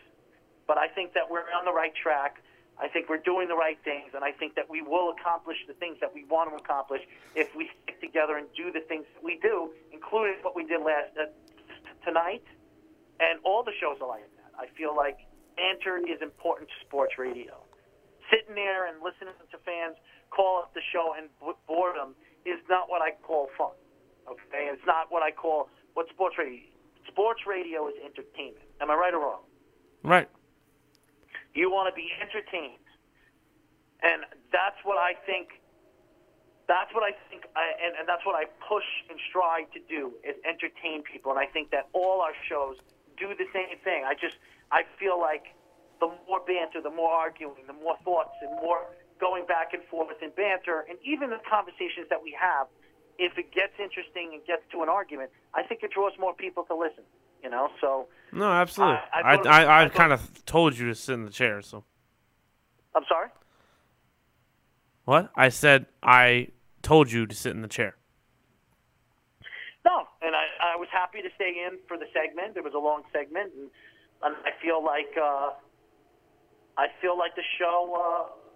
[SPEAKER 5] But I think that we're on the right track. I think we're doing the right things, and I think that we will accomplish the things that we want to accomplish if we stick together and do the things that we do, including what we did last uh, tonight. And all the shows are like that. I feel like banter is important to sports radio. Sitting there and listening to fans call up the show and b- boredom is not what I call fun. Okay, it's not what I call what sports radio. Sports radio is entertainment. Am I right or wrong?
[SPEAKER 4] Right.
[SPEAKER 5] You want to be entertained, and that's what I think. That's what I think, I, and, and that's what I push and strive to do is entertain people. And I think that all our shows do the same thing. I just I feel like the more banter, the more arguing, the more thoughts, and more going back and forth in banter, and even the conversations that we have. If it gets interesting and gets to an argument, I think it draws more people to listen. You know, so
[SPEAKER 4] No, absolutely.
[SPEAKER 5] I-
[SPEAKER 4] I
[SPEAKER 5] I
[SPEAKER 4] I,
[SPEAKER 5] thought-
[SPEAKER 4] I,
[SPEAKER 5] I thought-
[SPEAKER 4] kind of told you to sit in the chair. So
[SPEAKER 5] I'm sorry.
[SPEAKER 4] what? I said I told you to sit in the chair.
[SPEAKER 5] No, and I, I was happy to stay in for the segment. It was a long segment, and, and I feel like uh, I feel like the show. Uh,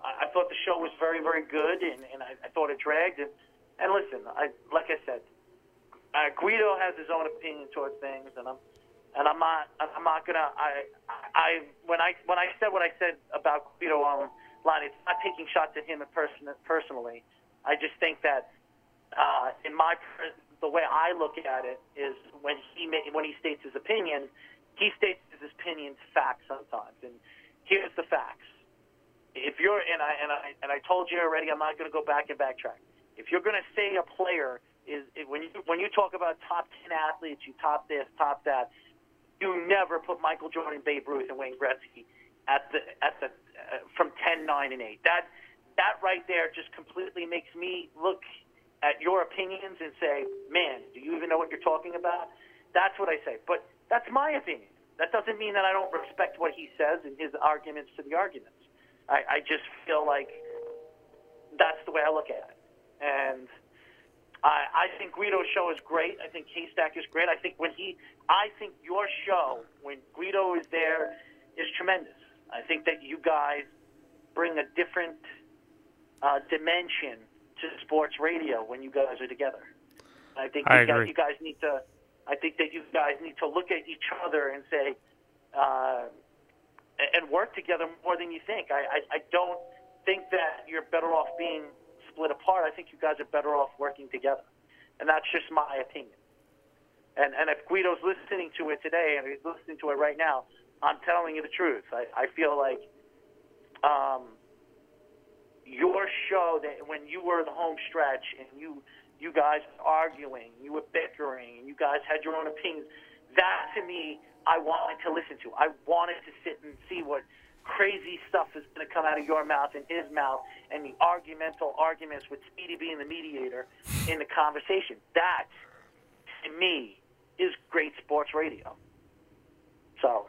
[SPEAKER 5] I, I thought the show was very, very good, and, and I, I thought it dragged. And, and listen, I like I said, uh, Guido has his own opinion toward things, and I'm and I'm not I'm not gonna I I when I when I said what I said about Guido online, it's not taking shots at him in person personally. I just think that uh, in my per- the way I look at it is when he ma- when he states his opinion, he states his opinion facts sometimes, and here's the facts. If you're and I and I and I told you already, I'm not going to go back and backtrack. If you're going to say a player is it- when you when you talk about top ten athletes, you top this, top that, you never put Michael Jordan, Babe Ruth, and Wayne Gretzky at the at the uh, from 10, 9, and eight. That that right there just completely makes me look at your opinions and say, man, do you even know what you're talking about? That's what I say. But that's my opinion. That doesn't mean that I don't respect what he says and his arguments to the arguments. I, I just feel like that's the way I look at it. And I, I think Guido's show is great. I think K Stack is great. I think when he, I think your show when Guido is there is tremendous. I think that you guys bring a different uh, dimension to sports radio when you guys are together. I think
[SPEAKER 16] I
[SPEAKER 5] you, guys,
[SPEAKER 16] agree.
[SPEAKER 5] you guys need to. I think that you guys need to look at each other and say, uh, a- and work together more than you think. I, I, I don't think that you're better off being split apart. I think you guys are better off working together, and that's just my opinion. And and if Guido's listening to it today and he's listening to it right now, I'm telling you the truth. I, I feel like um, your show that when you were the home stretch and you you guys arguing, you were bickering, and you guys had your own opinions. That to me, I wanted to listen to. I wanted to sit and see what crazy stuff is going to come out of your mouth and his mouth, and the argumental arguments with Speedy being the mediator in the conversation. That to me is great sports radio. So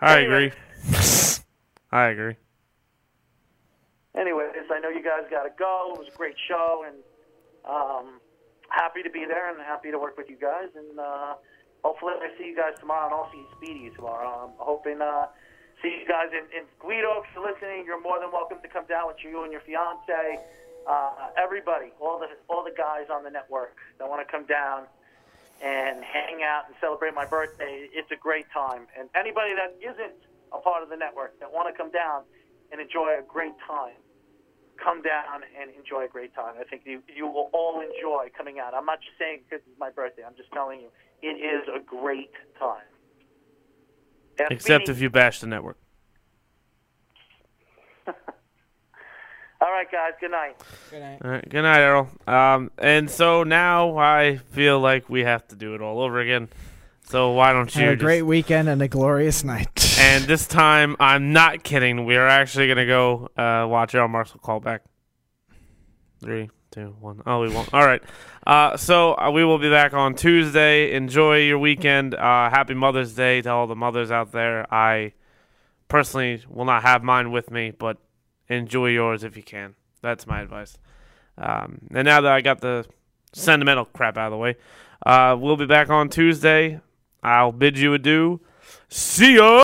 [SPEAKER 4] I agree. [laughs] I agree.
[SPEAKER 5] Anyways, I know you guys got to go. It was a great show, and um, happy to be there and happy to work with you guys. And uh, hopefully, I see you guys tomorrow, and I'll see Speedy tomorrow. I'm hoping uh, see you guys. And, and Guido, if you're listening, you're more than welcome to come down with you and your fiance. Uh, everybody, all the all the guys on the network that want to come down and hang out and celebrate my birthday. It's a great time. And anybody that isn't a part of the network that want to come down and enjoy a great time come down and enjoy a great time. I think you, you will all enjoy coming out. I'm not just saying because it's my birthday. I'm just telling you, it is a great time. And
[SPEAKER 4] Except
[SPEAKER 5] Speedy-
[SPEAKER 4] if you bash the network.
[SPEAKER 5] All right, guys. Good night.
[SPEAKER 6] Good night.
[SPEAKER 4] All right, good night, Errol. Um, and so now I feel like we have to do it all over again. So why don't you?
[SPEAKER 6] Had a
[SPEAKER 4] just-
[SPEAKER 6] great weekend and a glorious night.
[SPEAKER 4] and this time, I'm not kidding. We are actually gonna go uh, watch Errol Marshall call back. Three, two, one. Oh, we won't. All right. Uh, so uh, we will be back on Tuesday. Enjoy your weekend. Uh, happy Mother's Day to all the mothers out there. I personally will not have mine with me, but enjoy yours if you can. That's my advice. Um, and now that I got the sentimental crap out of the way, uh, we'll be back on Tuesday. I'll bid you adieu. See ya.